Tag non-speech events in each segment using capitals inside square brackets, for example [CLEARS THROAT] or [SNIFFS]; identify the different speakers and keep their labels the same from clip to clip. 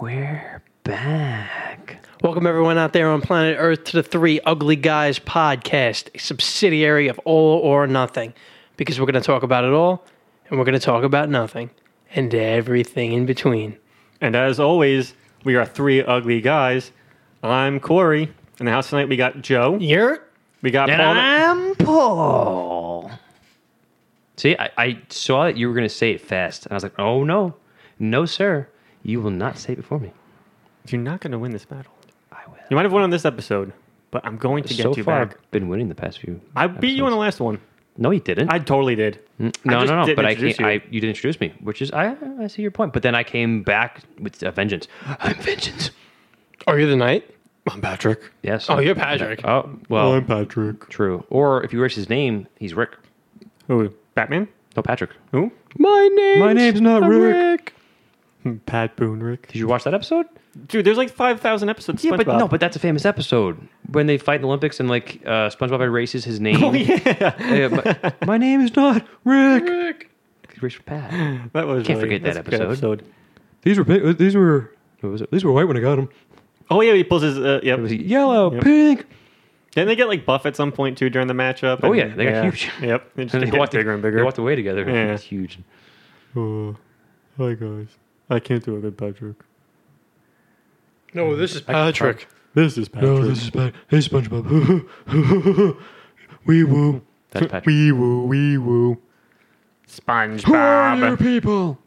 Speaker 1: We're back.
Speaker 2: Welcome, everyone out there on planet Earth, to the Three Ugly Guys podcast, a subsidiary of All or Nothing, because we're going to talk about it all, and we're going to talk about nothing, and everything in between.
Speaker 3: And as always, we are three ugly guys. I'm Corey. In the house tonight, we got Joe.
Speaker 2: You're
Speaker 3: We got
Speaker 1: And
Speaker 3: Paul.
Speaker 1: I'm Paul.
Speaker 4: See, I, I saw that you were going to say it fast, and I was like, oh no, no, sir, you will not say it before me.
Speaker 3: You're not going to win this battle.
Speaker 4: I will.
Speaker 3: You might have won on this episode, but I'm going to get
Speaker 4: So
Speaker 3: you
Speaker 4: far,
Speaker 3: back.
Speaker 4: I've been winning the past few.
Speaker 3: I beat you on the last one.
Speaker 4: No, you didn't.
Speaker 3: I totally did.
Speaker 4: N- no,
Speaker 3: just
Speaker 4: no, no.
Speaker 3: didn't
Speaker 4: But I
Speaker 3: introduce
Speaker 4: can't. You. I, you didn't introduce me, which is I. I see your point. But then I came back with a vengeance. I'm vengeance.
Speaker 2: are you the knight?
Speaker 3: I'm Patrick.
Speaker 4: Yes.
Speaker 2: Oh, you're Patrick.
Speaker 4: Oh well,
Speaker 3: Patrick.
Speaker 4: true. Or if you erase his name, he's Rick.
Speaker 3: Who? Batman?
Speaker 4: No, Patrick.
Speaker 3: Who?
Speaker 2: My name.
Speaker 4: My name's not Rick.
Speaker 3: Pat Boone Rick.
Speaker 4: Did you watch that episode?
Speaker 3: Dude, there's like 5,000 episodes. of
Speaker 4: Yeah, but
Speaker 3: SpongeBob.
Speaker 4: no, but that's a famous episode when they fight in the Olympics and like uh, SpongeBob erases his
Speaker 2: [LAUGHS]
Speaker 4: name.
Speaker 3: Oh, [LAUGHS] yeah.
Speaker 4: Uh, my, my name is not Rick. Rick. Erased
Speaker 2: [LAUGHS]
Speaker 4: Pat.
Speaker 3: That was
Speaker 4: Can't
Speaker 3: really-
Speaker 4: forget that
Speaker 3: that's a good
Speaker 4: episode. These were these were what was it? these were white when I got them.
Speaker 3: Oh, yeah, he pulls his. Uh, yep.
Speaker 4: It was yellow,
Speaker 3: Yep.
Speaker 4: pink.
Speaker 3: Didn't they get like buff at some point too during the matchup?
Speaker 4: Oh,
Speaker 3: And-
Speaker 4: yeah, they got huge.
Speaker 3: Yep. They just
Speaker 4: And [LAUGHS]
Speaker 3: kept
Speaker 4: they
Speaker 3: getting
Speaker 4: walked
Speaker 3: bigger and
Speaker 4: They
Speaker 3: bigger.
Speaker 4: walked away together.
Speaker 3: Yeah.
Speaker 4: It's huge.
Speaker 3: Oh, hi guys. I can't do it with Patrick.
Speaker 2: No, this is Patrick.
Speaker 3: This is Patrick.
Speaker 4: is bad. Hey, SpongeBob. [LAUGHS]
Speaker 3: wee woo.
Speaker 4: That's Patrick.
Speaker 3: Wee woo, wee woo.
Speaker 4: Fire
Speaker 3: SpongeBob.
Speaker 4: people.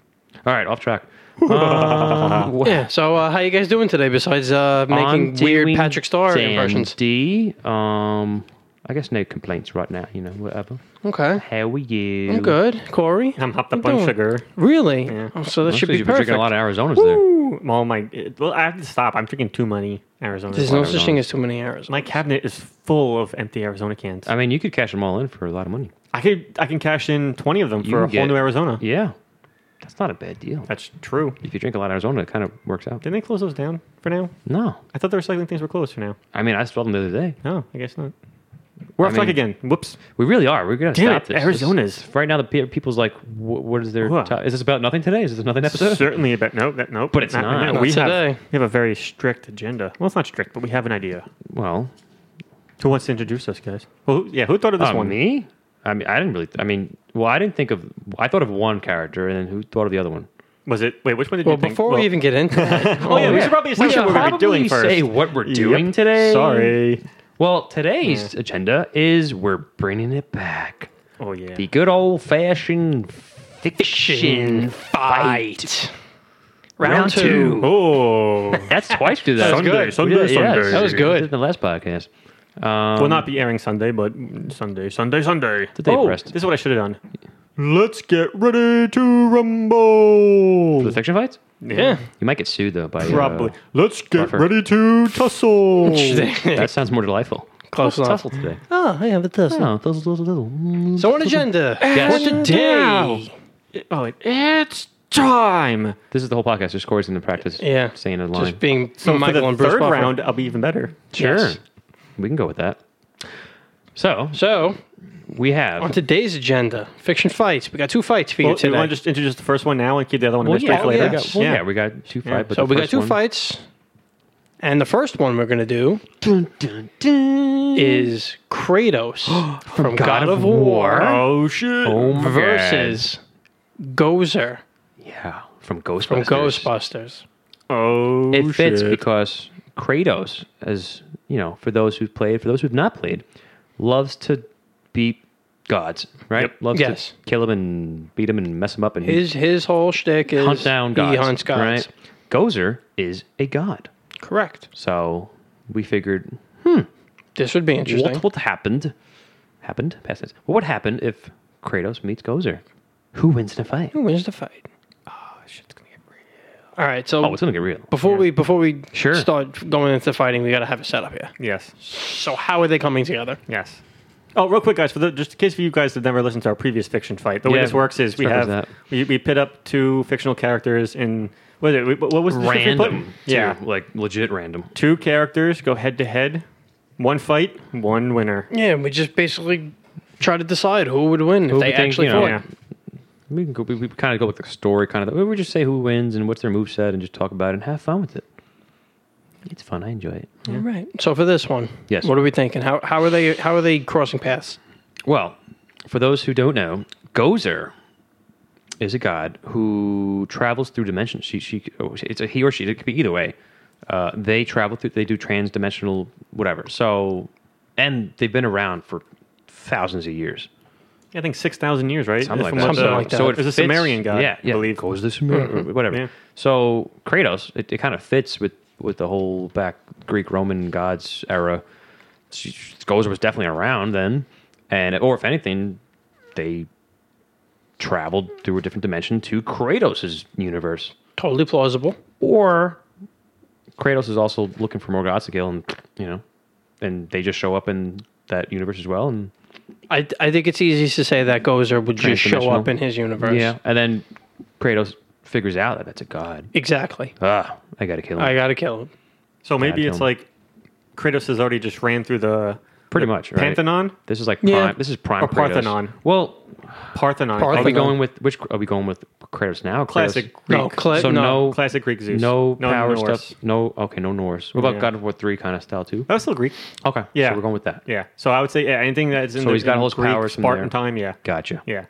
Speaker 4: All right, off
Speaker 2: [LAUGHS]
Speaker 4: track. Um, wha-
Speaker 2: Yeah. So, uh, how you guys doing today? Besides uh, making
Speaker 4: I'm
Speaker 2: weird
Speaker 4: doing
Speaker 2: Patrick Star impressions.
Speaker 4: dandy. Um, I guess no complaints right now. You know, whatever.
Speaker 2: Okay.
Speaker 4: How are you?
Speaker 2: I'm good. Corey.
Speaker 3: I'm hopped up
Speaker 2: I'm
Speaker 3: on
Speaker 2: doing-
Speaker 3: sugar.
Speaker 2: Really?
Speaker 3: Yeah.
Speaker 2: Oh, so that
Speaker 4: Looks
Speaker 2: should
Speaker 4: like
Speaker 2: be
Speaker 4: you've been drinking
Speaker 2: perfect.
Speaker 4: a lot of Arizonas there.
Speaker 3: Ooh, well, my. it- well, I have to stop. I'm drinking too many Arizona.
Speaker 2: There's no
Speaker 4: Arizonas.
Speaker 2: such thing as too many hours.
Speaker 3: my cabinet is full of empty Arizona cans.
Speaker 4: I mean, you could cash them all in for a lot of money.
Speaker 3: I could, I can cash in twenty of them for a
Speaker 4: can
Speaker 3: whole
Speaker 4: get-
Speaker 3: new Arizona.
Speaker 4: Yeah, that's not a bad deal.
Speaker 3: That's true.
Speaker 4: If you drink a lot of Arizona, it kind of works out.
Speaker 3: Didn't they close those down for now?
Speaker 4: No,
Speaker 3: I thought the recycling things were closed for now.
Speaker 4: I mean, I saw them the other day.
Speaker 3: No, I guess not. We're off
Speaker 4: I
Speaker 3: track
Speaker 4: mean-
Speaker 3: again. Whoops.
Speaker 4: We really are. We're gonna
Speaker 3: Damn
Speaker 4: stop
Speaker 3: it,
Speaker 4: this.
Speaker 3: Arizona's.
Speaker 4: [LAUGHS] This- right now. The pe- people's like, what, what is their?
Speaker 3: Huh.
Speaker 4: to- is this about nothing today? Is this nothing episode?
Speaker 3: Certainly about no, that no,
Speaker 4: But it's not.
Speaker 3: no,
Speaker 2: Not
Speaker 3: we
Speaker 2: today.
Speaker 3: have we have a very strict agenda. Well, it's not strict, but we have an idea.
Speaker 4: Well,
Speaker 3: Who wants to introduce us, guys? Well, who, yeah, who thought of this
Speaker 4: uh,
Speaker 3: one?
Speaker 4: me. I mean, I didn't really. I mean, well, I didn't think of. I thought of one character, and then who thought of the other one?
Speaker 3: Was it? Wait, which one did
Speaker 2: Well,
Speaker 3: you think?
Speaker 2: before we even get into
Speaker 3: [LAUGHS]
Speaker 2: that,
Speaker 3: oh, yeah, we should probably say
Speaker 4: We
Speaker 3: what
Speaker 4: should
Speaker 3: we're gonna be
Speaker 4: probably
Speaker 3: doing first.
Speaker 4: say what we're
Speaker 3: Yep.
Speaker 4: doing today.
Speaker 3: Sorry.
Speaker 4: Well, today's agenda is we're bringing it back.
Speaker 3: Oh yeah.
Speaker 4: The good old fashioned fiction fight.
Speaker 2: Round two.
Speaker 3: oh.
Speaker 4: That's twice we did that.
Speaker 3: Sunday,
Speaker 4: We did-
Speaker 3: Sunday, Sunday.
Speaker 2: That was good.
Speaker 4: We did the last podcast.
Speaker 3: Will not be airing Sunday, but Sunday, Sunday, Sunday. The
Speaker 4: day of
Speaker 3: oh,
Speaker 4: rest.
Speaker 3: This is what I should have done. Let's get ready to rumble.
Speaker 4: For the fiction fights?
Speaker 2: yeah.
Speaker 4: You might get sued though by uh,
Speaker 3: Probably. Let's get
Speaker 4: Buffer.
Speaker 3: ready to tussle.
Speaker 4: that sounds more delightful.
Speaker 2: Close
Speaker 4: Let's
Speaker 2: enough.
Speaker 4: tussle today.
Speaker 2: Oh, I have a tussle.
Speaker 4: Oh, tussle, tussle, tussle. Mm.
Speaker 2: So on [LAUGHS] agenda
Speaker 4: Yes.
Speaker 2: for today.
Speaker 3: [LAUGHS] oh, it, it's time.
Speaker 4: This is the whole podcast. Just Corey's in the practice.
Speaker 2: Yeah.
Speaker 4: saying a line.
Speaker 2: Just being Oh, Michael
Speaker 3: For the
Speaker 2: and Bruce
Speaker 3: third
Speaker 2: Buffer.
Speaker 3: round, I'll be even better.
Speaker 4: sure,
Speaker 2: Yes.
Speaker 4: we can go with that. So
Speaker 2: So
Speaker 4: we have.
Speaker 2: on today's agenda, fiction fights. We got two fights for you
Speaker 3: Well, you
Speaker 2: today.
Speaker 3: want to just introduce the first one now and keep the other one a
Speaker 4: well,
Speaker 2: oh,
Speaker 3: mystery
Speaker 4: yeah,
Speaker 3: for
Speaker 4: we
Speaker 3: later?
Speaker 4: got, well, yeah. we got two fights. But
Speaker 2: so
Speaker 4: the
Speaker 2: we got
Speaker 4: first
Speaker 2: two
Speaker 4: one-
Speaker 2: fights, and the first one we're gonna do is Kratos [GASPS] from, God, of War,
Speaker 3: Oh shit!
Speaker 4: Oh my God.
Speaker 2: versus Gozer
Speaker 4: Yeah, from Ghostbusters.
Speaker 2: from Ghostbusters.
Speaker 3: Oh
Speaker 4: It
Speaker 3: shit!
Speaker 4: fits because Kratos, as you know, for those who've played, for those who've not played, loves to beat gods, right?
Speaker 3: Yep.
Speaker 4: Loves
Speaker 2: Yes.
Speaker 4: to kill them and beat them and mess them up and
Speaker 2: His his whole shtick is
Speaker 4: hunt down gods.
Speaker 2: he hunts gods.
Speaker 4: Right? Gozer is a god,
Speaker 2: Correct.
Speaker 4: so we figured
Speaker 2: This would be interesting.
Speaker 4: what would happened, happened past tense. What would happen if Kratos meets Gozer? Who wins the fight?
Speaker 2: Who wins the fight? Oh, shit's gonna Ah, get real. All right, so
Speaker 4: Oh, it's gonna get
Speaker 2: [LAUGHS]
Speaker 4: real.
Speaker 2: before we before we
Speaker 4: Sure.
Speaker 2: start going into fighting, we gotta have a setup here.
Speaker 3: Yes.
Speaker 2: So how are they coming together?
Speaker 3: Yes. Oh, real quick, guys, for the, just in case you guys have never listened to our previous fiction fight, the way
Speaker 4: Yeah,
Speaker 3: this works is we
Speaker 4: start with
Speaker 3: have
Speaker 4: that.
Speaker 3: we, we pit up two fictional characters in what, is it, what was the description we put?
Speaker 4: Random,
Speaker 3: Yeah,
Speaker 4: too, like legit random.
Speaker 3: two characters go head to head, one fight, one winner.
Speaker 2: Yeah, we just basically try to decide who would win if
Speaker 4: Who
Speaker 2: they
Speaker 4: would think,
Speaker 2: actually
Speaker 4: you know,
Speaker 2: fought.
Speaker 3: Yeah.
Speaker 4: We can go. We, we kind of go with the story, kind of. We just say who wins and what's their moveset and just talk about it and have fun with it. It's fun. I enjoy it.
Speaker 2: All right. So for this one,
Speaker 4: Yes.
Speaker 2: What are we thinking? How how are they how are they crossing paths?
Speaker 4: Well, for those who don't know, Gozer is a god who travels through dimensions. She, she, oh, it's a he or she. It could be either way. Uh, they travel through. They do trans-dimensional whatever. So, and they've been around for thousands of years.
Speaker 3: Yeah, I think six thousand years, right?
Speaker 4: Something like
Speaker 3: From
Speaker 4: that.
Speaker 3: what the-
Speaker 2: Something like that.
Speaker 3: So it
Speaker 4: is
Speaker 3: was a Sumerian god,
Speaker 4: Yeah, yeah.
Speaker 3: I believe.
Speaker 4: Goes to Sumerian, or whatever.
Speaker 3: Yeah.
Speaker 4: So Kratos, it, it kind of fits with with the whole back Greek Roman gods era. She, Gozer was definitely around then, and or if anything, they traveled through a different dimension to Kratos' universe,
Speaker 2: Totally plausible.
Speaker 4: or Kratos is also looking for more gods to kill, and you know, and they just show up in that universe as well, and
Speaker 2: I, I think it's easy to say that Gozer would just show
Speaker 4: Transdimensional.
Speaker 2: up in his universe.
Speaker 4: yeah, and then Kratos figures out that that's a god.
Speaker 2: Exactly.
Speaker 4: Ah, I gotta kill him.
Speaker 2: I gotta kill him.
Speaker 3: So maybe
Speaker 4: God,
Speaker 3: it's
Speaker 4: don't-
Speaker 3: like Kratos has already just ran through the
Speaker 4: Pretty much, right?
Speaker 3: Pantheon,
Speaker 4: This is like prime.
Speaker 2: Yeah.
Speaker 4: This is prime.
Speaker 3: Or
Speaker 4: Kratos.
Speaker 3: Parthenon.
Speaker 4: Well,
Speaker 3: Parthenon.
Speaker 4: are we
Speaker 2: Parthenon.
Speaker 4: going with which? Are we going with Kratos now? Kratos?
Speaker 3: Classic Greek.
Speaker 2: No, Cla-
Speaker 4: So
Speaker 2: no.
Speaker 4: no,
Speaker 3: Classic Greek Zeus.
Speaker 4: no
Speaker 3: No
Speaker 4: power
Speaker 3: Norse.
Speaker 4: stuff. No. Okay, no Norse. What about
Speaker 3: Yeah.
Speaker 4: God of War three kind of style too?
Speaker 3: That was still Greek.
Speaker 4: Okay.
Speaker 3: Yeah.
Speaker 4: So we're going with that.
Speaker 3: Yeah. So I would say yeah, anything that's in
Speaker 4: So
Speaker 3: the
Speaker 4: he's got
Speaker 3: in
Speaker 4: all his
Speaker 3: Greek,
Speaker 4: powers from
Speaker 3: Spartan
Speaker 4: there.
Speaker 3: time. Yeah.
Speaker 4: Gotcha.
Speaker 3: Yeah.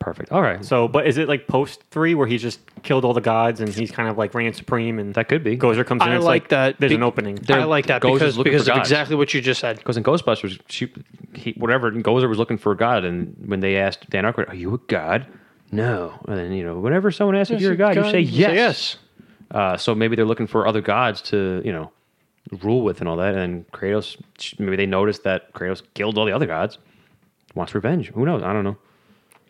Speaker 4: Perfect. All right. So
Speaker 3: So, but is it like post three where he's just killed all the gods and he's kind of like ran supreme and
Speaker 4: that could be
Speaker 3: Gozer comes in?
Speaker 2: I
Speaker 3: and it's
Speaker 2: like that
Speaker 3: There's
Speaker 2: be-
Speaker 3: an opening.
Speaker 4: They're-
Speaker 2: I like that
Speaker 4: Gozer's
Speaker 2: because,
Speaker 4: looking for
Speaker 2: because of
Speaker 4: gods.
Speaker 2: exactly what you just said.
Speaker 4: Because in Ghostbusters, she, he, whatever Gozer was looking for a god, and when they asked Dan Aykroyd, "Are you a god?" No. And then you know, whenever someone asks if you're a god, you say yes. Uh, so maybe they're looking for other gods to, you know, rule with and all that. And Kratos, maybe they noticed that Kratos killed all the other gods, wants revenge. Who knows? I don't know.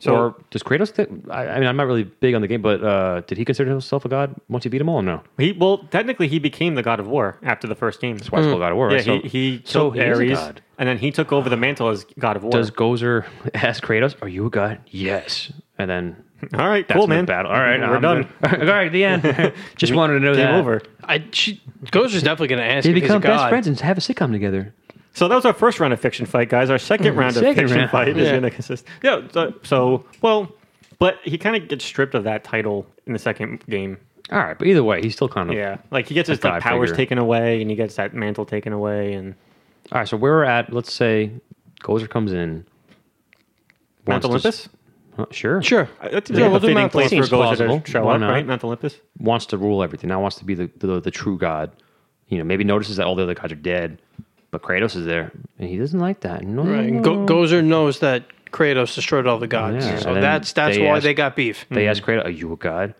Speaker 3: So-
Speaker 4: or does Kratos? Th- I, I mean, I'm not really big on the game, but uh, did he consider himself a god once he beat them all? Or no,
Speaker 3: He well, technically, he became the god of war after the first game.
Speaker 4: that's why it's called God of War.
Speaker 3: Yeah,
Speaker 4: Right? so,
Speaker 3: he, he
Speaker 4: so
Speaker 3: killed
Speaker 4: Hmm. he is a
Speaker 3: Ares,
Speaker 4: god.
Speaker 3: and then he took over the mantle as god of war.
Speaker 4: Does Gozer ask Kratos, "Are you a god?" Yes, and then
Speaker 3: all right,
Speaker 4: that's
Speaker 3: cool,
Speaker 4: when the
Speaker 3: man.
Speaker 4: battle. All right,
Speaker 3: we're
Speaker 4: I'm
Speaker 3: done.
Speaker 4: good. [LAUGHS] all right, the end. Just wanted to know
Speaker 3: Game
Speaker 4: that.
Speaker 3: over.
Speaker 2: I she, Gozer's definitely gonna ask.
Speaker 4: They
Speaker 2: if he's a
Speaker 4: become best
Speaker 2: god.
Speaker 4: friends and have a sitcom together.
Speaker 3: So that was our first round of fiction fight, guys. Our second round of
Speaker 4: Mm-hmm. Second
Speaker 3: fiction
Speaker 4: round.
Speaker 3: fight is
Speaker 2: Yeah.
Speaker 3: going to consist. Yeah. So, so well, but he kind of gets stripped of that title in the second game.
Speaker 4: All right, but either way, he's still kind of
Speaker 3: Yeah, like he gets his
Speaker 4: That's
Speaker 3: like,
Speaker 4: how Oh. I
Speaker 3: powers
Speaker 4: figure.
Speaker 3: taken away, and he gets that mantle taken away, and
Speaker 4: All right, so where we're at, let's say Gozer comes in.
Speaker 3: Mount
Speaker 4: wants to-
Speaker 3: Olympus.
Speaker 4: Huh, sure.
Speaker 2: Sure.
Speaker 3: That's
Speaker 2: Yeah,
Speaker 3: like
Speaker 2: we'll do
Speaker 3: a fitting
Speaker 2: Mount
Speaker 3: place for
Speaker 4: Olympus.
Speaker 3: Gozer
Speaker 4: Seems
Speaker 3: to
Speaker 4: plausible.
Speaker 3: show up,
Speaker 4: Why not?
Speaker 3: right? Mount Olympus.
Speaker 4: Wants to rule everything. Now wants to be the, the, the true god. You know, maybe notices that all the other gods are dead, but Kratos is there, and he doesn't like that. No.
Speaker 2: Right. and Go- Gozer knows that Kratos destroyed all the gods,
Speaker 4: Yeah,
Speaker 2: so
Speaker 4: and then
Speaker 2: that's that's
Speaker 4: they
Speaker 2: why
Speaker 4: ask-
Speaker 2: they got beef.
Speaker 4: They ask Kratos, "Are you a god?"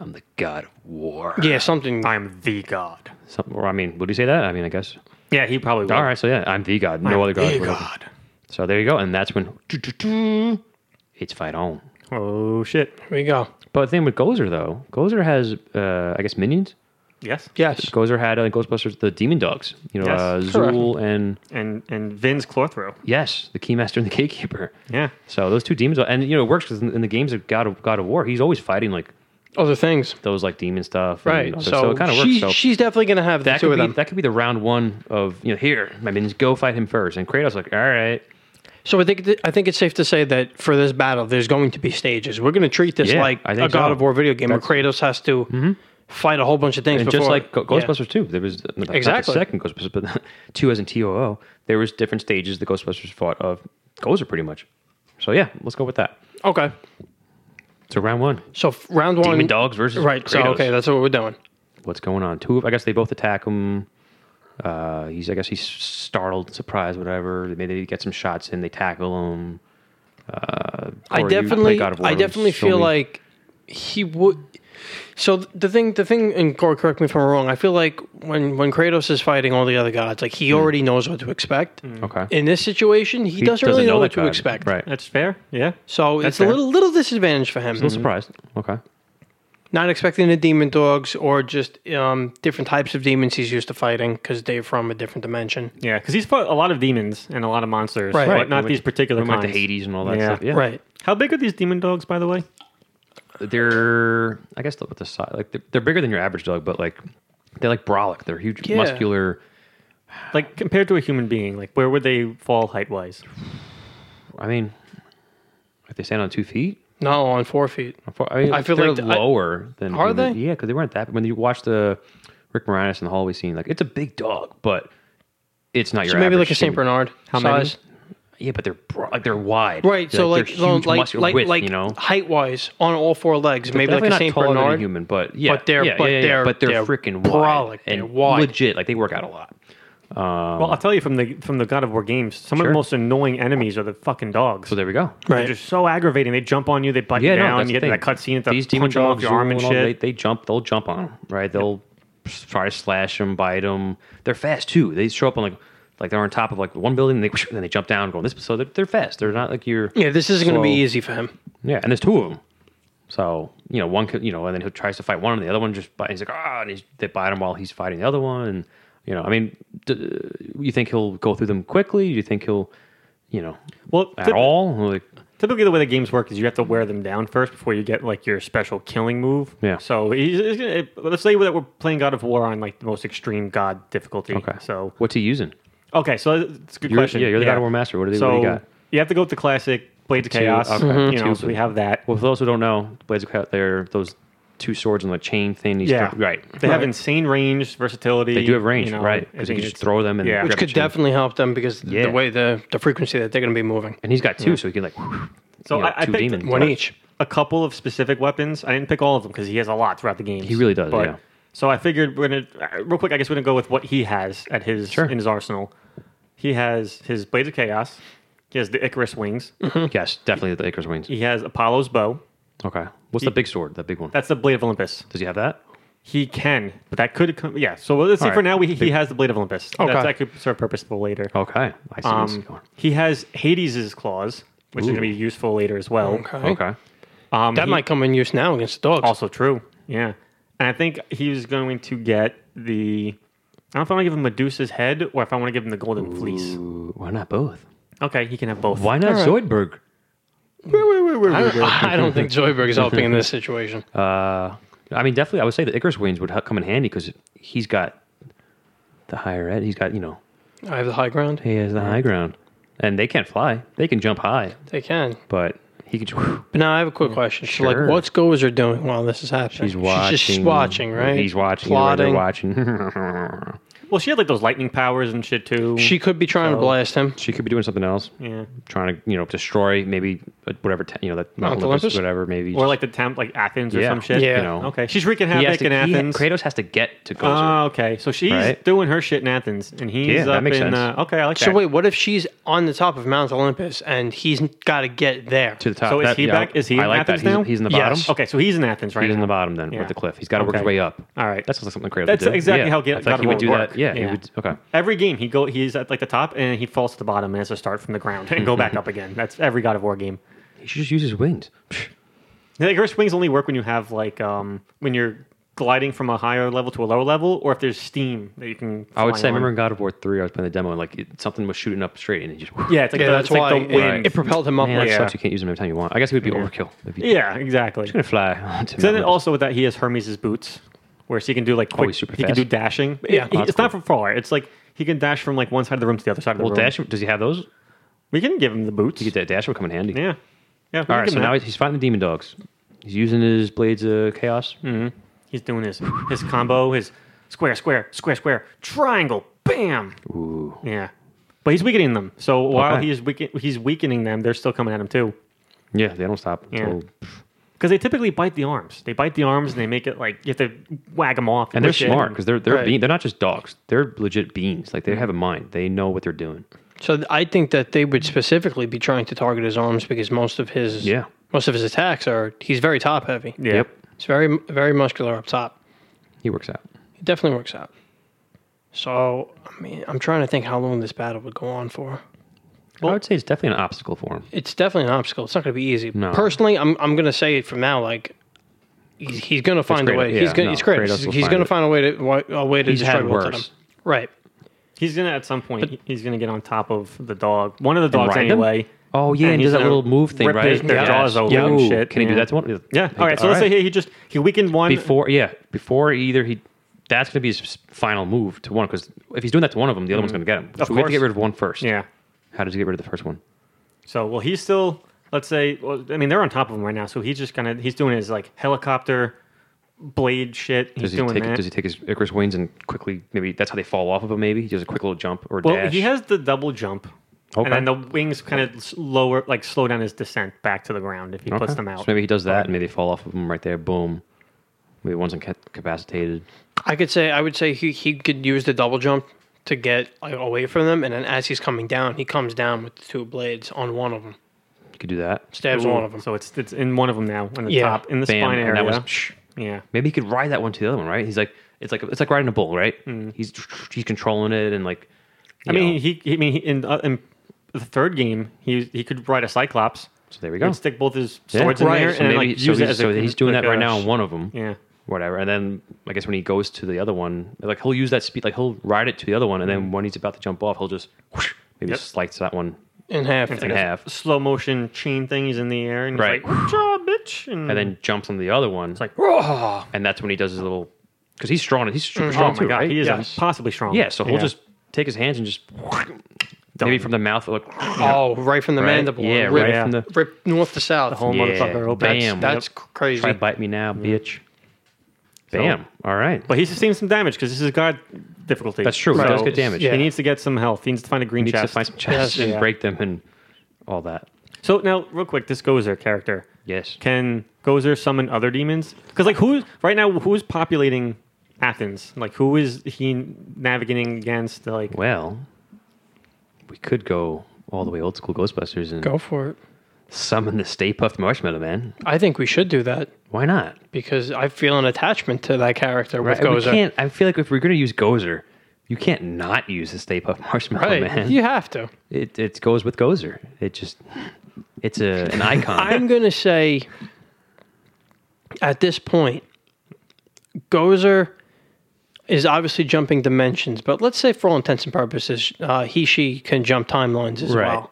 Speaker 4: I'm the god of war.
Speaker 2: Yeah, something.
Speaker 3: I'm the god.
Speaker 4: Some, or I mean, would he say that? I mean, I guess.
Speaker 3: Yeah, he probably. Would.
Speaker 4: All right, so yeah, I'm the god. No
Speaker 3: I'm
Speaker 4: other god.
Speaker 3: the
Speaker 4: whatever.
Speaker 3: god.
Speaker 4: So there you go, and that's when it's fight on.
Speaker 3: Oh shit.
Speaker 2: Here we go.
Speaker 4: But the thing with Gozer though, Gozer has, uh, I guess, minions.
Speaker 3: Yes.
Speaker 2: Yes.
Speaker 4: Gozer had uh, Ghostbusters, the demon dogs, you know,
Speaker 3: Yes,
Speaker 4: uh,
Speaker 2: correct.
Speaker 4: Zool and
Speaker 3: And and Vin's Clorthrow.
Speaker 4: yes, the Keymaster and the [LAUGHS] Gatekeeper.
Speaker 3: Yeah.
Speaker 4: So those two demons, and you know, it works because in, in the games of God of God of War, he's always fighting like
Speaker 2: Other things.
Speaker 4: those like demon stuff, and
Speaker 2: Right.
Speaker 4: all this.
Speaker 2: So,
Speaker 4: Mm, so, it kind of
Speaker 2: she,
Speaker 4: works. So
Speaker 2: she's definitely gonna have the
Speaker 4: that
Speaker 2: two
Speaker 4: could
Speaker 2: of
Speaker 4: be
Speaker 2: them.
Speaker 4: that could be the round one of you know here my minions go fight him first, and Kratos like all right,
Speaker 2: So I think th- I think it's safe to say that for this battle, there's going to be stages. We're going to treat this
Speaker 4: Yeah,
Speaker 2: like
Speaker 4: I
Speaker 2: a
Speaker 4: think
Speaker 2: God
Speaker 4: so. Mm-hmm.
Speaker 2: of War video game where Kratos has to fight a whole bunch of things.
Speaker 4: and
Speaker 2: before,
Speaker 4: just like Go-
Speaker 2: Yeah.
Speaker 4: Ghostbusters two, there was not the
Speaker 2: Exactly.
Speaker 4: second Ghostbusters, but [LAUGHS] two as in T O O, there was different stages the Ghostbusters fought of Gozer pretty much. So yeah, let's go with that.
Speaker 2: Okay,
Speaker 4: So round one,
Speaker 2: so f- round one,
Speaker 4: demon dogs versus
Speaker 2: right? So
Speaker 4: Kratos.
Speaker 2: okay, that's what we're doing.
Speaker 4: what's going on. Two of I guess they both attack him. Uh, he's I guess he's startled, surprised, whatever. Maybe they get some shots in. They tackle him. Uh,
Speaker 2: I
Speaker 4: Corey, you
Speaker 2: definitely,
Speaker 4: play God of War,
Speaker 2: I definitely
Speaker 4: show
Speaker 2: feel
Speaker 4: me.
Speaker 2: like he would. So th- the thing, the thing, and Gore, correct me if I'm wrong. I feel like when when Kratos is fighting all the other gods, like
Speaker 4: Hmm.
Speaker 2: he already knows what to expect.
Speaker 4: okay.
Speaker 2: In this situation, he, doesn't, really know,
Speaker 4: that
Speaker 2: what to
Speaker 4: God.
Speaker 2: expect.
Speaker 4: Right.
Speaker 3: That's fair. Yeah.
Speaker 2: So
Speaker 3: That's
Speaker 2: it's a
Speaker 3: fair.
Speaker 2: little little disadvantage for him.
Speaker 4: I'm surprised. Okay.
Speaker 2: not expecting the demon dogs or just um, different types of demons he's used to fighting because they're from a different dimension.
Speaker 3: Yeah, because he's fought a lot of demons and a lot of monsters,
Speaker 2: Right.
Speaker 3: but
Speaker 2: Right.
Speaker 3: not
Speaker 4: We
Speaker 3: these
Speaker 4: went-
Speaker 3: particular
Speaker 4: we went to
Speaker 3: kinds.
Speaker 4: Hades and all that
Speaker 3: Yeah.
Speaker 4: stuff. Yeah.
Speaker 2: Right.
Speaker 3: How big are these demon dogs, by the way?
Speaker 4: They're I guess with the size like they're, they're bigger than your average dog, but like they're like brolic. They're huge,
Speaker 2: Yeah.
Speaker 4: muscular.
Speaker 3: Like compared to a human being, like where would they fall height wise?
Speaker 4: I mean, if they stand on two feet,
Speaker 2: No, on four feet.
Speaker 4: I, mean,
Speaker 2: I feel
Speaker 4: they're
Speaker 2: like the- I-
Speaker 4: lower than
Speaker 2: Are they?
Speaker 4: Yeah, because they weren't that. When you watch the Rick Moranis in the hallway scene, like it's a big dog, but it's not your.
Speaker 2: So maybe
Speaker 4: average
Speaker 2: like a Saint
Speaker 4: human.
Speaker 2: Bernard
Speaker 3: How many?
Speaker 2: size.
Speaker 4: Yeah, but they're broad, like they're wide.
Speaker 2: Right. So
Speaker 4: they're
Speaker 2: like
Speaker 4: huge
Speaker 2: like like,
Speaker 4: muscular
Speaker 2: like,
Speaker 4: width, you know.
Speaker 2: height wise on all four legs, maybe like
Speaker 4: Definitely
Speaker 2: a
Speaker 4: not
Speaker 2: Saint
Speaker 4: taller than a
Speaker 2: Bernard.
Speaker 4: human, but yeah,
Speaker 2: but they're-
Speaker 4: yeah,
Speaker 2: but
Speaker 4: yeah, yeah,
Speaker 2: they're-
Speaker 4: but they're,
Speaker 2: they're
Speaker 4: freaking
Speaker 2: brolic,
Speaker 4: wide
Speaker 2: they're
Speaker 4: and
Speaker 2: wide.
Speaker 4: legit. Like they work out a lot.
Speaker 3: Well, I'll tell you from the from the God of War games, some of
Speaker 4: Um, Sure.
Speaker 3: the most annoying enemies are the fucking dogs.
Speaker 4: So there we go.
Speaker 2: Right.
Speaker 3: They're just so aggravating. They jump on you, they bite
Speaker 4: Yeah,
Speaker 3: you
Speaker 4: no,
Speaker 3: down,
Speaker 4: that's
Speaker 3: you
Speaker 4: the
Speaker 3: get
Speaker 4: thing.
Speaker 3: in that cutscene, they
Speaker 4: These
Speaker 3: punch
Speaker 4: demon
Speaker 3: them off
Speaker 4: dogs,
Speaker 3: your arm and
Speaker 4: Zorro,
Speaker 3: shit.
Speaker 4: They, they jump. They'll jump on them. Right. They'll try to slash them, bite them. They're fast too. They show up on like like they're on top of like one building. and They [LAUGHS] and then they jump down, going this. So they're, they're fast. They're not like you're.
Speaker 2: Yeah, this isn't going to be
Speaker 4: So-
Speaker 2: easy for him.
Speaker 4: Yeah, and there's two of them. So you know, one could- you know, and then he tries to fight one, and the other one just bite. He's like, ah, and he's, they bite him while he's fighting the other one. And you know, I mean, d- you think he'll go through them quickly? Do you think he'll, you know,
Speaker 3: well,
Speaker 4: at
Speaker 3: typ-
Speaker 4: all? Like,
Speaker 3: typically the way the games work is you have to wear them down first before you get like your special killing move.
Speaker 4: Yeah.
Speaker 3: So he's, he's gonna, it- let's say that we're playing God of War on like the most extreme God difficulty.
Speaker 4: okay,
Speaker 3: So
Speaker 4: what's he using?
Speaker 3: okay, so it's a good
Speaker 4: You're-
Speaker 3: question.
Speaker 4: yeah, you're the God of War master. What do they- what
Speaker 3: so
Speaker 4: do you got?
Speaker 3: You have to go with the classic Blades of Chaos.
Speaker 4: okay.
Speaker 3: You know,
Speaker 4: Two.
Speaker 3: so we have that.
Speaker 4: Well, for those who don't know, Blades of Chaos, they're those two swords and the chain thing. He's
Speaker 3: Yeah.
Speaker 4: throw- right.
Speaker 3: They have insane range, versatility.
Speaker 4: They do have range,
Speaker 3: you know,
Speaker 4: right?
Speaker 3: I
Speaker 4: Because you
Speaker 3: think
Speaker 4: can just
Speaker 3: it's-
Speaker 4: throw them and
Speaker 3: yeah.
Speaker 4: grab
Speaker 2: Which
Speaker 4: a
Speaker 2: could
Speaker 4: chain.
Speaker 2: definitely help them because the-
Speaker 4: Yeah.
Speaker 2: the way the the frequency that they're going to be moving.
Speaker 4: And he's got two, so he can like. whew,
Speaker 3: So
Speaker 4: you know,
Speaker 3: I- I
Speaker 4: two
Speaker 3: picked
Speaker 4: demons.
Speaker 2: One each.
Speaker 3: a couple of specific weapons. I didn't pick all of them because he has a lot throughout the game.
Speaker 4: He really does, yeah.
Speaker 3: So I figured we're gonna uh, real quick. I guess we're gonna go with what he has at his
Speaker 4: Sure.
Speaker 3: in his arsenal. He has his blades of chaos. He has the Icarus wings.
Speaker 4: [LAUGHS] [LAUGHS] Yes, definitely the Icarus wings.
Speaker 3: he has Apollo's bow.
Speaker 4: Okay, what's the big sword? That big one.
Speaker 3: That's the blade of Olympus.
Speaker 4: Does he have that?
Speaker 3: He can, but that could come. Yeah. So let's say
Speaker 4: All
Speaker 3: for
Speaker 4: right. Oh,
Speaker 3: now we, he has the blade of Olympus.
Speaker 2: Okay.
Speaker 3: That's, that could serve purpose for later.
Speaker 4: Okay, I see. where this is
Speaker 3: Um,
Speaker 4: going.
Speaker 3: he has Hades's claws, which is gonna be useful later as well.
Speaker 2: Okay.
Speaker 4: Okay.
Speaker 3: Um,
Speaker 2: That
Speaker 3: he-
Speaker 2: might come in use now against the dogs.
Speaker 3: Also true. Yeah. And I think he was going to get the. I don't know if I want to give him Medusa's head or if I want to give him the Golden Fleece.
Speaker 4: Ooh, why not both?
Speaker 3: Okay, he can have both.
Speaker 4: Why not Zoidberg?
Speaker 2: I, don't, [LAUGHS] I don't think Zoidberg is helping in this situation.
Speaker 4: Uh, I mean, definitely, I would say the Icarus wings would help come in handy because he's got the higher ed. He's got you know
Speaker 2: I have the high ground.
Speaker 4: he has the high ground, and they can't fly. They can jump high,
Speaker 2: They can.
Speaker 4: but he can. Whew,
Speaker 2: But now I have a quick question. So, like,
Speaker 4: Sure.
Speaker 2: what's Gozer doing while this is happening?
Speaker 4: he's watching.
Speaker 2: She's just watching, right?
Speaker 4: He's watching. you know, they're
Speaker 2: Plotting.
Speaker 4: watching. [LAUGHS]
Speaker 3: Well, she had like those lightning powers and shit too.
Speaker 2: She could be trying to blast him.
Speaker 4: she could be doing something else,
Speaker 3: Yeah.
Speaker 4: trying to you know destroy maybe uh, whatever ta- you know that Mount
Speaker 2: Mount
Speaker 4: Olympus,
Speaker 2: Olympus?
Speaker 4: whatever maybe.
Speaker 3: Oh, Or like the temp, like Athens or
Speaker 4: Yeah.
Speaker 3: some shit.
Speaker 2: Yeah.
Speaker 4: you know.
Speaker 3: Okay, she's wreaking
Speaker 4: He has
Speaker 3: havoc
Speaker 4: to,
Speaker 3: in
Speaker 4: he ha-
Speaker 3: Athens.
Speaker 4: Kratos has to get to Gozer.
Speaker 3: Oh, okay. So she's
Speaker 4: Right.
Speaker 3: doing her shit in Athens, and he's
Speaker 4: Yeah,
Speaker 3: up
Speaker 4: that makes
Speaker 3: in.
Speaker 4: sense.
Speaker 3: Uh, okay, I like
Speaker 2: So
Speaker 3: that.
Speaker 2: wait, what if she's on the top of Mount Olympus and he's got to get there?
Speaker 4: to the top.
Speaker 3: So is he back- is he
Speaker 4: I
Speaker 3: in
Speaker 4: like
Speaker 3: Athens
Speaker 4: that. He's-
Speaker 3: now?
Speaker 4: He's, in the bottom.
Speaker 2: Yes.
Speaker 3: okay, so he's in Athens, right?
Speaker 4: He's in the
Speaker 3: now.
Speaker 4: bottom then
Speaker 3: Yeah.
Speaker 4: with the cliff. He's got to work his
Speaker 3: Okay.
Speaker 4: way up.
Speaker 3: All right.
Speaker 4: That's something Kratos
Speaker 3: That's
Speaker 4: would do.
Speaker 3: exactly how Ga-
Speaker 4: I
Speaker 3: God
Speaker 4: thought
Speaker 3: of
Speaker 4: he
Speaker 3: War
Speaker 4: would do
Speaker 3: worked.
Speaker 4: that. Yeah,
Speaker 3: Yeah.
Speaker 4: He would, okay.
Speaker 3: Every game, he go he's at like the top, and he falls to the bottom, and has to start from the ground and
Speaker 4: [LAUGHS]
Speaker 3: go back up again. That's every God of War game.
Speaker 4: He should just use his wings. Psh,
Speaker 3: The Icarus wings only work when you have like um when you're gliding from a higher level to a lower level, or if there's steam that you can.
Speaker 4: I would
Speaker 3: fly
Speaker 4: say, I
Speaker 3: on.
Speaker 4: remember in God of War three, I was playing the demo and like it, something was shooting up straight, and he just [LAUGHS]
Speaker 3: Yeah, it's like
Speaker 2: yeah,
Speaker 3: the,
Speaker 2: that's
Speaker 3: it's like
Speaker 2: why
Speaker 3: the
Speaker 2: it-
Speaker 3: wind.
Speaker 2: it, propelled him up.
Speaker 4: Man,
Speaker 2: like-
Speaker 4: that
Speaker 3: Yeah.
Speaker 4: sucks. You can't use him every time you want. I guess it would be overkill. If you,
Speaker 3: yeah, exactly.
Speaker 4: Gonna fly. [LAUGHS] onto
Speaker 3: So then
Speaker 4: Mount Olympus.
Speaker 3: also with that, he has Hermes' boots, where so he can do like quick.
Speaker 4: he's super
Speaker 3: he
Speaker 4: fast.
Speaker 3: can do dashing.
Speaker 2: Yeah.
Speaker 3: He-
Speaker 4: Oh, that's
Speaker 3: it's not from far. It's like he can dash from like one side of the room to the other side of the
Speaker 4: well,
Speaker 3: room.
Speaker 4: dash. Does he have those?
Speaker 3: We can give him the boots.
Speaker 4: That dash would come in handy.
Speaker 3: yeah, yeah. we can
Speaker 4: All right.
Speaker 3: give
Speaker 4: So
Speaker 3: him
Speaker 4: now
Speaker 3: that.
Speaker 4: he's fighting the demon dogs. He's using his blades of chaos.
Speaker 3: Hmm. he's doing his his combo, his square, square, square, square, triangle, bam.
Speaker 4: Ooh.
Speaker 3: Yeah, but he's weakening them. So while
Speaker 4: Okay.
Speaker 3: he's weaken, he's weakening them, they're still coming at him too.
Speaker 4: Yeah, they don't stop.
Speaker 3: Yeah.
Speaker 4: until-
Speaker 3: Because they typically bite the arms. They bite the arms and they make it like you have to wag them off.
Speaker 4: and they're
Speaker 3: push it. Hmm.
Speaker 4: smart because they're they're
Speaker 2: Right.
Speaker 4: bean, they're not just dogs. They're legit beings. Like they have a mind. They know what they're doing.
Speaker 2: So th- I think that they would specifically be trying to target his arms because most of his
Speaker 4: Yeah.
Speaker 2: most of his attacks are he's very top heavy.
Speaker 3: Yeah.
Speaker 4: Yep.
Speaker 2: It's very very muscular up top.
Speaker 4: He works out.
Speaker 2: It definitely works out. So I mean, I'm trying to think how long this battle would go on for.
Speaker 4: I would say it's definitely an obstacle for him.
Speaker 2: It's definitely an obstacle. It's not going to be easy.
Speaker 4: No.
Speaker 2: Personally, I'm I'm going to say it from now. Like he's, he's going to find a
Speaker 4: Kratos.
Speaker 2: way.
Speaker 4: Yeah,
Speaker 2: he's going.
Speaker 4: no,
Speaker 2: it's great.
Speaker 4: Kratos
Speaker 2: He's,
Speaker 4: will find
Speaker 2: going to
Speaker 4: it.
Speaker 2: find a way to wa- a way to
Speaker 4: He's
Speaker 2: destroy
Speaker 4: had
Speaker 2: both of them.
Speaker 4: worse.
Speaker 2: Right.
Speaker 3: He's gonna at some point. he's gonna get on top of the dog. One of the dogs
Speaker 4: ride them?
Speaker 3: anyway.
Speaker 4: Oh yeah, and,
Speaker 3: he's
Speaker 4: does that
Speaker 3: gonna
Speaker 4: little move thing,
Speaker 3: rip
Speaker 4: right?
Speaker 3: his- their
Speaker 4: Yeah.
Speaker 3: jaws open and
Speaker 4: Ooh,
Speaker 3: shit,
Speaker 4: Can he do
Speaker 3: yeah.
Speaker 4: that to one?
Speaker 3: Yeah. All right. So let's say he, he just he weakened one.
Speaker 4: before, yeah, before either he. That's going to be his final move to one because if he's doing that to one of them, the other one's going to get him.
Speaker 3: Mm-hmm. Of
Speaker 4: so we have to
Speaker 3: course.
Speaker 4: get rid of one first.
Speaker 3: Yeah.
Speaker 4: How does he get rid of the first one?
Speaker 3: So well, he's still. let's say, well, I mean, they're on top of him right now, so he's just kind of he's doing his like helicopter blade shit. He's
Speaker 4: Does he,
Speaker 3: doing
Speaker 4: take,
Speaker 3: that.
Speaker 4: does he take his Icarus wings and quickly, maybe that's how they fall off of him, maybe? He does a quick little jump or
Speaker 3: well,
Speaker 4: dash.
Speaker 3: he has the double jump,
Speaker 4: Okay.
Speaker 3: and then the wings kind of lower, like slow down his descent back to the ground if he puts
Speaker 4: Okay.
Speaker 3: them out.
Speaker 4: So maybe he does that and maybe they fall off of him right there. Boom. Maybe one's inca- incapacitated.
Speaker 2: I could say I would say he, he could use the double jump to get like, away from them, and then as he's coming down, he comes down with the two blades on one of them,
Speaker 4: You could do that.
Speaker 2: stabs
Speaker 3: Ooh,
Speaker 2: one of them.
Speaker 3: So it's it's in one of them now, in the
Speaker 2: Yeah.
Speaker 3: top, in the
Speaker 4: Bam.
Speaker 3: spine
Speaker 4: and
Speaker 3: area.
Speaker 4: that one's. Shh.
Speaker 3: yeah.
Speaker 4: Maybe he could ride that one to the other one, right? He's like, it's like it's like riding a bull, right? He's he's controlling it and like.
Speaker 3: Mm. I
Speaker 4: you know,
Speaker 3: mean, he, he. I mean, he- in, uh, in the third game, he he could ride a Cyclops.
Speaker 4: so there we
Speaker 3: He
Speaker 4: go.
Speaker 3: would stick both his
Speaker 4: Yeah.
Speaker 3: swords in there
Speaker 4: So
Speaker 3: and
Speaker 4: maybe
Speaker 3: like
Speaker 4: so
Speaker 3: use it
Speaker 4: he's,
Speaker 3: as a,
Speaker 4: so he's doing
Speaker 3: like
Speaker 4: that right
Speaker 3: a-
Speaker 4: now on one of them,
Speaker 3: Yeah.
Speaker 4: whatever. And then I guess when he goes to the other one, like he'll use that speed, like he'll ride it to the other one, and then when he's about to jump off, he'll just whoosh, maybe
Speaker 3: Mm-hmm. Yep.
Speaker 4: slice that one
Speaker 2: in half.
Speaker 4: in half,
Speaker 3: Slow motion chain thing. He's in the air and
Speaker 4: Right.
Speaker 3: he's like, draw, bitch. And,
Speaker 4: and then jumps on the other one. It's
Speaker 3: like,
Speaker 4: and that's when he does his little because he's strong. He's super
Speaker 3: oh
Speaker 4: strong
Speaker 3: my
Speaker 4: too,
Speaker 3: god,
Speaker 4: right?
Speaker 3: he is
Speaker 4: yeah.
Speaker 3: impossibly strong.
Speaker 4: Yeah, so he'll just take his hands and just maybe from the mouth, like
Speaker 2: Oh, right from the
Speaker 4: right?
Speaker 2: mandible.
Speaker 4: Yeah,
Speaker 2: rip,
Speaker 4: right
Speaker 3: Yeah.
Speaker 4: from the
Speaker 2: rip north to south.
Speaker 3: The whole
Speaker 4: Yeah,
Speaker 3: motherfucker Oh, open.
Speaker 4: bam.
Speaker 2: that's that's
Speaker 4: Yep.
Speaker 2: cr- crazy.
Speaker 4: Try to bite me now, bitch. Bam. All right.
Speaker 3: But he's sustained some damage because this is god difficulty.
Speaker 4: That's true. He
Speaker 3: So
Speaker 4: does get damage.
Speaker 2: Yeah.
Speaker 3: He needs to get some health. He needs to find a green
Speaker 4: He needs to
Speaker 3: chest.
Speaker 4: find some chests
Speaker 2: Yes,
Speaker 4: and
Speaker 2: yeah.
Speaker 4: break them and all that.
Speaker 3: So now, real quick, this Gozer character.
Speaker 4: Yes.
Speaker 3: Can Gozer summon other demons? Because like who's right now? Who's populating Athens? Like who is he navigating against? Like
Speaker 4: Well, we could go all the way old school Ghostbusters and
Speaker 2: Go for it.
Speaker 4: summon the Stay Puffed Marshmallow Man.
Speaker 2: I think we should do that
Speaker 4: Why not?
Speaker 2: because I feel an attachment to that character
Speaker 4: Right?
Speaker 2: with
Speaker 4: We
Speaker 2: Gozer.
Speaker 4: can't. I feel like if we're gonna use Gozer, you can't not use the Stay Puffed Marshmallow
Speaker 2: Right,
Speaker 4: Oh, Man.
Speaker 2: you have to.
Speaker 4: It it goes with Gozer. It just it's a an icon.
Speaker 2: [LAUGHS] I'm gonna say at this point, Gozer is obviously jumping dimensions, but let's say for all intents and purposes, uh, he she can jump timelines as
Speaker 4: Right.
Speaker 2: well.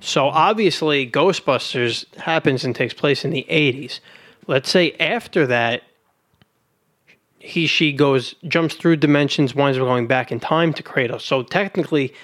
Speaker 2: So obviously, Ghostbusters happens and takes place in the '80s. Let's say after that, he she goes jumps through dimensions, winds up going back in time to Kratos. So technically,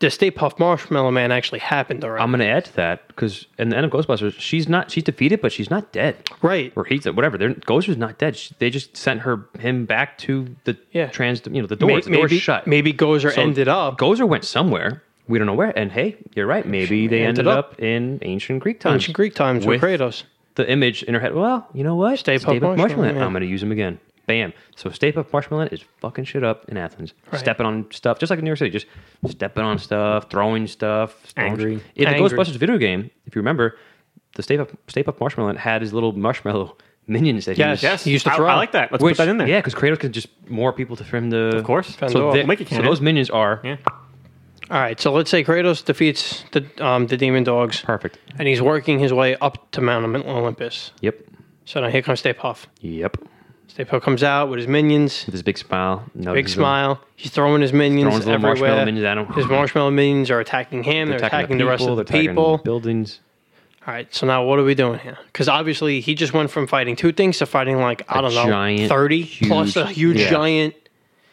Speaker 2: the Stay Puft Marshmallow Man actually happened already.
Speaker 4: I'm gonna add to that because in the end of Ghostbusters, she's not she's defeated, but she's not dead,
Speaker 2: right.
Speaker 4: or he's whatever. They're, Ghostbusters not dead. She, they just sent her him back to the
Speaker 2: Yeah.
Speaker 4: trans. You know the
Speaker 2: May-
Speaker 4: doors. the doors
Speaker 2: maybe,
Speaker 4: shut.
Speaker 2: Maybe Gozer
Speaker 4: So
Speaker 2: ended up
Speaker 4: Gozer went somewhere. We don't know where. And hey, you're right. Maybe they ended,
Speaker 2: Ended up-
Speaker 4: up, in ancient Greek times.
Speaker 2: ancient Greek times with
Speaker 4: With-
Speaker 2: Kratos.
Speaker 4: The image in her head. Well, you know what?
Speaker 2: Stay Puft
Speaker 4: Puft
Speaker 2: Marshmallow
Speaker 4: Marshmallow.
Speaker 2: Man.
Speaker 4: I'm gonna use him again. Bam. So Stay Puft Marshmallow is fucking shit up in Athens,
Speaker 2: Right.
Speaker 4: stepping on stuff, just like in New York City, just stepping on stuff, throwing stuff. throwing-
Speaker 3: Angry.
Speaker 4: In the
Speaker 2: Angry.
Speaker 4: Ghostbusters video game, if you remember, the Stay Puft, Stay Puft Marshmallow had his little marshmallow [LAUGHS] minions that he
Speaker 2: Yes,
Speaker 4: was
Speaker 2: yes. He used to
Speaker 3: I-
Speaker 2: throw.
Speaker 3: I, like that. Let's
Speaker 4: which-
Speaker 3: put that in there.
Speaker 4: Yeah, because Kratos could just more people to frame the. Of
Speaker 3: course.
Speaker 4: So,
Speaker 2: Pandora.
Speaker 4: they-
Speaker 3: Make it
Speaker 4: so
Speaker 3: canon.
Speaker 4: those minions are
Speaker 3: Yeah.
Speaker 2: All right, so let's say Kratos defeats the um, the demon dogs,
Speaker 4: perfect.
Speaker 2: and he's working his way up to Mount Olympus.
Speaker 4: Yep.
Speaker 2: So now here comes Stay Puff.
Speaker 4: Yep.
Speaker 2: Stay Puff comes out with his minions,
Speaker 4: With his big smile.
Speaker 2: big smile. He's throwing his minions
Speaker 4: Throwing his little
Speaker 2: everywhere.
Speaker 4: marshmallow minions at him.
Speaker 2: His marshmallow minions are attacking him. They're, attacking, the, rest of the
Speaker 4: they're attacking
Speaker 2: people.
Speaker 4: buildings.
Speaker 2: All right, so now what are we doing here? Because obviously he just went from fighting two things to fighting like I
Speaker 4: A
Speaker 2: don't know,
Speaker 4: giant,
Speaker 2: thirty plus a
Speaker 4: huge-
Speaker 2: huge
Speaker 4: yeah.
Speaker 2: giant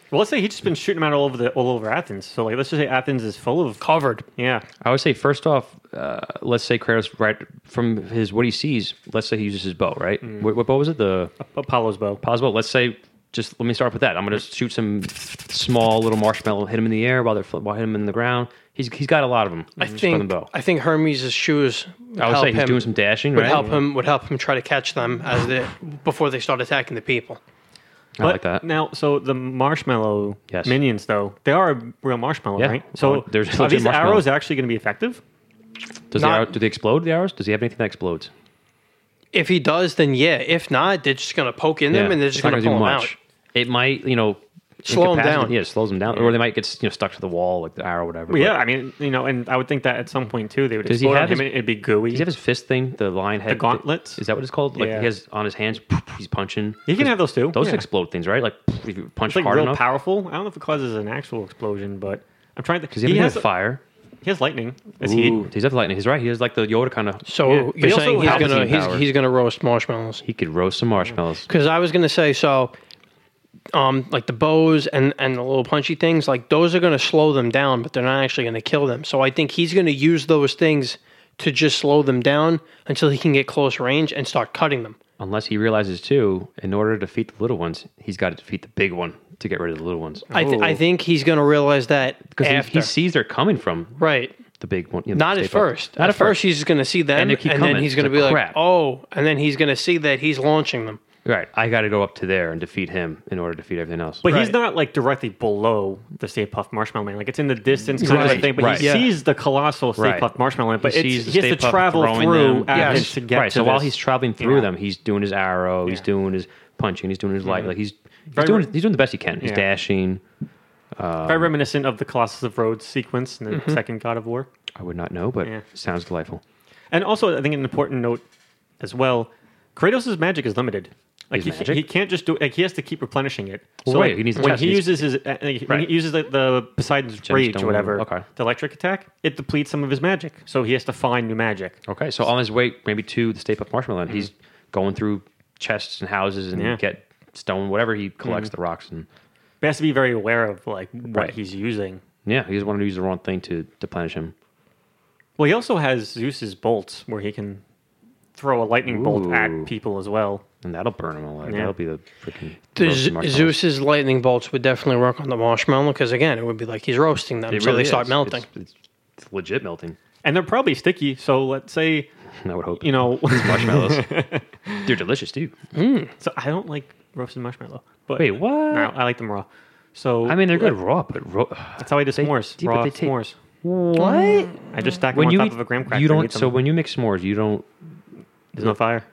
Speaker 3: Well, let's say he's just been shooting them out all over the all over Athens. So like, let's just say Athens is full of
Speaker 2: covered.
Speaker 3: yeah.
Speaker 4: I would say first off, uh, let's say Kratos right from his what he sees. Let's say he uses his bow, right?
Speaker 2: Mm.
Speaker 4: What, what bow was it? The
Speaker 3: Apollo's bow.
Speaker 4: Pause bow. Let's say just let me start with that. I'm gonna shoot some small little marshmallow, hit him in the air while they're fl- while hit him in the ground. He's he's got a lot of them.
Speaker 2: I think
Speaker 4: bow.
Speaker 2: I think Hermes' shoes would
Speaker 4: I would
Speaker 2: help
Speaker 4: say he's
Speaker 2: him
Speaker 4: doing some dashing,
Speaker 2: would
Speaker 4: right?
Speaker 2: help him would help him try to catch them as they before they start attacking the people.
Speaker 4: I like that.
Speaker 3: Now, so the marshmallow
Speaker 4: Yes.
Speaker 3: minions, though, they are a real marshmallow,
Speaker 4: Yeah.
Speaker 3: right? So
Speaker 4: Oh, there's
Speaker 3: are
Speaker 4: legit
Speaker 3: these
Speaker 4: marshmallow.
Speaker 3: arrows actually going to be effective?
Speaker 4: Does the
Speaker 2: Not-
Speaker 4: arrow, do they explode? The arrows? Does he have anything that explodes?
Speaker 2: If he does, then yeah. If not, they're just gonna poke in them and they're
Speaker 4: It's
Speaker 2: just
Speaker 4: not
Speaker 2: gonna
Speaker 4: gonna do
Speaker 2: pull them out.
Speaker 4: much. It might, you know,
Speaker 2: Slow 'em
Speaker 4: incapacitate-
Speaker 2: down.
Speaker 4: Yeah, it slows them down, or they might get you know stuck to the wall like the arrow, or whatever.
Speaker 3: Well, yeah,
Speaker 4: But
Speaker 3: I mean, you know, and I would think that at some point too, they would
Speaker 4: Does he
Speaker 3: explode on
Speaker 4: have
Speaker 3: him
Speaker 4: his-
Speaker 3: and it'd be gooey.
Speaker 4: Does he have his fist thing? The lion head,
Speaker 3: gauntlets?
Speaker 4: Is that what it's called? Like
Speaker 3: Yeah.
Speaker 4: he has on his hands. [LAUGHS] He's punching.
Speaker 3: He can have those too.
Speaker 4: Those
Speaker 3: yeah.
Speaker 4: explode things, right? Like if you punch
Speaker 3: It's like
Speaker 4: hard
Speaker 3: real
Speaker 4: enough.
Speaker 3: powerful. I don't know if it causes an actual explosion, but I'm trying to.
Speaker 4: Does he, have
Speaker 3: has
Speaker 4: has fire?
Speaker 3: He has lightning. Is
Speaker 4: Ooh,
Speaker 3: he?
Speaker 4: does he have lightning? He's right. He has like the Yoda kind of.
Speaker 2: So
Speaker 3: Yeah. But he
Speaker 2: you're
Speaker 3: also
Speaker 2: saying he's
Speaker 3: has
Speaker 2: gonna
Speaker 4: Palpatine
Speaker 2: he's,
Speaker 4: powers.
Speaker 2: he's gonna roast marshmallows?
Speaker 4: He could roast some marshmallows.
Speaker 2: Because I was gonna say so. Um, like the bows and and the little punchy things, like those are gonna slow them down, but they're not actually gonna kill them. So I think he's gonna use those things to just slow them down until he can get close range and start cutting them.
Speaker 4: Unless he realizes too, in order to defeat the little ones, he's got to defeat the big one to get rid of the little ones.
Speaker 2: I, th- I think he's going to realize that
Speaker 4: Because
Speaker 2: after.
Speaker 4: he, he sees they're coming from
Speaker 2: right.
Speaker 4: the big one. you know,
Speaker 2: Not
Speaker 4: the
Speaker 2: at
Speaker 4: state park.
Speaker 2: first. at first, he's just going to see them,
Speaker 4: And
Speaker 2: and,
Speaker 4: they keep coming.
Speaker 2: then he's going to
Speaker 4: It's
Speaker 2: be
Speaker 4: like,
Speaker 2: like,
Speaker 4: crap.
Speaker 2: "Oh!" And then he's going to see that he's launching them.
Speaker 4: Right. I got to go up to there and defeat him in order to defeat everything else.
Speaker 3: But he's
Speaker 2: Right.
Speaker 3: not like directly below the Stay Puft Marshmallow Man. Like it's in the distance kind of
Speaker 4: Right,
Speaker 3: a thing. But
Speaker 4: right.
Speaker 3: he
Speaker 4: Yeah.
Speaker 3: sees the colossal Stay
Speaker 4: Right.
Speaker 3: Puft Marshmallow Man. But
Speaker 4: He sees
Speaker 3: it's,
Speaker 4: the
Speaker 3: he has to
Speaker 4: Stay Puft
Speaker 3: travel
Speaker 4: throwing
Speaker 3: through
Speaker 4: them.
Speaker 3: Atkins
Speaker 2: Yes.
Speaker 3: to get
Speaker 4: right.
Speaker 3: to
Speaker 4: so while
Speaker 3: this.
Speaker 4: he's traveling through
Speaker 3: Yeah.
Speaker 4: them, he's doing his arrow, he's
Speaker 3: Yeah.
Speaker 4: doing his punching, he's doing his light. Like he's he's
Speaker 3: Very
Speaker 4: doing
Speaker 3: re-
Speaker 4: he's doing the best he can. He's
Speaker 3: Yeah.
Speaker 4: dashing.
Speaker 3: very reminiscent of the Colossus of Rhodes sequence in the second God of War.
Speaker 4: I would not know, but
Speaker 3: Yeah.
Speaker 4: sounds delightful.
Speaker 3: And also, I think an important note as well: Kratos' magic is limited. Like
Speaker 4: His
Speaker 3: he,
Speaker 4: magic?
Speaker 3: he can't just do. Like he has to keep replenishing it.
Speaker 4: Well,
Speaker 3: so
Speaker 4: right,
Speaker 3: like,
Speaker 4: he needs to
Speaker 3: when
Speaker 4: test
Speaker 3: he
Speaker 4: these-
Speaker 3: uses his uh, like, when
Speaker 4: Right.
Speaker 3: he uses like the Poseidon's rage
Speaker 4: Gemstone,
Speaker 3: or whatever,
Speaker 4: okay.
Speaker 3: the electric attack, it depletes some of his magic. So he has to find new magic.
Speaker 4: Okay, so on his way maybe to the Stay Puft Marshmallow Land, he's going through chests and houses and
Speaker 3: Yeah.
Speaker 4: get stone, whatever he collects the rocks and
Speaker 3: But he has to be very aware of like what
Speaker 4: Right.
Speaker 3: he's using.
Speaker 4: yeah, he doesn't want to use the wrong thing to deplenish him.
Speaker 3: Well, he also has Zeus's bolts where he can throw a lightning bolt
Speaker 4: Ooh.
Speaker 3: at people as well.
Speaker 4: And that'll burn him alive.
Speaker 3: Yeah.
Speaker 4: That'll be the freaking
Speaker 2: The
Speaker 4: roasted
Speaker 2: Z-
Speaker 4: marshmallows.
Speaker 2: Zeus's lightning bolts would definitely work on the marshmallow because again, it would be like he's roasting them,
Speaker 4: It
Speaker 2: so
Speaker 4: really
Speaker 2: they start
Speaker 4: is.
Speaker 2: melting.
Speaker 4: It's, it's legit melting.
Speaker 3: And they're probably sticky. So let's say
Speaker 4: I would hope.
Speaker 3: you know. [LAUGHS]
Speaker 4: marshmallows. They're delicious too.
Speaker 3: so I don't like roasted marshmallow. But
Speaker 4: Wait, what?
Speaker 3: No, I like them raw. So
Speaker 4: I mean, they're good raw, but raw.
Speaker 3: that's how I do s'mores.
Speaker 4: yeah, but
Speaker 3: raw
Speaker 4: they take-
Speaker 3: s'mores.
Speaker 2: What?
Speaker 3: I just stack them
Speaker 4: When
Speaker 3: on
Speaker 4: you
Speaker 3: Mm. top
Speaker 4: eat,
Speaker 3: of a graham cracker.
Speaker 4: you
Speaker 3: and
Speaker 4: don't.
Speaker 3: eat them.
Speaker 4: So when you make s'mores, you don't.
Speaker 3: there's no fire.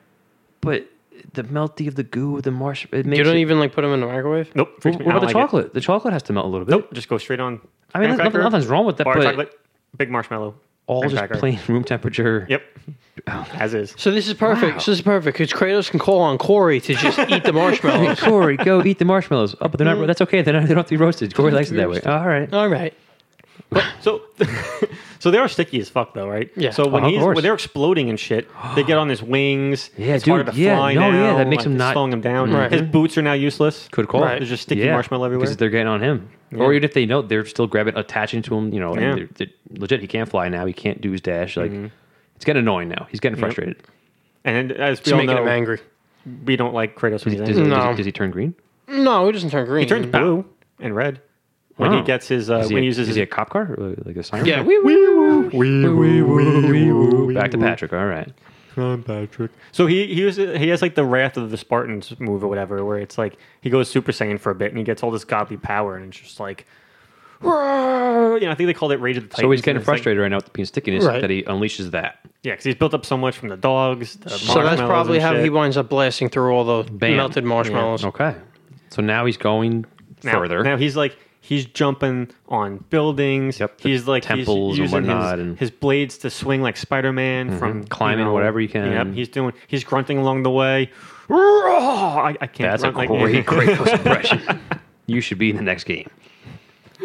Speaker 4: But the melty of the goo, the marshmallow.
Speaker 2: You don't even like put them in the microwave?
Speaker 3: Nope.
Speaker 4: What
Speaker 3: freaks me- I
Speaker 4: about the
Speaker 3: don't like it.
Speaker 4: chocolate? The chocolate has to melt a little bit.
Speaker 3: Nope. Just go straight on.
Speaker 4: I mean,
Speaker 3: graham
Speaker 4: nothing,
Speaker 3: cracker,
Speaker 4: nothing's wrong with that,
Speaker 3: Bar
Speaker 4: but
Speaker 3: chocolate, big marshmallow.
Speaker 4: all
Speaker 3: graham
Speaker 4: just
Speaker 3: cracker.
Speaker 4: plain Oh, room temperature. [LAUGHS]
Speaker 3: Yep. As is.
Speaker 2: So this is perfect. So this is perfect because Kratos can call on Corey to [LAUGHS] just eat the marshmallows.
Speaker 4: Corey, go eat the marshmallows. Oh, but they're
Speaker 3: [LAUGHS]
Speaker 4: not. That's okay. They're not, they don't have to be roasted. Corey likes it that way. All right.
Speaker 2: [LAUGHS] All right.
Speaker 3: So, [LAUGHS] so they are sticky as fuck though, right?
Speaker 2: Yeah.
Speaker 3: So when
Speaker 4: Oh, of
Speaker 3: he's
Speaker 4: course.
Speaker 3: when they're exploding and shit, they get on his wings.
Speaker 4: [GASPS] Yeah,
Speaker 3: it's harder
Speaker 4: dude,
Speaker 3: to
Speaker 4: yeah,
Speaker 3: fly
Speaker 4: no, yeah,
Speaker 3: now.
Speaker 4: that makes
Speaker 3: like,
Speaker 4: him
Speaker 3: it's
Speaker 4: not-
Speaker 3: slowing him down.
Speaker 2: Right.
Speaker 3: His boots are now useless.
Speaker 4: Good call.
Speaker 2: Right.
Speaker 3: There's just sticky
Speaker 4: Yeah,
Speaker 3: marshmallow everywhere.
Speaker 4: Because they're getting on him. Or even if they know, they're still grabbing, attaching to him. You know, and
Speaker 3: Yeah. Mm-hmm.
Speaker 4: they're, they're, legit, he can't fly now. He can't do his dash. Like, it's getting annoying now. He's getting frustrated.
Speaker 3: and as we
Speaker 2: It's
Speaker 3: all
Speaker 2: making him
Speaker 3: know,
Speaker 2: angry.
Speaker 3: we don't like Kratos. When he's
Speaker 4: Does, he-
Speaker 3: angry.
Speaker 4: does
Speaker 2: No.
Speaker 4: he, does he turn green?
Speaker 2: No, he doesn't turn green.
Speaker 3: He turns blue and red when
Speaker 4: Oh.
Speaker 3: he gets his uh,
Speaker 4: Is he,
Speaker 3: when he
Speaker 4: a,
Speaker 3: uses
Speaker 4: is
Speaker 3: his
Speaker 4: he a cop car? Or like a siren?
Speaker 2: yeah. Wee, wee, wee, wee.
Speaker 4: Back to Patrick. All right.
Speaker 3: So he he was he has like the Wrath of the Spartans move or whatever, where it's like he goes Super Saiyan for a bit and he gets all this godly power and it's just like, "Roar!" you know, I think they called it Rage of the Titans.
Speaker 4: So he's getting
Speaker 3: and it's like-
Speaker 4: frustrated right now with the being stickiness
Speaker 2: Right.
Speaker 4: that he unleashes that.
Speaker 3: yeah, because he's built up so much from the dogs. The
Speaker 2: So that's probably how he
Speaker 3: wants.
Speaker 2: winds up blasting through all the melted marshmallows.
Speaker 4: Okay. So now he's going
Speaker 3: now,
Speaker 4: further.
Speaker 3: Now he's like he's jumping on buildings.
Speaker 4: Yep, the
Speaker 3: he's like
Speaker 4: temples
Speaker 3: he's
Speaker 4: and
Speaker 3: using
Speaker 4: whatnot
Speaker 3: his,
Speaker 4: and- Mm-hmm.
Speaker 3: his blades to swing like Spider Man from
Speaker 4: Climbing
Speaker 3: you know,
Speaker 4: whatever he can.
Speaker 3: Yep, he's doing. He's grunting along the way. Roar! I, I can't.
Speaker 4: That's a
Speaker 3: grunt
Speaker 4: great
Speaker 3: like- [LAUGHS]
Speaker 4: Kratos impression. You should be in the next game.
Speaker 3: [LAUGHS]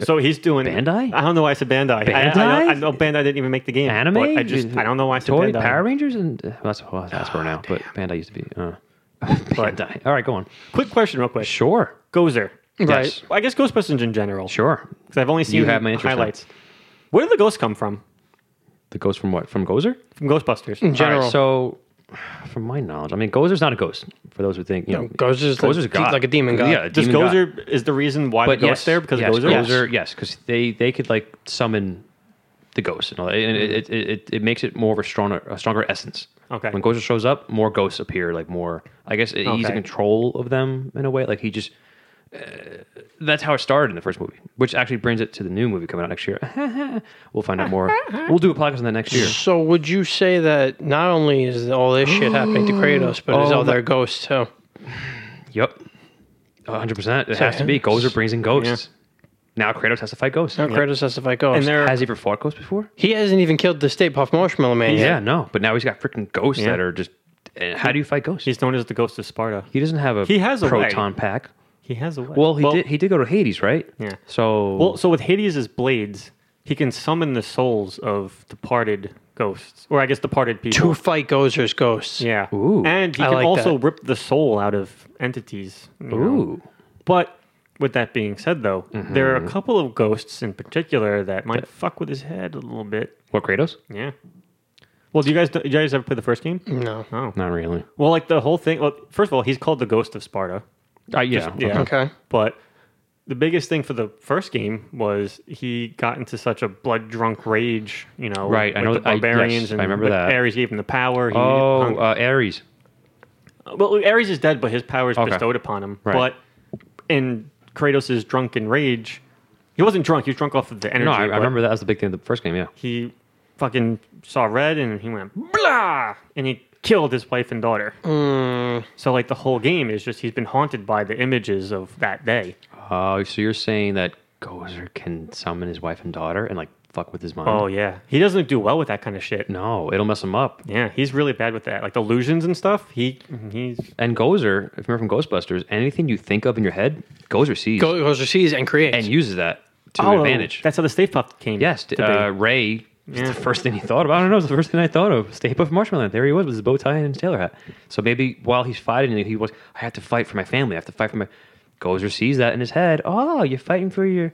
Speaker 3: So he's doing
Speaker 4: Bandai?
Speaker 3: I don't know why I said Bandai. I- I,
Speaker 4: Bandai?
Speaker 3: know, I know Bandai didn't even make the game.
Speaker 4: Anime?
Speaker 3: but I just I don't know why I said
Speaker 4: Toy
Speaker 3: Bandai. Oh,
Speaker 4: Power Rangers and uh, well, that's well, that's for now. But Bandai used to be.
Speaker 3: [LAUGHS]
Speaker 4: Uh, Bandai. All right, go on.
Speaker 3: Quick question, real quick.
Speaker 4: Sure.
Speaker 3: Gozer.
Speaker 2: Right.
Speaker 4: Yes.
Speaker 3: I guess Ghostbusters in general.
Speaker 4: Sure.
Speaker 3: Because I've only seen
Speaker 4: have my interest now.
Speaker 3: highlights. Where do the ghosts come from?
Speaker 4: The ghost from what? From Gozer?
Speaker 3: From Ghostbusters.
Speaker 2: General.
Speaker 4: All right, so, from my knowledge, I mean, Gozer's not a ghost. For those who think, you know,
Speaker 2: Gozer's the-
Speaker 4: Gozer's a god,
Speaker 2: like a demon god.
Speaker 4: Yeah, a
Speaker 3: Just
Speaker 4: demon god.
Speaker 3: Gozer is the reason why the
Speaker 4: But
Speaker 3: ghosts
Speaker 4: yes,
Speaker 3: there because
Speaker 4: yes,
Speaker 3: Gozer.
Speaker 4: Gozer, yes, because they they could like summon the ghost and all that, and it, it, it, it makes it more of a stronger a stronger essence.
Speaker 3: Okay.
Speaker 4: When Gozer shows up, more ghosts appear. Like more, I guess he's in
Speaker 3: Okay.
Speaker 4: control of them in a way. Like he just. Uh, that's how it started in the first movie, which actually brings it to the new movie coming out next year. [LAUGHS] we'll find out
Speaker 3: [LAUGHS]
Speaker 4: more. We'll do a podcast on that next year.
Speaker 2: So would you say that not only is all this [GASPS] shit happening to Kratos, but is
Speaker 4: Oh
Speaker 2: all their ghosts too?
Speaker 4: Yep. 100%. It has to be. Gozer brings in ghosts. Now Kratos has to fight ghosts.
Speaker 2: Now Kratos has to fight ghosts.
Speaker 3: And they're
Speaker 4: Has he ever fought ghosts before?
Speaker 2: he hasn't even killed the State Puff Marshmallow Man
Speaker 4: Yeah,
Speaker 2: yet.
Speaker 4: no. But now he's got freaking ghosts
Speaker 3: Yeah.
Speaker 4: that are just. and How do you fight ghosts?
Speaker 3: he's known as the Ghost of Sparta.
Speaker 4: he doesn't have a
Speaker 3: He has a
Speaker 4: proton pack.
Speaker 3: He has a way.
Speaker 4: Well, he did. He did go to Hades, right?
Speaker 3: Yeah.
Speaker 4: So
Speaker 3: Well, so with Hades' blades, he can summon the souls of departed ghosts, or I guess departed
Speaker 2: To
Speaker 3: people.
Speaker 2: fight Gozer's ghosts.
Speaker 3: Yeah.
Speaker 4: Ooh.
Speaker 3: And he
Speaker 2: I
Speaker 3: can
Speaker 2: like
Speaker 3: also
Speaker 2: that.
Speaker 3: rip the soul out of entities. you know.
Speaker 4: ooh,
Speaker 3: But With that being said, though, there
Speaker 4: Mm-hmm.
Speaker 3: are a couple of ghosts in particular that might fuck with his head a little bit.
Speaker 4: What Kratos?
Speaker 3: Yeah. Well, do you guys do you guys ever play the first game?
Speaker 4: Mm.
Speaker 2: No.
Speaker 3: Oh.
Speaker 4: Not really.
Speaker 3: Well, like the whole thing. Well, first of all, he's called the Ghost of Sparta.
Speaker 4: Uh, yeah.
Speaker 3: yeah.
Speaker 2: Okay.
Speaker 3: But the biggest thing for the first game was he got into such a blood drunk rage, you know,
Speaker 4: Right, I
Speaker 3: With
Speaker 4: know
Speaker 3: the
Speaker 4: th- I-
Speaker 3: barbarians
Speaker 4: yes,
Speaker 3: and
Speaker 4: I remember
Speaker 3: but
Speaker 4: that.
Speaker 3: Ares gave him the power. He,
Speaker 4: Oh, uh, Ares.
Speaker 3: well, Ares is dead, but his power is
Speaker 4: Okay.
Speaker 3: bestowed upon him.
Speaker 4: Right.
Speaker 3: But in Kratos' drunken rage, he wasn't drunk. He was drunk off of the energy.
Speaker 4: No, I, I
Speaker 3: but
Speaker 4: remember that was the big thing. of The first game, yeah.
Speaker 3: He fucking saw red and he went blah, and he killed his wife and daughter. So like the whole game is just he's been haunted by the images of that day.
Speaker 4: Oh, so you're saying that Gozer can summon his wife and daughter and like fuck with his mind?
Speaker 3: Oh yeah, he doesn't do well with that kind of shit.
Speaker 4: no, it'll mess him up.
Speaker 3: Yeah, he's really bad with that, like illusions and stuff. He he's
Speaker 4: And Gozer, if you remember from Ghostbusters, anything you think of in your head, Gozer sees
Speaker 2: Go, goes overseas and creates.
Speaker 4: and uses that to advantage.
Speaker 3: Oh, That's how the Stay Puft came.
Speaker 4: yes,
Speaker 3: to be.
Speaker 4: uh, Ray. was the first thing he thought about. I don't know. It was the first thing I thought of. Stay Puft Marshmallow. There he was with his bow tie and his tailor hat. So maybe while he's fighting, he was, I have to fight for my family. I have to fight for my. Gozer sees that in his head. Oh, you're fighting for your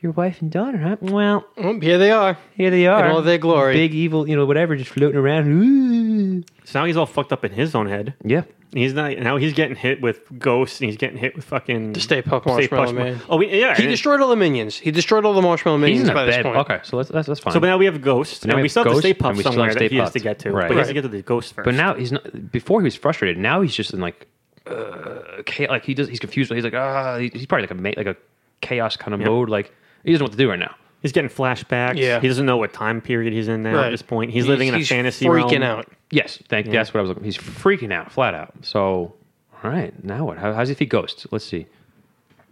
Speaker 4: your wife and daughter, huh? Well,
Speaker 2: Oh, here they are.
Speaker 4: Here they are.
Speaker 2: In all their glory.
Speaker 4: Big evil, you know, whatever, just floating around. [LAUGHS] Ooh.
Speaker 3: so now he's all fucked up in his own head.
Speaker 4: Yeah.
Speaker 3: He's not now. He's getting hit with ghosts, and he's getting hit with fucking the
Speaker 2: Stay Puft Marshmallow Man.
Speaker 3: Oh we, yeah,
Speaker 2: He
Speaker 3: and-
Speaker 2: destroyed all the minions. He destroyed all the marshmallow
Speaker 4: He's
Speaker 2: minions
Speaker 4: in a
Speaker 2: by this
Speaker 4: bad.
Speaker 2: point.
Speaker 4: Okay, so that's, that's, that's fine.
Speaker 3: So but now we have ghosts,
Speaker 4: now
Speaker 3: and
Speaker 4: we
Speaker 3: we
Speaker 4: have
Speaker 3: still have the Stay
Speaker 4: ghosts, and
Speaker 3: Puft
Speaker 4: we still have
Speaker 3: somewhere that
Speaker 4: Stay
Speaker 3: he has to
Speaker 4: Puft.
Speaker 3: get to.
Speaker 4: Right.
Speaker 3: But he has to
Speaker 4: Right.
Speaker 3: get to the ghost first.
Speaker 4: but now he's not. Before he was frustrated. Now he's just in like, uh, chaos, like he does. He's confused. He's like, ah, he- he's probably like a ma- like a chaos kind of mode. Like he doesn't know what to do right now.
Speaker 3: he's getting flashbacks.
Speaker 2: Yeah.
Speaker 3: he doesn't know what time period he's in now
Speaker 2: Right.
Speaker 3: at this point. He's, living in a
Speaker 2: he's
Speaker 3: fantasy
Speaker 2: freaking
Speaker 3: realm.
Speaker 2: out.
Speaker 4: Yes, thank. That's what I was looking. He's freaking out, flat out. So, all right, now what? How, how's he defeat ghosts? Let's see.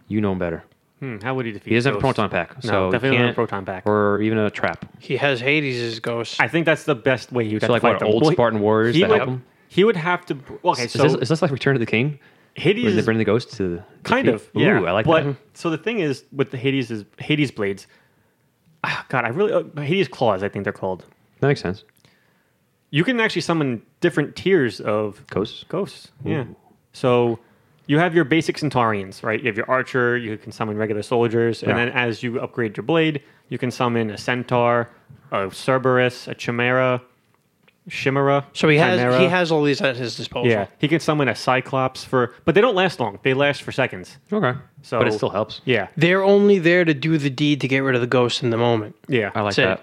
Speaker 4: You know him better.
Speaker 3: Hmm, how would he defeat?
Speaker 4: He doesn't have a
Speaker 3: ghosts?
Speaker 4: proton pack, so
Speaker 3: no,
Speaker 4: he
Speaker 3: definitely not a
Speaker 4: can't-
Speaker 3: proton pack.
Speaker 4: or even a trap.
Speaker 2: He has Hades' ghost.
Speaker 3: I think that's the best way you
Speaker 4: So
Speaker 3: to
Speaker 4: like
Speaker 3: fight
Speaker 4: what,
Speaker 3: them.
Speaker 4: old
Speaker 3: he-
Speaker 4: Spartan warriors
Speaker 3: he
Speaker 4: that
Speaker 3: would,
Speaker 4: help him?
Speaker 3: He would have to. Okay,
Speaker 4: Is,
Speaker 3: so
Speaker 4: this, is this like Return of the King? Where they
Speaker 3: Hades
Speaker 4: bring the ghost to the
Speaker 3: kind
Speaker 4: defeat?
Speaker 3: of yeah.
Speaker 4: Ooh, I like
Speaker 3: but,
Speaker 4: that.
Speaker 3: So the thing is with the Hades is Hades blades. ah, God, I really uh, Hades claws. I think they're called.
Speaker 4: That makes sense.
Speaker 3: You can actually summon different tiers of
Speaker 4: Ghosts.
Speaker 3: ghosts. Yeah. So you have your basic centaurians, right? You have your archer. You can summon regular soldiers, and
Speaker 4: Yeah.
Speaker 3: then as you upgrade your blade, you can summon a centaur, a Cerberus, a chimera, chimera.
Speaker 2: so he has
Speaker 3: chimera.
Speaker 2: he has all these at his disposal.
Speaker 3: Yeah, he can summon a Cyclops for, but they don't last long. They last for seconds.
Speaker 4: Okay.
Speaker 3: So,
Speaker 4: but it still helps.
Speaker 3: Yeah,
Speaker 2: They're only there to do the deed to get rid of the ghost in the moment.
Speaker 3: yeah.
Speaker 4: I like
Speaker 2: Say-
Speaker 4: that.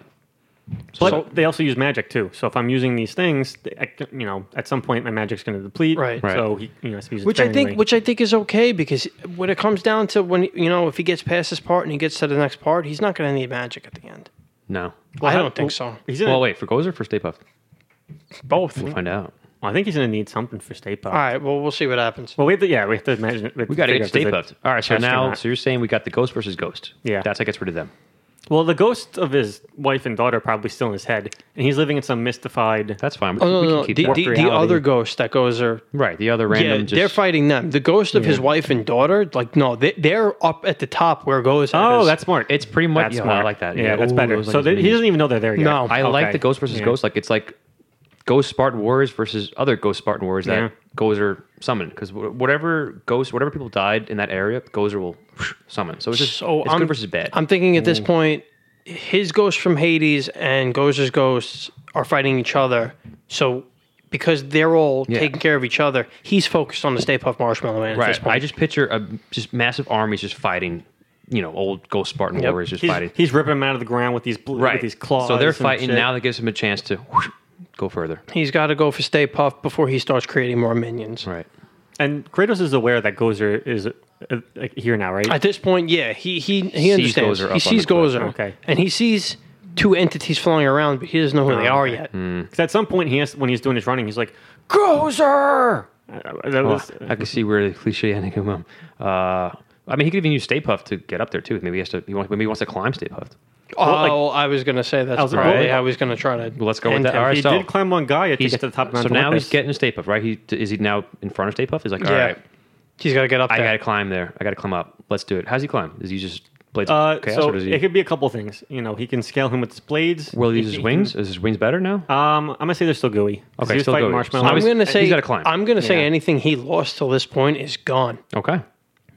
Speaker 3: But they also use magic too. So if I'm using these things, th- I c- you know, at some point my magic's going to deplete.
Speaker 2: Right.
Speaker 4: Right.
Speaker 3: So he, you know, has to use it
Speaker 2: Which I think
Speaker 3: sparingly.
Speaker 2: which I think is okay because when it comes down to when you know, if he gets past this part and he gets to the next part, he's not gonna need magic at the end.
Speaker 4: No.
Speaker 3: Well,
Speaker 2: I
Speaker 3: how-
Speaker 2: don't think so.
Speaker 3: He's gonna,
Speaker 4: Well, wait for Gozer or for Stay Puft.
Speaker 2: Both.
Speaker 4: We'll find out.
Speaker 3: I think he's going to need something for Stay Puft.
Speaker 2: All right, well we'll see what happens.
Speaker 3: Well, we have to. Yeah, we have to imagine. have
Speaker 4: We got to get
Speaker 3: figure out if
Speaker 4: Stay
Speaker 3: there's
Speaker 4: Puft.
Speaker 3: a
Speaker 4: All right. So now,
Speaker 3: astronaut.
Speaker 4: so you're saying we got the ghost versus ghost.
Speaker 3: Yeah.
Speaker 4: That's how it gets rid of them.
Speaker 3: well, the ghost of his wife and daughter are probably still in his head, and he's living in some mystified.
Speaker 4: That's fine. We,
Speaker 2: Oh no,
Speaker 4: we
Speaker 2: no,
Speaker 4: can
Speaker 2: no.
Speaker 4: keep
Speaker 2: The,
Speaker 4: that.
Speaker 2: the, the
Speaker 3: reality.
Speaker 2: other ghost that goes there
Speaker 4: right. The other random.
Speaker 2: yeah,
Speaker 4: just,
Speaker 2: they're fighting them. The ghost of his wife and daughter, like no, they, they're up at the top where goes.
Speaker 3: oh, that's smart.
Speaker 4: It's pretty much.
Speaker 3: that's
Speaker 4: yeah,
Speaker 3: smart.
Speaker 4: I like that.
Speaker 3: Yeah, that's
Speaker 4: Ooh,
Speaker 3: better.
Speaker 4: those
Speaker 3: So
Speaker 4: like
Speaker 3: they- he
Speaker 4: minis.
Speaker 3: doesn't even know they're there yet.
Speaker 2: No.
Speaker 4: I like
Speaker 3: Okay.
Speaker 4: the ghost versus
Speaker 3: Yeah.
Speaker 4: ghost. Like it's like ghost Spartan warriors versus other ghost Spartan warriors that
Speaker 3: Yeah.
Speaker 4: Gozer summoned because whatever ghost, whatever people died in that area, Gozer will summon. So it's just
Speaker 2: So
Speaker 4: it's
Speaker 2: I'm,
Speaker 4: good versus bad.
Speaker 2: I'm thinking at this point, his ghost from Hades and Gozer's ghosts are fighting each other. So because they're all
Speaker 4: Yeah.
Speaker 2: taking care of each other, he's focused on the Stay Puft Marshmallow Man at this
Speaker 4: right.
Speaker 2: point.
Speaker 4: I just picture a just massive armies just fighting. You know, old ghost Spartan warriors just
Speaker 3: He's,
Speaker 4: fighting.
Speaker 3: he's ripping him out of the ground with these bl-
Speaker 4: right.
Speaker 3: with these claws.
Speaker 4: So they're
Speaker 3: and
Speaker 4: fighting
Speaker 3: shit.
Speaker 4: now. That gives him a chance to whoosh, go further.
Speaker 2: He's got to go for Stay Puft before he starts creating more minions.
Speaker 4: Right.
Speaker 3: And Kratos is aware that Gozer is uh, uh, here now, right?
Speaker 4: Mm.
Speaker 2: At this point, yeah, he he he understands.
Speaker 4: Gozer up
Speaker 2: he
Speaker 4: on
Speaker 2: sees
Speaker 4: the cliff.
Speaker 2: Gozer,
Speaker 3: Okay.
Speaker 2: and he sees two entities flying around, but he doesn't know who
Speaker 4: Ah,
Speaker 2: they are yet.
Speaker 4: Mm.
Speaker 3: Because at some point, he has when he's doing his running, he's like, "Gozer!" Uh, that was-
Speaker 4: I can see where the cliche ending came from. Uh, I mean, he could even use Stay Puft to get up there too. Maybe he has to. He wants, maybe he wants to climb Stay Puft.
Speaker 2: Oh,
Speaker 3: like-
Speaker 2: I was gonna say that's
Speaker 3: was like,
Speaker 2: probably
Speaker 4: well,
Speaker 2: how he's gonna try to.
Speaker 4: Well, let's go with
Speaker 2: end
Speaker 4: that.
Speaker 2: him.
Speaker 4: All right,
Speaker 3: he
Speaker 4: so
Speaker 3: did climb one guy at,
Speaker 4: He's-
Speaker 3: least at the top of
Speaker 4: so
Speaker 3: Mount
Speaker 4: now he's
Speaker 3: Olympus.
Speaker 4: getting a Stay Puft, right? He is he now in front of Stay Puft? He's like, all
Speaker 2: Yeah.
Speaker 4: right,
Speaker 2: He's got to get up
Speaker 4: I
Speaker 2: there.
Speaker 4: gotta climb there. I gotta climb up. Let's do it. How's he climb? Is he just blades
Speaker 3: Uh,
Speaker 4: of chaos,
Speaker 3: so
Speaker 4: or does
Speaker 3: it
Speaker 4: he?
Speaker 3: could be a couple things. You know, he can scale him with his blades.
Speaker 4: Will he
Speaker 3: He
Speaker 4: use his
Speaker 3: can-
Speaker 4: wings? Is his wings better now?
Speaker 3: Um, I'm gonna say they're still gooey. 'Cause
Speaker 4: Okay,
Speaker 3: he was
Speaker 4: still
Speaker 3: fighting
Speaker 4: gooey.
Speaker 3: marshmallow.
Speaker 4: So
Speaker 2: I'm
Speaker 4: he's-
Speaker 2: gonna
Speaker 4: he's
Speaker 2: say
Speaker 4: gotta climb.
Speaker 2: I'm gonna say
Speaker 3: Yeah.
Speaker 2: anything he lost till this point is gone.
Speaker 4: Okay.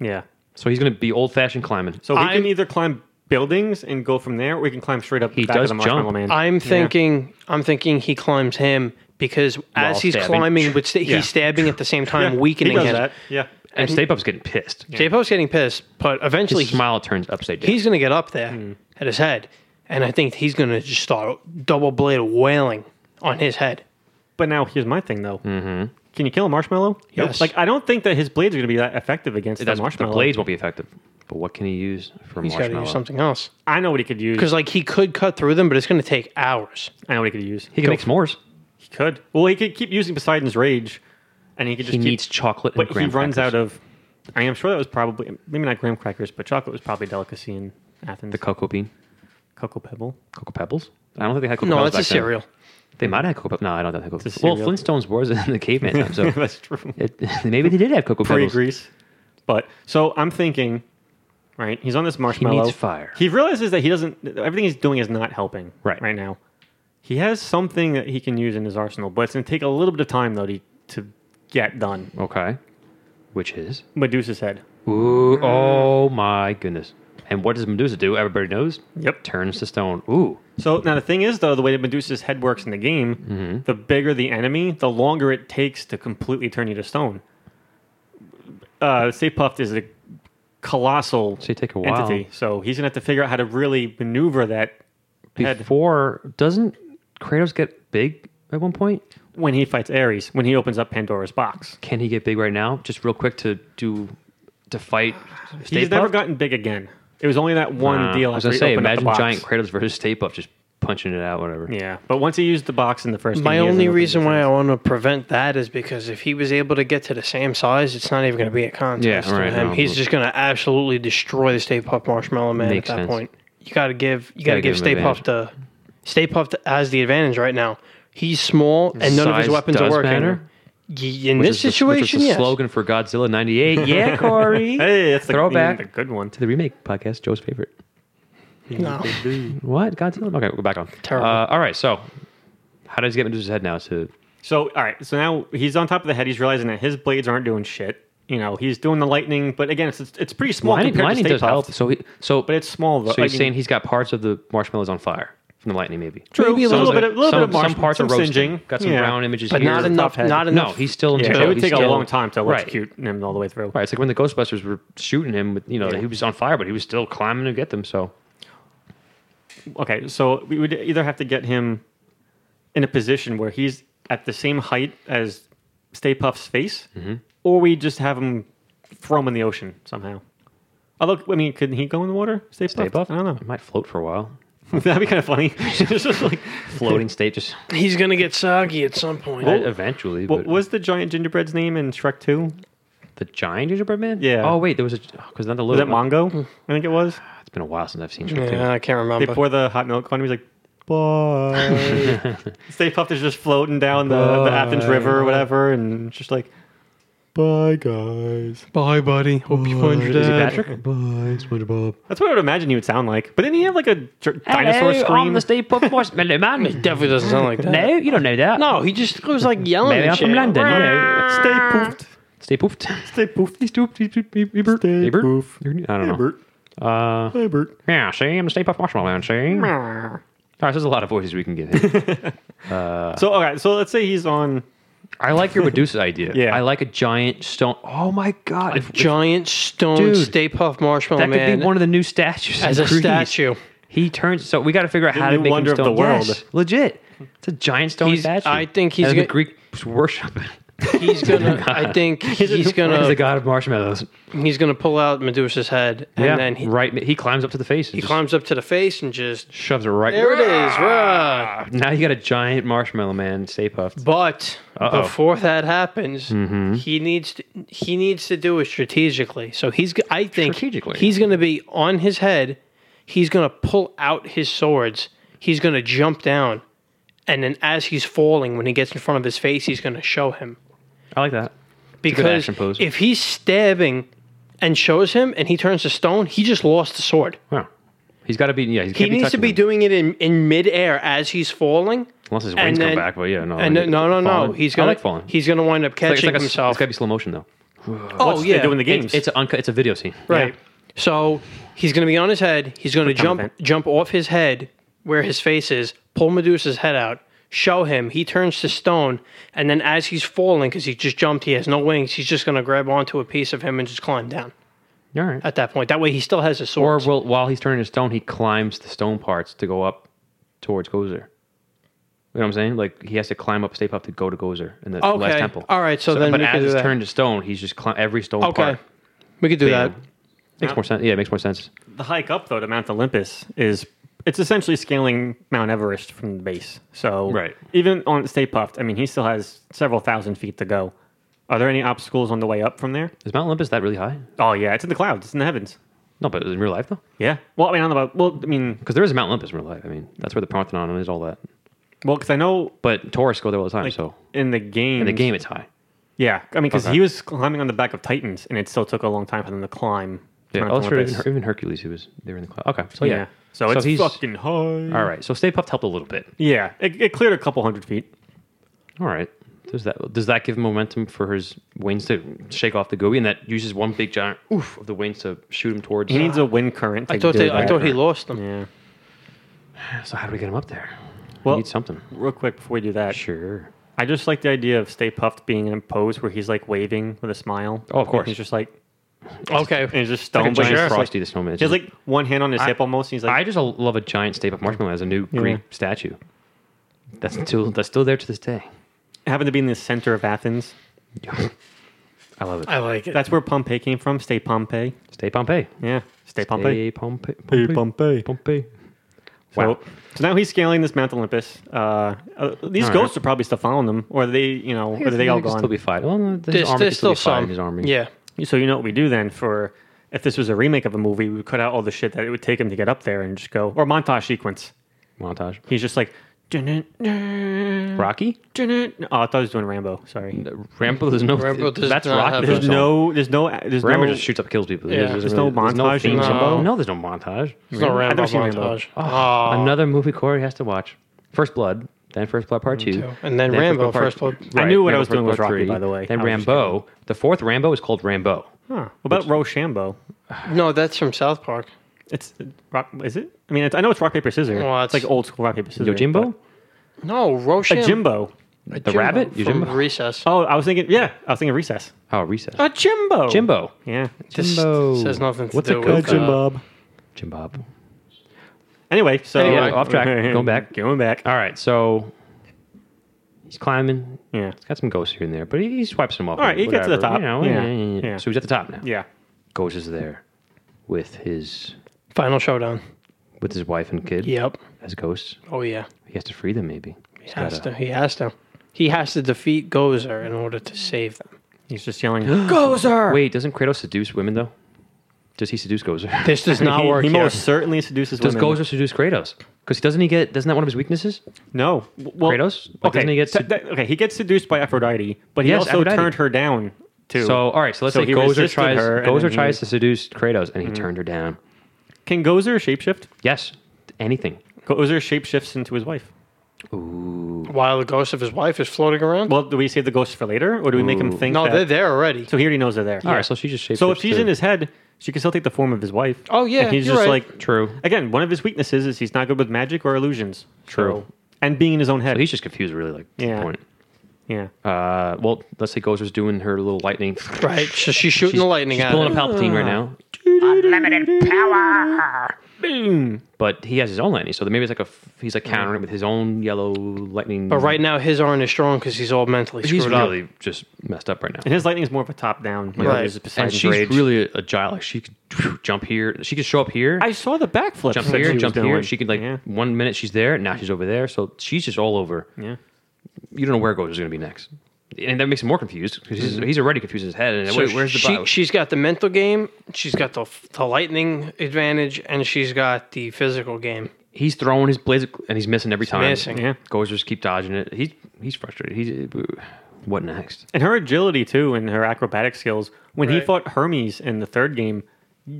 Speaker 3: yeah,
Speaker 4: So he's going to be old fashioned climbing.
Speaker 3: So he
Speaker 2: I'm-
Speaker 3: can either climb buildings and go from there, or he can climb straight up.
Speaker 4: He
Speaker 3: the back
Speaker 4: does
Speaker 3: of the Marshmallow
Speaker 4: jump.
Speaker 3: Man.
Speaker 2: I'm thinking. I'm thinking he climbs him because as he's
Speaker 4: stabbing.
Speaker 2: climbing, but sta-
Speaker 3: Yeah.
Speaker 2: he's stabbing at the same
Speaker 3: [LAUGHS] Yeah,
Speaker 2: time, weakening
Speaker 3: he does
Speaker 2: him.
Speaker 3: that. Yeah.
Speaker 4: and Stay Puft's getting pissed.
Speaker 2: J-Po's getting pissed, but eventually
Speaker 4: His smile turns upside down.
Speaker 2: he's going to get up there
Speaker 4: Hmm.
Speaker 2: at his head, and I think he's going to just start double blade wailing on his head.
Speaker 3: But now here's my thing though.
Speaker 4: Mm-hmm.
Speaker 3: Can you kill a marshmallow?
Speaker 2: Yes.
Speaker 3: Like I don't think that his blades are going to be that effective against the
Speaker 4: That's, the
Speaker 3: marshmallow.
Speaker 4: blades won't be effective. But what can he use for
Speaker 2: He's got to
Speaker 4: marshmallow?
Speaker 2: use something else
Speaker 3: I know what he could use.
Speaker 2: because, like, he could cut through them, but it's going to take hours.
Speaker 3: I know what he could use.
Speaker 4: He can make s'mores.
Speaker 3: He could. Well, he could keep using Poseidon's rage, and he could just.
Speaker 4: He
Speaker 3: keep,
Speaker 4: needs chocolate.
Speaker 3: But
Speaker 4: and
Speaker 3: he
Speaker 4: graham
Speaker 3: runs
Speaker 4: crackers.
Speaker 3: out of. I am sure that was probably maybe not graham crackers, but chocolate was probably a delicacy in Athens.
Speaker 4: the cocoa bean,
Speaker 3: cocoa pebble. [LAUGHS]
Speaker 4: cocoa pebbles. I don't think they had cocoa
Speaker 2: No,
Speaker 4: pebbles.
Speaker 2: that's
Speaker 4: back
Speaker 2: a
Speaker 4: then.
Speaker 2: cereal.
Speaker 4: They might have cocoa pebbles. No, I don't think they had
Speaker 3: It's a
Speaker 4: cocoa Well,
Speaker 3: cereal.
Speaker 4: Flintstones was in the caveman time, so
Speaker 3: [LAUGHS] That's true.
Speaker 4: it, [LAUGHS] maybe they did have cocoa
Speaker 3: Pre
Speaker 4: pebbles.
Speaker 3: grease. But so I'm thinking, right? He's on this marshmallow.
Speaker 4: fire.
Speaker 3: He realizes that he doesn't. Everything he's doing is not helping.
Speaker 4: Right.
Speaker 3: Right now, he has something that he can use in his arsenal, but it's going to take a little bit of time though to to get done.
Speaker 4: Okay. Which is?
Speaker 3: Medusa's head.
Speaker 4: Ooh, oh my goodness. And what does Medusa do? Everybody knows?
Speaker 3: Yep.
Speaker 4: Turns to stone. Ooh.
Speaker 3: So now the thing is, though, the way that Medusa's head works in the game,
Speaker 4: Mm-hmm.
Speaker 3: the bigger the enemy, the longer it takes to completely turn you to stone. Uh, Stay Puffed is a colossal
Speaker 4: So you take a while.
Speaker 3: entity, so he's gonna have to figure out how to really maneuver that head
Speaker 4: Before, doesn't Kratos get big at one point?
Speaker 3: when he fights Ares, when he opens up Pandora's box.
Speaker 4: Can he get big right now? Just real quick to do, to fight Stay
Speaker 3: he's never
Speaker 4: Puft?
Speaker 3: gotten big again. It was only that one
Speaker 4: Uh,
Speaker 3: deal.
Speaker 4: I was going
Speaker 3: after he
Speaker 4: to say,
Speaker 3: opened up the
Speaker 4: imagine
Speaker 3: box.
Speaker 4: Giant Kratos versus Stay Puft just punching it out, whatever.
Speaker 3: Yeah, but once he used the box in the first,
Speaker 2: My
Speaker 3: game, he hasn't
Speaker 2: only
Speaker 3: opened
Speaker 2: reason
Speaker 3: it
Speaker 2: why I
Speaker 3: since.
Speaker 2: want to prevent that is because if he was able to get to the same size, it's not even going to be a contest
Speaker 4: Yeah,
Speaker 2: to
Speaker 4: right,
Speaker 2: him.
Speaker 4: no,
Speaker 2: He's
Speaker 4: but-
Speaker 2: just going to absolutely destroy the Stay Puft Marshmallow Man
Speaker 4: Makes
Speaker 2: at that
Speaker 4: sense.
Speaker 2: point. You got to give you got
Speaker 4: Gotta
Speaker 2: to
Speaker 4: give
Speaker 2: give
Speaker 4: him
Speaker 2: Stay Puft the Stay Puft has the advantage right now. He's small and none of his
Speaker 4: Size
Speaker 2: weapons are
Speaker 4: does
Speaker 2: working.
Speaker 4: matter?
Speaker 2: Y- In
Speaker 4: Which
Speaker 2: this
Speaker 4: is the- which
Speaker 2: situation,
Speaker 4: is the
Speaker 2: yes.
Speaker 4: slogan for Godzilla
Speaker 3: [LAUGHS]
Speaker 4: 98. Yeah, Corey.
Speaker 3: Hey, that's the
Speaker 4: Throwback.
Speaker 3: The good one.
Speaker 4: to the remake podcast, Joe's favorite.
Speaker 2: No. [LAUGHS]
Speaker 4: What Godzilla? Okay, we're back on.
Speaker 2: Terrible.
Speaker 4: Uh, all right, so how does he get Medusa's head now? To
Speaker 3: So all right, so now he's on top of the head. He's realizing that his blades aren't doing shit. You know, he's doing the lightning, but again, it's it's, it's pretty small
Speaker 4: lightning,
Speaker 3: compared
Speaker 4: lightning
Speaker 3: to Stay
Speaker 4: does help.
Speaker 3: Puft.
Speaker 4: So he, so
Speaker 3: But it's small though.
Speaker 4: so you're
Speaker 3: I mean,
Speaker 4: saying he's got parts of the marshmallows on fire from the lightning, maybe.
Speaker 3: true.
Speaker 2: maybe a
Speaker 3: so
Speaker 2: little
Speaker 3: bit,
Speaker 2: bit
Speaker 3: of, little bit
Speaker 4: Some,
Speaker 3: of marsh,
Speaker 4: some parts
Speaker 3: some
Speaker 4: are roasted.
Speaker 3: singeing.
Speaker 4: Got some
Speaker 3: Yeah.
Speaker 4: brown images
Speaker 2: But
Speaker 4: here.
Speaker 2: not
Speaker 3: a tough
Speaker 2: enough
Speaker 3: head.
Speaker 2: not
Speaker 4: No,
Speaker 2: enough.
Speaker 4: he's still in
Speaker 3: Yeah,
Speaker 4: jail.
Speaker 3: it would
Speaker 4: He's
Speaker 3: take a
Speaker 4: still-
Speaker 3: long time to
Speaker 4: Right.
Speaker 3: execute him all the way through.
Speaker 4: Right, it's like when the Ghostbusters were shooting him. With, you know,
Speaker 3: Yeah.
Speaker 4: he was on fire, but he was still climbing to get them. So
Speaker 3: Okay, so we would either have to get him in a position where he's at the same height as Stay Puff's face,
Speaker 4: Mm-hmm.
Speaker 3: or we just have him throw him in the ocean somehow. Although, I mean, could he go in the water? Stay,
Speaker 4: stay buff.
Speaker 3: I don't know. [LAUGHS]
Speaker 4: It might float for a while.
Speaker 3: That'd be kind of funny. [LAUGHS] It's just like- [LAUGHS]
Speaker 4: Floating state, just
Speaker 2: He's going to get soggy at some point.
Speaker 4: eventually.
Speaker 3: what
Speaker 4: but-
Speaker 3: was the giant gingerbread's name in Shrek Two?
Speaker 4: The giant gingerbread man?
Speaker 3: Yeah.
Speaker 4: Oh wait, there was a because not the
Speaker 3: Was
Speaker 4: little.
Speaker 3: that Mongo? I think it was.
Speaker 4: It's been a while since I've seen Shrek
Speaker 2: yeah, I can't
Speaker 3: They
Speaker 2: remember.
Speaker 3: pour the hot milk on him. He's like, "Bye." Stay Puffed is just floating down the,
Speaker 4: Oh,
Speaker 3: the Athens River or whatever, and just like, "Bye, guys."
Speaker 2: Bye, buddy. Hope you find your
Speaker 4: Two. Is he
Speaker 2: dad.
Speaker 4: Patrick?
Speaker 3: That's what I would imagine he would sound like. But didn't he have like a dr- dinosaur scream?
Speaker 4: Steve Puft [LAUGHS] Marshmallow Man.
Speaker 2: Definitely doesn't sound like that.
Speaker 4: you don't know that.
Speaker 2: No, he just was like yelling.
Speaker 4: Maybe
Speaker 2: and
Speaker 4: I'm from
Speaker 2: shit.
Speaker 4: London. you know.
Speaker 3: Stay poofed.
Speaker 4: Stay poofed. [LAUGHS]
Speaker 3: Stay poofed.
Speaker 4: He's poofed. He's poofed. He's Ebert.
Speaker 3: Stay
Speaker 4: Ebert?
Speaker 3: poofed.
Speaker 4: I don't know.
Speaker 3: [LAUGHS] Ebert.
Speaker 4: Uh,
Speaker 3: Ebert.
Speaker 4: yeah, see, I'm the Stay Puft Marshmallow Man. See.
Speaker 3: [LAUGHS]
Speaker 4: All right, so there's a lot of voices we can get. in.
Speaker 3: So all right. So let's say he's on.
Speaker 4: I like your Medusa idea.
Speaker 3: [LAUGHS] Yeah.
Speaker 4: I like a giant stone. Oh my god,
Speaker 2: A
Speaker 4: if- if-
Speaker 2: giant stone
Speaker 4: Dude,
Speaker 2: Stay Puff Marshmallow
Speaker 4: that could
Speaker 2: Oh, Man
Speaker 4: be one of the new statues
Speaker 2: as
Speaker 4: in
Speaker 2: a
Speaker 4: Greece.
Speaker 2: statue.
Speaker 4: He turns. So we got to figure out how to
Speaker 3: new
Speaker 4: make
Speaker 3: wonder
Speaker 4: him
Speaker 3: of the
Speaker 4: stone.
Speaker 3: world.
Speaker 4: Yes, legit. It's a giant stone
Speaker 2: He's-
Speaker 4: statue.
Speaker 2: I think he's
Speaker 4: and the
Speaker 2: gonna-
Speaker 4: Greeks worship [LAUGHS]
Speaker 2: [LAUGHS]
Speaker 4: it. [LAUGHS]
Speaker 2: He's gonna. I think he's
Speaker 4: He's
Speaker 2: gonna.
Speaker 4: the god of marshmallows.
Speaker 2: He's gonna pull out Medusa's head, and
Speaker 4: yeah,
Speaker 2: then he,
Speaker 4: right. He climbs up to the face. And
Speaker 2: he
Speaker 4: just
Speaker 2: climbs up to the face and just
Speaker 4: shoves it right. Ah!
Speaker 2: there it is. Rah.
Speaker 4: Now you got a giant marshmallow man. Stay puffed.
Speaker 2: But
Speaker 4: Uh-oh. Mm-hmm.
Speaker 2: before that happens, he needs to, he needs to do it strategically. So he's. g- I think
Speaker 4: Strategically.
Speaker 2: he's gonna be on his head. He's gonna pull out his swords. He's gonna jump down, and then as he's falling, when he gets in front of his face, he's gonna show him.
Speaker 4: I like that. good
Speaker 2: because
Speaker 4: action pose.
Speaker 2: if he's stabbing and shows him and he turns to stone, he just lost the sword.
Speaker 4: Wow. He's got to be. Yeah, he's
Speaker 2: He needs to be doing it in, in midair as he's falling.
Speaker 4: Unless his
Speaker 2: and
Speaker 4: wings
Speaker 2: then-
Speaker 4: come back, but yeah, no.
Speaker 2: and
Speaker 4: like,
Speaker 2: then- no, no, no.
Speaker 4: falling.
Speaker 2: He's
Speaker 4: I
Speaker 2: gonna
Speaker 4: like falling.
Speaker 2: he's gonna wind up
Speaker 4: It's
Speaker 2: catching
Speaker 4: like a, it's
Speaker 2: himself.
Speaker 4: got to be slow motion though.
Speaker 2: Oh
Speaker 3: what's
Speaker 2: yeah,
Speaker 3: they doing the games.
Speaker 4: It's, it's, an uncut, it's a video scene.
Speaker 2: Right. So he's going to be on his head. He's going to jump
Speaker 3: event.
Speaker 2: jump off his head where his face is, pull Medusa's head out, show him. He turns to stone, and then as he's falling because he just jumped, he has no wings. He's just going to grab onto a piece of him and just climb down.
Speaker 4: All right.
Speaker 2: At that point, that way he still has his
Speaker 4: Or
Speaker 2: sword.
Speaker 4: will, while he's turning his stone, he climbs the stone parts to go up towards Gozer. You know what I'm saying? Like he has to climb up, step up to go to Gozer in the last
Speaker 2: Okay.
Speaker 4: temple.
Speaker 2: All right, so then
Speaker 4: but
Speaker 2: we could
Speaker 4: as
Speaker 2: do
Speaker 4: he's
Speaker 2: that.
Speaker 4: turned to stone, he's just climb every stone
Speaker 2: okay,
Speaker 4: part.
Speaker 2: we could do
Speaker 4: Bam.
Speaker 2: that.
Speaker 4: Makes more sense. Yeah, it makes more sense.
Speaker 3: the hike up though to Mount Olympus is it's essentially scaling Mount Everest from the base. So
Speaker 4: Right.
Speaker 3: even on Stay Puffed, I mean, he still has several thousand feet to go. Are there any obstacles on the way up from there?
Speaker 4: Is Mount Olympus that really high?
Speaker 3: Oh yeah, it's in the clouds. It's in the heavens.
Speaker 4: No, but in real life though,
Speaker 3: Yeah. Well, I mean, I don't know about. Well, I mean,
Speaker 4: because there is a Mount Olympus in real life. I mean, that's where the Parthenon is, all that.
Speaker 3: well, because I know
Speaker 4: But tourists go there all the time.
Speaker 3: like,
Speaker 4: so
Speaker 3: in the game,
Speaker 4: in the game, it's high.
Speaker 3: yeah. I mean, because
Speaker 4: Okay.
Speaker 3: he was climbing on the back of Titans, and it still took a long time for them to climb. to
Speaker 4: Yeah,
Speaker 3: Mount
Speaker 4: oh, that's true. Even,
Speaker 3: Olympus.
Speaker 4: even Hercules, who was there in the cloud. Okay, so
Speaker 3: yeah.
Speaker 4: yeah,
Speaker 3: So, it's
Speaker 4: he's-
Speaker 3: fucking high.
Speaker 4: All right, so Stay Puffed helped a little bit.
Speaker 3: Yeah, it, it cleared a couple hundred feet.
Speaker 4: All right. Does that does that give him momentum for his wings to shake off the gooey, and that uses one big giant oof of the wings to shoot him towards? uh,
Speaker 3: He needs a wind current. To
Speaker 2: I thought
Speaker 3: do
Speaker 2: they,
Speaker 3: that.
Speaker 2: I thought he lost them.
Speaker 3: Yeah.
Speaker 4: So how do we get him up there? Well,
Speaker 3: Well-
Speaker 4: we need something.
Speaker 3: Real quick before we do that,
Speaker 4: Sure.
Speaker 3: I just like the idea of Stay Puffed being in a pose where he's like waving with a smile.
Speaker 4: Oh, of course.
Speaker 3: He's just like,
Speaker 2: Okay,
Speaker 3: and he's just
Speaker 4: Like a
Speaker 3: stone but he's
Speaker 4: giant
Speaker 3: just, like-
Speaker 4: Frosty the Snowman.
Speaker 3: He has like one hand on his hip almost. And he's
Speaker 4: I
Speaker 3: like,
Speaker 4: just love a giant Stay Puft Marshmallow as a new Greek statue. That's still that's still there to this day. [LAUGHS]
Speaker 3: happened to be in the center of Athens.
Speaker 4: I love it.
Speaker 2: I like it.
Speaker 3: That's where Pompeii came from. Stay Pompeii.
Speaker 4: Stay Pompeii.
Speaker 3: Yeah. Stay Pompeii.
Speaker 4: Pompeii. Pompeii.
Speaker 3: Stay Pompeii.
Speaker 4: Pompeii.
Speaker 3: Wow.
Speaker 4: Wow.
Speaker 3: So, so now he's scaling this Mount Olympus. Uh, uh, these
Speaker 4: All
Speaker 3: ghosts are probably still following them, or they, you know, or they all
Speaker 4: He could
Speaker 3: gone?
Speaker 4: Still be fighting. Well, no, his
Speaker 2: There's,
Speaker 4: army could
Speaker 2: there's still
Speaker 4: be fighting
Speaker 2: some.
Speaker 4: His army.
Speaker 2: Yeah.
Speaker 3: So you know what we do then for if this was a remake of a movie, we would cut out all the shit that it would take him to get up there and just go or montage sequence.
Speaker 4: Montage.
Speaker 3: He's just like dun-dun,
Speaker 2: Mm.
Speaker 3: dun,
Speaker 4: Rocky.
Speaker 3: dun-dun. Oh, I thought he was doing Rambo. Sorry.
Speaker 4: Rambo. There's no.
Speaker 2: Rambo does
Speaker 4: that's
Speaker 2: not have
Speaker 4: Rocky.
Speaker 2: those
Speaker 3: There's no. There's no. There's
Speaker 4: Rambo
Speaker 3: no.
Speaker 4: just shoots up, kills people.
Speaker 2: Yeah.
Speaker 3: There's no montage
Speaker 4: theme
Speaker 3: in
Speaker 4: song.
Speaker 3: Rambo?
Speaker 4: No, there's no montage.
Speaker 2: It's not
Speaker 3: I've
Speaker 2: Rambo
Speaker 3: never seen Rambo.
Speaker 2: montage. Oh.
Speaker 4: Another movie Corey has to watch. First Blood, then First Blood Part Two,
Speaker 2: And then Rambo, First Blood.
Speaker 3: I knew what I was
Speaker 4: First
Speaker 3: doing was
Speaker 4: Blood
Speaker 3: Rocky,
Speaker 4: Three,
Speaker 3: by the way.
Speaker 4: Then
Speaker 3: I was just
Speaker 4: Rambo. The fourth Rambo is called Rambo.
Speaker 3: Huh. What about Rochambeau?
Speaker 2: No, that's from South Park.
Speaker 3: It's rock. Is it? I mean, it's, I know it's rock paper scissors.
Speaker 2: Well,
Speaker 3: it's,
Speaker 2: it's-
Speaker 3: like old school rock paper scissors.
Speaker 4: Yojimbo.
Speaker 2: No, Rochambeau.
Speaker 3: but- A Jimbo.
Speaker 2: A
Speaker 4: The rabbit? You
Speaker 2: from
Speaker 4: Jimbo?
Speaker 2: Recess.
Speaker 3: Oh, I was thinking. Yeah, I was thinking recess.
Speaker 4: Oh, Recess.
Speaker 3: A Jimbo.
Speaker 4: Jimbo.
Speaker 3: Yeah.
Speaker 2: This
Speaker 4: Jimbo.
Speaker 2: says nothing to
Speaker 4: What's
Speaker 2: do
Speaker 4: it
Speaker 2: with
Speaker 4: called?
Speaker 2: uh,
Speaker 4: Jim Bob.
Speaker 3: Anyway, so
Speaker 2: Anyway.
Speaker 4: Yeah, off
Speaker 3: [LAUGHS]
Speaker 4: track. Go back.
Speaker 3: Going back.
Speaker 4: All right, so he's climbing.
Speaker 3: Yeah.
Speaker 4: He's got some ghosts here and there, but he, he swipes them off.
Speaker 3: All right, he gets to the
Speaker 4: whatever,
Speaker 3: top.
Speaker 4: you know,
Speaker 3: Yeah, yeah.
Speaker 4: So he's at the top now.
Speaker 3: Yeah.
Speaker 4: Ghost is there with his
Speaker 2: Final Showdown.
Speaker 4: with his wife and kid
Speaker 2: Yep.
Speaker 4: as ghosts.
Speaker 2: Oh yeah.
Speaker 4: He has to free them, maybe.
Speaker 2: He
Speaker 4: He's
Speaker 2: has
Speaker 4: gotta-
Speaker 2: to. He has to. He has to defeat Gozer in order to save them.
Speaker 3: He's just
Speaker 4: [GASPS]
Speaker 3: yelling.
Speaker 4: Wait, doesn't Kratos seduce women though? Does he seduce Gozer? [LAUGHS]
Speaker 2: This does not
Speaker 3: he,
Speaker 2: work.
Speaker 3: he
Speaker 2: here.
Speaker 3: most certainly seduces
Speaker 4: Does
Speaker 3: women.
Speaker 4: Gozer seduce Kratos? Because doesn't he get? Doesn't that one of his weaknesses?
Speaker 3: no. Well,
Speaker 4: Kratos? Like,
Speaker 3: Okay.
Speaker 4: doesn't he get
Speaker 3: so-
Speaker 4: sed-
Speaker 3: that- okay. He gets seduced by Aphrodite, but he
Speaker 4: Yes,
Speaker 3: also
Speaker 4: Aphrodite.
Speaker 3: turned her down too.
Speaker 4: So all right, so let's
Speaker 3: So
Speaker 4: say
Speaker 3: he
Speaker 4: Gozer
Speaker 3: resisted
Speaker 4: tries
Speaker 3: her, and then
Speaker 4: Gozer
Speaker 3: he- Mm-hmm.
Speaker 4: tries to seduce Kratos, and he turned her down.
Speaker 3: can Gozer shapeshift?
Speaker 4: Yes, anything.
Speaker 3: Gozer shapeshifts into his wife.
Speaker 2: While the ghost of his wife is floating around.
Speaker 3: Well, do we save the ghosts for later, or do we make him think?
Speaker 2: no,
Speaker 3: that-
Speaker 2: they're there already.
Speaker 3: So he already knows they're there.
Speaker 4: All right, so she just shapes.
Speaker 3: So if she's in his head, she can still take the form of his wife.
Speaker 2: Oh, yeah,
Speaker 3: and he's
Speaker 2: you're
Speaker 3: just
Speaker 2: right.
Speaker 3: like
Speaker 4: true,
Speaker 3: again. One of his weaknesses is he's not good with magic or illusions.
Speaker 4: True.
Speaker 3: So- and being in his own head.
Speaker 4: but he's just confused. Really, like to
Speaker 3: Yeah.
Speaker 4: the point.
Speaker 3: yeah.
Speaker 4: Uh, well, let's say Gozer's doing her little lightning.
Speaker 3: [LAUGHS]
Speaker 2: right. So she's shooting
Speaker 4: She's,
Speaker 2: the lightning
Speaker 4: she's
Speaker 2: at
Speaker 4: pulling
Speaker 2: him.
Speaker 4: a Palpatine right now,
Speaker 3: Boom.
Speaker 4: but he has his own lightning, so maybe it's like a f- he's like countering it with his own yellow lightning.
Speaker 2: But right now his aren't as strong because he's all mentally
Speaker 4: she's
Speaker 2: screwed up.
Speaker 4: really just messed up right now.
Speaker 3: And his lightning is more of a top down. Like
Speaker 2: Right.
Speaker 3: right. Poseidon's
Speaker 4: uh, and she's
Speaker 3: rage.
Speaker 4: really a, a giant. Like she could [SNIFFS] jump here, she could show up here,
Speaker 3: I saw the backflip.
Speaker 4: jump
Speaker 3: that
Speaker 4: here,
Speaker 3: she was
Speaker 4: jump here.
Speaker 3: doing.
Speaker 4: She could like
Speaker 3: Yeah.
Speaker 4: one minute she's there, now she's over there. So she's just all over.
Speaker 3: Yeah.
Speaker 4: You don't know where Gozer's going to be next, and that makes him more confused because he's, he's already confused in his head. And
Speaker 2: So
Speaker 4: wait, Mm-hmm. where's the
Speaker 2: she,
Speaker 4: bio?
Speaker 2: She's got the mental game. She's got the, the lightning advantage, and she's got the physical game.
Speaker 4: he's throwing his blades and he's missing every time.
Speaker 2: missing.
Speaker 3: Yeah.
Speaker 4: Goes just keep dodging it. He's he's frustrated. He's what next?
Speaker 3: And her agility too, and her acrobatic skills. When he
Speaker 2: Right.
Speaker 3: fought Hermes in the third game,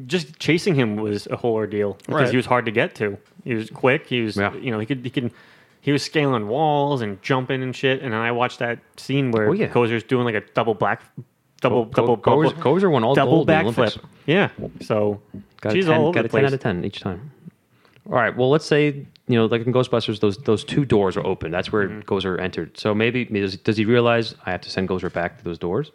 Speaker 3: just chasing him was a whole ordeal because
Speaker 2: Right.
Speaker 3: he was hard to get to. He was quick. He was,
Speaker 4: Yeah.
Speaker 3: you know, he could he could he was scaling walls and jumping and shit. And I watched that scene where
Speaker 4: Oh, yeah.
Speaker 3: Kozer's doing like a double black double double
Speaker 4: Gozer,
Speaker 3: double,
Speaker 4: Gozer won all
Speaker 3: double
Speaker 4: gold in the
Speaker 3: backflip.
Speaker 4: Olympics.
Speaker 3: Yeah, so
Speaker 4: Got
Speaker 3: she's
Speaker 4: a 10,
Speaker 3: all over
Speaker 4: got
Speaker 3: the
Speaker 4: a 10
Speaker 3: place.
Speaker 4: out of 10 each time. All right. Well, let's say, you know, like in Ghostbusters, those those two doors are open. That's where
Speaker 2: Mm-hmm.
Speaker 4: Gozer entered. So maybe, does, does he realize I have to send Gozer back to those doors?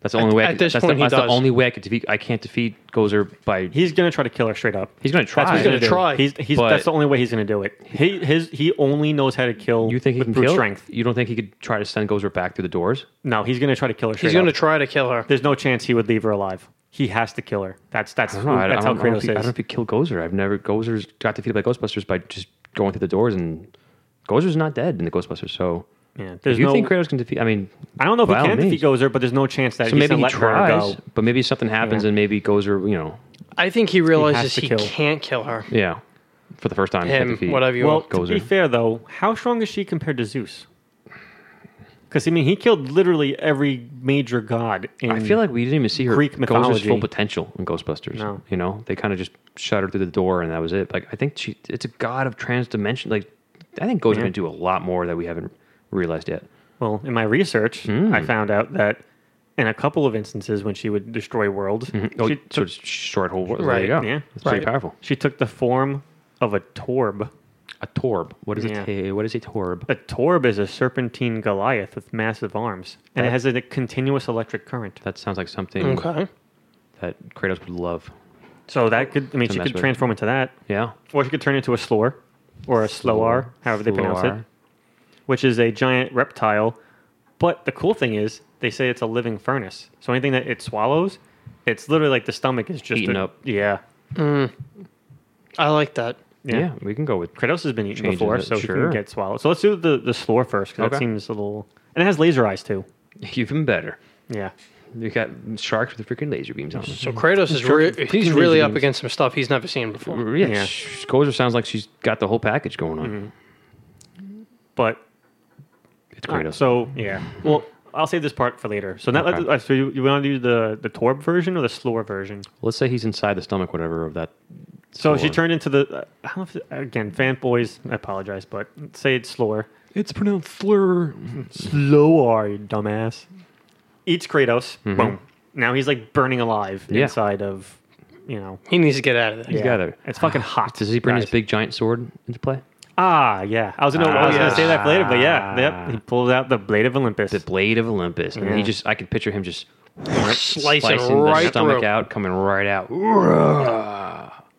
Speaker 4: That's the only way. I
Speaker 2: at
Speaker 4: could,
Speaker 2: this
Speaker 4: that's
Speaker 2: point,
Speaker 4: the,
Speaker 2: he
Speaker 4: that's the
Speaker 2: does.
Speaker 4: only way I could defeat. I can't defeat Gozer by.
Speaker 3: He's gonna try to kill her straight up.
Speaker 4: He's going to try.
Speaker 3: That's what he's gonna
Speaker 2: gonna try.
Speaker 3: do. He's, he's
Speaker 4: But-
Speaker 3: that's the only way he's gonna do it. He his he only knows how to kill.
Speaker 4: You think he
Speaker 3: with
Speaker 4: can
Speaker 3: brute
Speaker 4: kill?
Speaker 3: strength?
Speaker 4: You don't think he could try to send Gozer back through the doors?
Speaker 3: No, he's gonna try to kill her. Straight
Speaker 2: He's going to
Speaker 3: up.
Speaker 2: try to kill her.
Speaker 3: There's no chance he would leave her alive. He has to kill her. That's that's
Speaker 4: I don't know. I,
Speaker 3: that's
Speaker 4: I don't,
Speaker 3: how
Speaker 4: I don't know if
Speaker 3: Kratos
Speaker 4: he- I don't know
Speaker 3: is.
Speaker 4: if he killed Gozer. I've never Gozer's got defeated by Ghostbusters by just going through the doors, and Gozer's not dead in the Ghostbusters. So
Speaker 3: Yeah,
Speaker 4: if
Speaker 3: there's
Speaker 4: you
Speaker 3: no-
Speaker 4: think Kratos can defeat? I mean,
Speaker 3: I don't know if
Speaker 4: by
Speaker 3: he
Speaker 4: all
Speaker 3: can
Speaker 4: means.
Speaker 3: defeat Gozer, but there's no chance that
Speaker 4: So
Speaker 3: he's
Speaker 4: maybe
Speaker 3: gonna
Speaker 4: he
Speaker 3: let her
Speaker 4: tries,
Speaker 3: go.
Speaker 4: but maybe something happens,
Speaker 3: Yeah.
Speaker 4: and maybe Gozer, you know,
Speaker 2: I think he realizes
Speaker 3: to
Speaker 2: he,
Speaker 3: kill.
Speaker 2: can't kill her.
Speaker 4: yeah, for the first time, he can't
Speaker 2: Him,
Speaker 4: defeat-
Speaker 2: whatever you
Speaker 3: Well,
Speaker 2: want.
Speaker 3: to be
Speaker 4: Gozer.
Speaker 3: fair though, how strong is she compared to Zeus? Because I mean, he killed literally every major god. In,
Speaker 4: I feel like we didn't even see her
Speaker 3: Greek
Speaker 4: Gozer's
Speaker 3: mythology.
Speaker 4: full potential in Ghostbusters.
Speaker 3: No.
Speaker 4: You know, they kind of just shut her through the door, and that was it. Like I think she, it's a god of trans dimension. Like I think Gozer's
Speaker 3: Yeah.
Speaker 4: gonna do a lot more that we haven't realized yet.
Speaker 3: Well, in my research,
Speaker 4: Hmm.
Speaker 3: I found out that in a couple of instances when she would destroy worlds,
Speaker 4: Oh,
Speaker 3: Mm-hmm. she,
Speaker 4: so
Speaker 3: took,
Speaker 4: it's short whole world. There
Speaker 2: Right,
Speaker 4: you go.
Speaker 3: yeah.
Speaker 4: it's pretty
Speaker 2: Right.
Speaker 4: powerful.
Speaker 3: she took the form of a torb.
Speaker 4: A torb. What is
Speaker 3: Yeah.
Speaker 4: a ta- what is a torb?
Speaker 3: A torb is a serpentine Goliath with massive arms, and it has a continuous electric current.
Speaker 4: That sounds like something
Speaker 2: Okay.
Speaker 4: that Kratos would love.
Speaker 3: So that could, I mean, she
Speaker 4: mess
Speaker 3: could
Speaker 4: with.
Speaker 3: transform into that,
Speaker 4: Yeah.
Speaker 3: or she could turn into a slor, or a slowar, however they pronounce it,
Speaker 4: Floar.
Speaker 3: which is a giant reptile. But the cool thing is, they say it's a living furnace. So anything that it swallows, it's literally like the stomach is just
Speaker 4: Eaten
Speaker 3: a-
Speaker 4: up.
Speaker 3: Yeah,
Speaker 2: I like that.
Speaker 4: Yeah. we can go with
Speaker 3: Kratos has been eaten
Speaker 4: Changes
Speaker 3: before,
Speaker 4: it,
Speaker 3: so she
Speaker 4: sure.
Speaker 3: can get swallowed. So let's do the the slor first because that
Speaker 4: Okay.
Speaker 3: seems a little. And it has laser eyes too.
Speaker 4: [LAUGHS] even better.
Speaker 3: Yeah,
Speaker 4: You got sharks with the freaking laser beams on them.
Speaker 2: So Kratos is re- he's really up against some stuff he's never seen before.
Speaker 4: yeah,
Speaker 3: Yeah. Mm-hmm.
Speaker 4: sh- Gozer sounds like she's got the whole package going on.
Speaker 3: but
Speaker 4: It's
Speaker 3: all right,
Speaker 4: Kratos.
Speaker 3: so yeah. Well, I'll save this part for later. So now,
Speaker 4: Okay.
Speaker 3: let- so you, you want to do the the Torb version or the slor version?
Speaker 4: Let's say he's inside the stomach, whatever of that.
Speaker 3: So she
Speaker 4: Slor.
Speaker 3: turned into the. uh, I don't know if, again, fanboys, I apologize, but say it's slor.
Speaker 4: It's pronounced slur.
Speaker 3: Slor, you dumbass. Eats Kratos. Boom. Now he's like burning alive
Speaker 4: Mm-hmm. Yeah.
Speaker 3: inside of, you know.
Speaker 2: He needs to get out of there.
Speaker 3: yeah.
Speaker 4: gotta- [SIGHS]
Speaker 3: It's fucking hot.
Speaker 4: Does he bring
Speaker 3: guys.
Speaker 4: his big giant sword into play?
Speaker 3: Ah, yeah. I was gonna, I was
Speaker 2: Ah.
Speaker 3: gonna say that for later, but yeah, yep. He pulls out the blade of Olympus.
Speaker 4: The blade of Olympus, and he
Speaker 3: Yeah.
Speaker 4: just—I could picture him just
Speaker 2: Slicing,
Speaker 4: slicing the
Speaker 2: right
Speaker 4: stomach
Speaker 2: through.
Speaker 4: out, coming right out.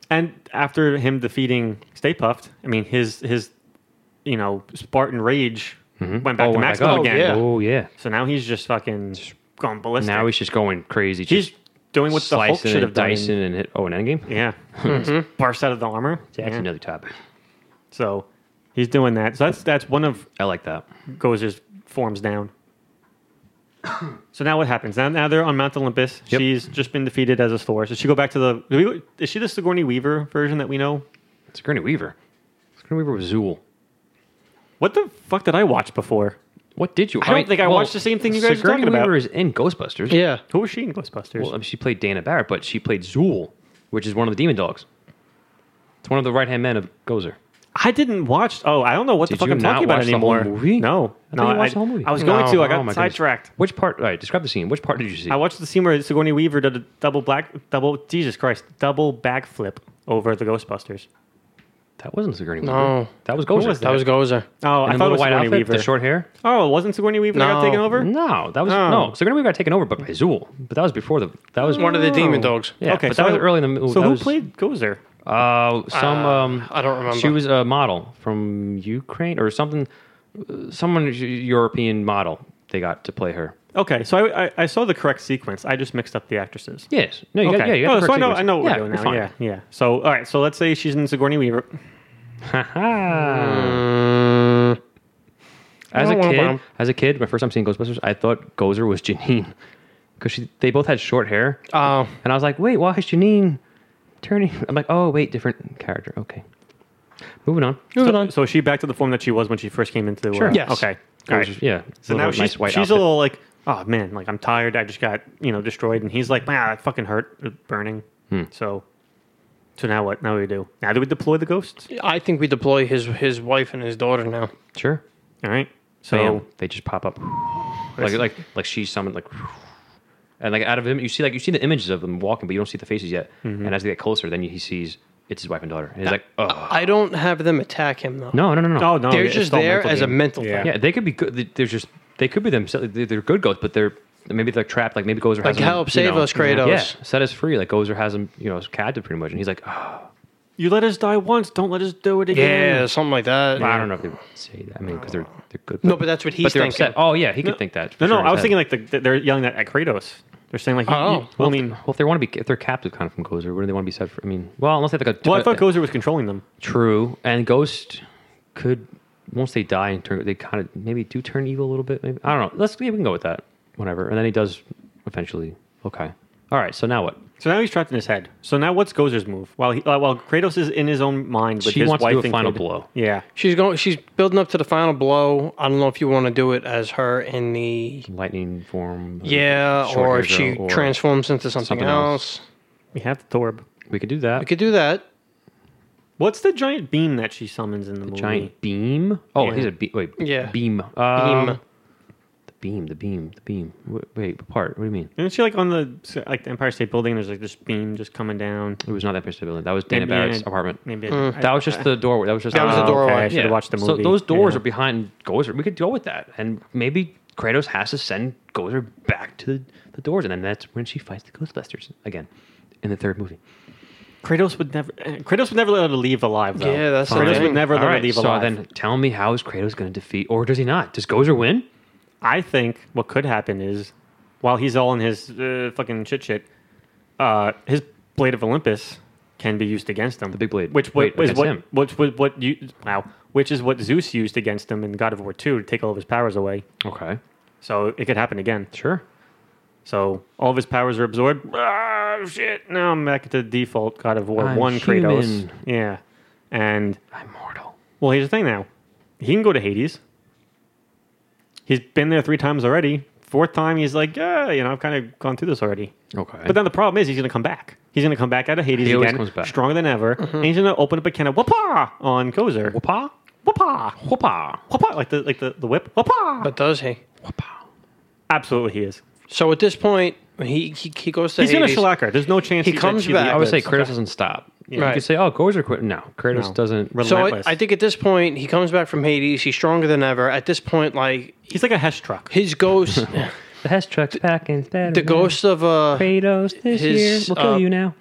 Speaker 3: and after him defeating Stay Puffed, I mean his his, you know, Spartan rage went back
Speaker 4: Oh,
Speaker 3: to
Speaker 4: went back
Speaker 3: Maxwell
Speaker 4: up.
Speaker 3: again.
Speaker 2: Yeah.
Speaker 4: Oh yeah.
Speaker 3: So now he's just fucking gone ballistic.
Speaker 4: Now he's just going crazy.
Speaker 3: he's
Speaker 4: Just
Speaker 3: doing what the Hulk
Speaker 4: slicing
Speaker 3: should
Speaker 4: and
Speaker 3: have done.
Speaker 4: dicing and hit. Oh, an endgame. [LAUGHS]
Speaker 3: Yeah, burst out of the armor.
Speaker 4: That's
Speaker 3: Yeah.
Speaker 4: another topic.
Speaker 3: So he's doing that. So that's that's one of
Speaker 4: I like that.
Speaker 3: Gozer's forms down. [COUGHS] So now what happens? Now, now they're on Mount Olympus.
Speaker 4: Yep.
Speaker 3: She's just been defeated as a Thor. So she go back to the. Do we, go- is she the Sigourney Weaver version that we know?
Speaker 4: It's Sigourney Weaver. Sigourney Weaver was Zool.
Speaker 3: What the fuck did I watch before?
Speaker 4: What did you? I,
Speaker 3: don't
Speaker 4: mean,
Speaker 3: think I watched the same thing you guys are
Speaker 4: Sigourney
Speaker 3: talking about.
Speaker 4: Weaver is in Ghostbusters.
Speaker 2: Yeah.
Speaker 3: Who was she in Ghostbusters?
Speaker 4: Well, I mean, she played Dana Barrett, but she played Zool, which is one of the demon dogs. It's one of the right hand men of Gozer.
Speaker 3: I didn't watch. Oh, I don't know what the
Speaker 4: Did
Speaker 3: fuck
Speaker 4: you
Speaker 3: I'm
Speaker 4: not
Speaker 3: talking about
Speaker 4: watch the whole
Speaker 3: anymore.
Speaker 4: movie?
Speaker 3: No,
Speaker 4: I
Speaker 3: no,
Speaker 4: thought you watched the whole movie.
Speaker 3: I was going to.
Speaker 4: No,
Speaker 3: I
Speaker 4: oh
Speaker 3: got
Speaker 4: my goodness.
Speaker 3: sidetracked.
Speaker 4: Which part? All right, describe the scene. Which part did you see?
Speaker 3: I watched the scene where Sigourney Weaver did a double black, double Jesus Christ, double backflip over the Ghostbusters.
Speaker 4: that wasn't Sigourney Weaver.
Speaker 2: No.
Speaker 4: that was Gozer.
Speaker 3: was
Speaker 2: That was Gozer.
Speaker 3: Oh,
Speaker 4: And
Speaker 3: I
Speaker 4: the
Speaker 3: thought it
Speaker 4: little
Speaker 3: was
Speaker 4: white
Speaker 3: Sigourney
Speaker 4: outfit,
Speaker 3: Weaver.
Speaker 4: the short hair.
Speaker 3: Oh, wasn't Sigourney Weaver that got
Speaker 2: No.
Speaker 3: taken over?
Speaker 4: No, Mm-hmm. that was
Speaker 3: Oh.
Speaker 4: no. Sigourney Weaver got taken over, but by Zool. But that was before the. That was
Speaker 2: One of the demon dogs.
Speaker 4: Yeah,
Speaker 3: Okay,
Speaker 4: but
Speaker 3: so
Speaker 4: that was
Speaker 3: I-
Speaker 4: early in the movie.
Speaker 3: So
Speaker 4: that
Speaker 3: who
Speaker 4: was,
Speaker 3: played Gozer?
Speaker 4: Uh, some
Speaker 2: Uh,
Speaker 4: um,
Speaker 2: I don't remember.
Speaker 4: She was a model from Ukraine or something, uh, someone European model. They got to play her.
Speaker 3: Okay, so I, I, I saw the correct sequence. I just mixed up the actresses.
Speaker 4: Yes. No. You
Speaker 3: okay.
Speaker 4: got, yeah. You got
Speaker 3: oh,
Speaker 4: the
Speaker 3: so I
Speaker 4: correct
Speaker 3: know, I
Speaker 4: sequence.
Speaker 3: know what
Speaker 4: yeah,
Speaker 3: we're doing
Speaker 4: you're
Speaker 3: now.
Speaker 4: fine.
Speaker 3: Yeah, yeah. So, all right. So let's say she's in Sigourney Weaver.
Speaker 4: Ah.
Speaker 3: Mm.
Speaker 4: As a
Speaker 2: Wah, wah, wah.
Speaker 4: kid, as a kid, my first time seeing Ghostbusters, I thought Gozer was Janine because she they both had short hair,
Speaker 2: Oh,
Speaker 4: and I was like, wait, why is Janine turning? I'm like, oh wait, different character. Okay. Moving on.
Speaker 2: moving
Speaker 3: so,
Speaker 2: on.
Speaker 3: so is she back to the form that she was when she first came into. Sure.
Speaker 2: Yes.
Speaker 3: Okay.
Speaker 4: Gozer's-
Speaker 3: All right.
Speaker 4: Yeah.
Speaker 3: So now she's, she's a little like, oh man, like I'm tired. I just got you know destroyed, and he's like, wow, that fucking hurt, It's burning. So, so now what? Now what do we do? Now do we deploy the ghosts?
Speaker 2: I think we deploy his his wife and his daughter now.
Speaker 4: sure.
Speaker 3: All right. So
Speaker 4: Bam. They just pop up like like like she summoned like And like out of him, you see like you see the images of them walking, but you don't see the faces yet.
Speaker 3: Mm-hmm.
Speaker 4: And as they get closer, then he sees it's his wife and daughter, and he's like, oh
Speaker 2: I don't have them attack him though.
Speaker 4: no, no, no, no,
Speaker 3: Oh no,
Speaker 2: They're
Speaker 3: it's
Speaker 2: just
Speaker 3: still
Speaker 2: there
Speaker 3: mental
Speaker 2: as a
Speaker 3: game.
Speaker 2: mental
Speaker 3: yeah.
Speaker 2: thing.
Speaker 4: Yeah, they could be good. They're just they could be themselves. They're, they're good ghosts, but they're maybe they're trapped. Like maybe Gozer
Speaker 2: Like,
Speaker 4: has them,
Speaker 2: help,
Speaker 4: you
Speaker 2: save
Speaker 4: know.
Speaker 2: us, Kratos.
Speaker 4: Yeah, set us free. Like Gozer has him, you know, captive pretty much, and he's like, oh,
Speaker 3: You let us die once. Don't let us do it again.
Speaker 2: something like that.
Speaker 4: I don't know if they would say that. I mean, because they're they're good.
Speaker 2: No, but that's what he's
Speaker 4: but they're
Speaker 2: thinking.
Speaker 4: upset. Oh yeah, he could think that. for
Speaker 3: No, no,
Speaker 4: sure in
Speaker 3: I
Speaker 4: his
Speaker 3: was
Speaker 4: head.
Speaker 3: thinking like the, the- they're yelling that at Kratos. They're saying like, he-
Speaker 2: Oh.
Speaker 3: he- well, I mean,
Speaker 4: Well, if they want to be, if they're captive kind of from Gozer, what do they want to be set for? I mean, well, unless they have like a.
Speaker 3: well, I thought
Speaker 4: a-
Speaker 3: Gozer was controlling them.
Speaker 4: True, and Ghost could once they die and turn, they kind of maybe do turn evil a little bit. Maybe I don't know. Let's yeah, we can go with that. Whatever, and then he does eventually. Okay, all right. So now what?
Speaker 3: So now he's trapped in his head. So now what's Gozer's move? While he, uh, while Kratos is in his own mind with
Speaker 4: She
Speaker 3: his
Speaker 4: wants to
Speaker 3: wife
Speaker 4: do a
Speaker 3: and
Speaker 4: final
Speaker 3: kid.
Speaker 4: blow.
Speaker 3: Yeah,
Speaker 2: She's going. She's building up to the final blow. I don't know if you want to do it as her in the
Speaker 4: Lightning form.
Speaker 2: yeah,
Speaker 4: short
Speaker 2: or
Speaker 4: hair
Speaker 2: if she
Speaker 4: girl, or-
Speaker 2: transforms into something,
Speaker 4: something
Speaker 2: else.
Speaker 4: else.
Speaker 3: we have the Torb.
Speaker 4: We could do that.
Speaker 2: We could do that.
Speaker 3: What's the giant beam that she summons in the, movie?
Speaker 4: Giant beam. Oh,
Speaker 3: Yeah.
Speaker 4: he's a be- wait.
Speaker 2: Yeah.
Speaker 4: Beam. Um, The beam. The beam. The beam. Wh- Wait, what part? What do you mean?
Speaker 3: Isn't she like on the like the Empire State Building? There's like this beam just coming down.
Speaker 4: It was not that place to build. That was Dana
Speaker 3: Maybe I-
Speaker 4: Barrett's apartment.
Speaker 3: Maybe I-
Speaker 4: That was just the door. That was just
Speaker 2: That Hmm. was the
Speaker 3: Oh,
Speaker 2: door. doorway.
Speaker 3: Okay, I should have
Speaker 4: Yeah.
Speaker 3: watched the
Speaker 4: So
Speaker 3: movie.
Speaker 4: those doors
Speaker 3: Yeah.
Speaker 4: are behind Gozer. We could go with that, and maybe Kratos has to send Gozer back to the doors, and then that's when she fights the Ghostbusters again in the third movie.
Speaker 3: Kratos would never. eh, Kratos would never let her leave alive. Though.
Speaker 2: Yeah, that's the
Speaker 3: Kratos would
Speaker 2: thing.
Speaker 3: never let
Speaker 4: All
Speaker 3: her
Speaker 4: right,
Speaker 3: leave
Speaker 4: so
Speaker 3: alive.
Speaker 4: then, tell me how is Kratos going to defeat, or does he not? Does Gozer win?
Speaker 3: I think what could happen is, while he's all in his uh, fucking shit shit, uh, his blade of Olympus can be used against him. The
Speaker 4: big blade.
Speaker 3: which what
Speaker 4: Wait, against
Speaker 3: is what
Speaker 4: him.
Speaker 3: which was what you wow, which is what Zeus used against him in God of War Two to take all of his powers away.
Speaker 4: Okay,
Speaker 3: So it could happen again.
Speaker 4: sure.
Speaker 3: So all of his powers are absorbed. Ah, shit! Now I'm back to default God of War
Speaker 4: I'm
Speaker 3: One Kratos.
Speaker 4: human.
Speaker 3: Yeah, and
Speaker 4: I'm mortal.
Speaker 3: well, here's the thing now. He can go to Hades. He's been there three times already. Fourth time, he's like, yeah, you know, I've kind of gone through this already.
Speaker 4: Okay,
Speaker 3: But then the problem is he's going to come back. He's going to come back out of Hades
Speaker 4: He always
Speaker 3: again,
Speaker 4: comes back.
Speaker 3: stronger than ever.
Speaker 2: Mm-hmm.
Speaker 3: And he's going to open up a can of whoopah on Gozer.
Speaker 4: whoopah,
Speaker 3: Whoopah.
Speaker 4: whoopah,
Speaker 3: Whoopah. Like the, like the, the whip. Whoopah.
Speaker 2: But does he?
Speaker 4: whoopah.
Speaker 3: Absolutely he is.
Speaker 2: So at this point, he he, he goes to
Speaker 3: He's going to
Speaker 2: Hades.
Speaker 3: shellac her. There's no chance
Speaker 2: He
Speaker 3: that
Speaker 2: comes
Speaker 3: she
Speaker 2: back.
Speaker 4: I would say
Speaker 3: lives.
Speaker 4: Kratos doesn't stop.
Speaker 2: Right.
Speaker 4: You could say, oh, Gozer quit. No, Kratos
Speaker 3: No.
Speaker 4: doesn't.
Speaker 2: so I,
Speaker 3: Relentless.
Speaker 2: I think at this point, he comes back from Hades. He's stronger than ever. At this point, like
Speaker 3: He's like a Hesh truck.
Speaker 4: [LAUGHS]
Speaker 2: his ghost,
Speaker 4: The Hess truck's back and
Speaker 2: the ghost of uh,
Speaker 4: Kratos this
Speaker 2: his,
Speaker 4: year. We'll kill
Speaker 2: uh,
Speaker 4: you now.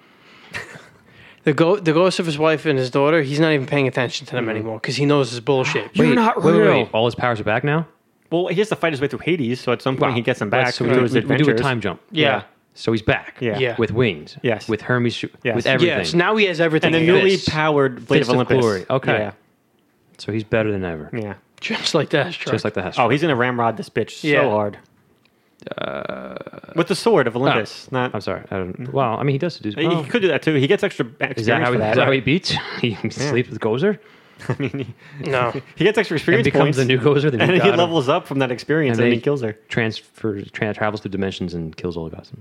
Speaker 2: The go- the ghost of his wife and his daughter, he's not even paying attention to them anymore because he knows it's bullshit.
Speaker 4: Mm-hmm. Wait,
Speaker 3: not
Speaker 4: wait, wait,
Speaker 3: real.
Speaker 4: wait. All his powers are back now.
Speaker 3: Well, he has to fight his way through Hades, so at some point
Speaker 4: Wow.
Speaker 3: he gets him back
Speaker 4: That's- So
Speaker 3: through
Speaker 4: we,
Speaker 3: his
Speaker 4: we- we do a
Speaker 3: adventures.
Speaker 4: time jump.
Speaker 2: yeah.
Speaker 4: So he's back.
Speaker 3: Yeah.
Speaker 2: Yeah.
Speaker 4: With wings.
Speaker 3: Yes.
Speaker 4: With Hermes. sho-
Speaker 3: Yes.
Speaker 4: With
Speaker 3: Yes.
Speaker 4: everything.
Speaker 2: Yes, now he has everything.
Speaker 3: And the
Speaker 2: he
Speaker 3: newly
Speaker 2: has.
Speaker 3: powered Blade
Speaker 4: Fist of
Speaker 3: of Olympus.
Speaker 4: Glory. Okay.
Speaker 3: Yeah.
Speaker 4: so he's better than ever.
Speaker 3: Yeah.
Speaker 2: just like that, Struck.
Speaker 4: Just like the Hess.
Speaker 3: Oh, he's gonna ramrod this bitch
Speaker 2: Yeah.
Speaker 3: so hard. With the sword of
Speaker 2: Oh.
Speaker 3: Olympus, not.
Speaker 4: I'm sorry. I don't, well, I mean, he does do.
Speaker 3: he
Speaker 4: well,
Speaker 3: could do that too. He gets extra experience
Speaker 4: Oh. is that how
Speaker 3: for
Speaker 4: he,
Speaker 3: that.
Speaker 4: is that how he beats? [LAUGHS] he sleeps with Gozer [LAUGHS]
Speaker 2: no.
Speaker 3: He gets extra
Speaker 4: and
Speaker 3: experience
Speaker 4: becomes
Speaker 3: points,
Speaker 4: the new Gozer. The new
Speaker 3: and he
Speaker 4: god of-
Speaker 3: levels up from that experience, and,
Speaker 4: then
Speaker 3: he kills her.
Speaker 4: Transfers, tra- travels through dimensions and kills all the gods.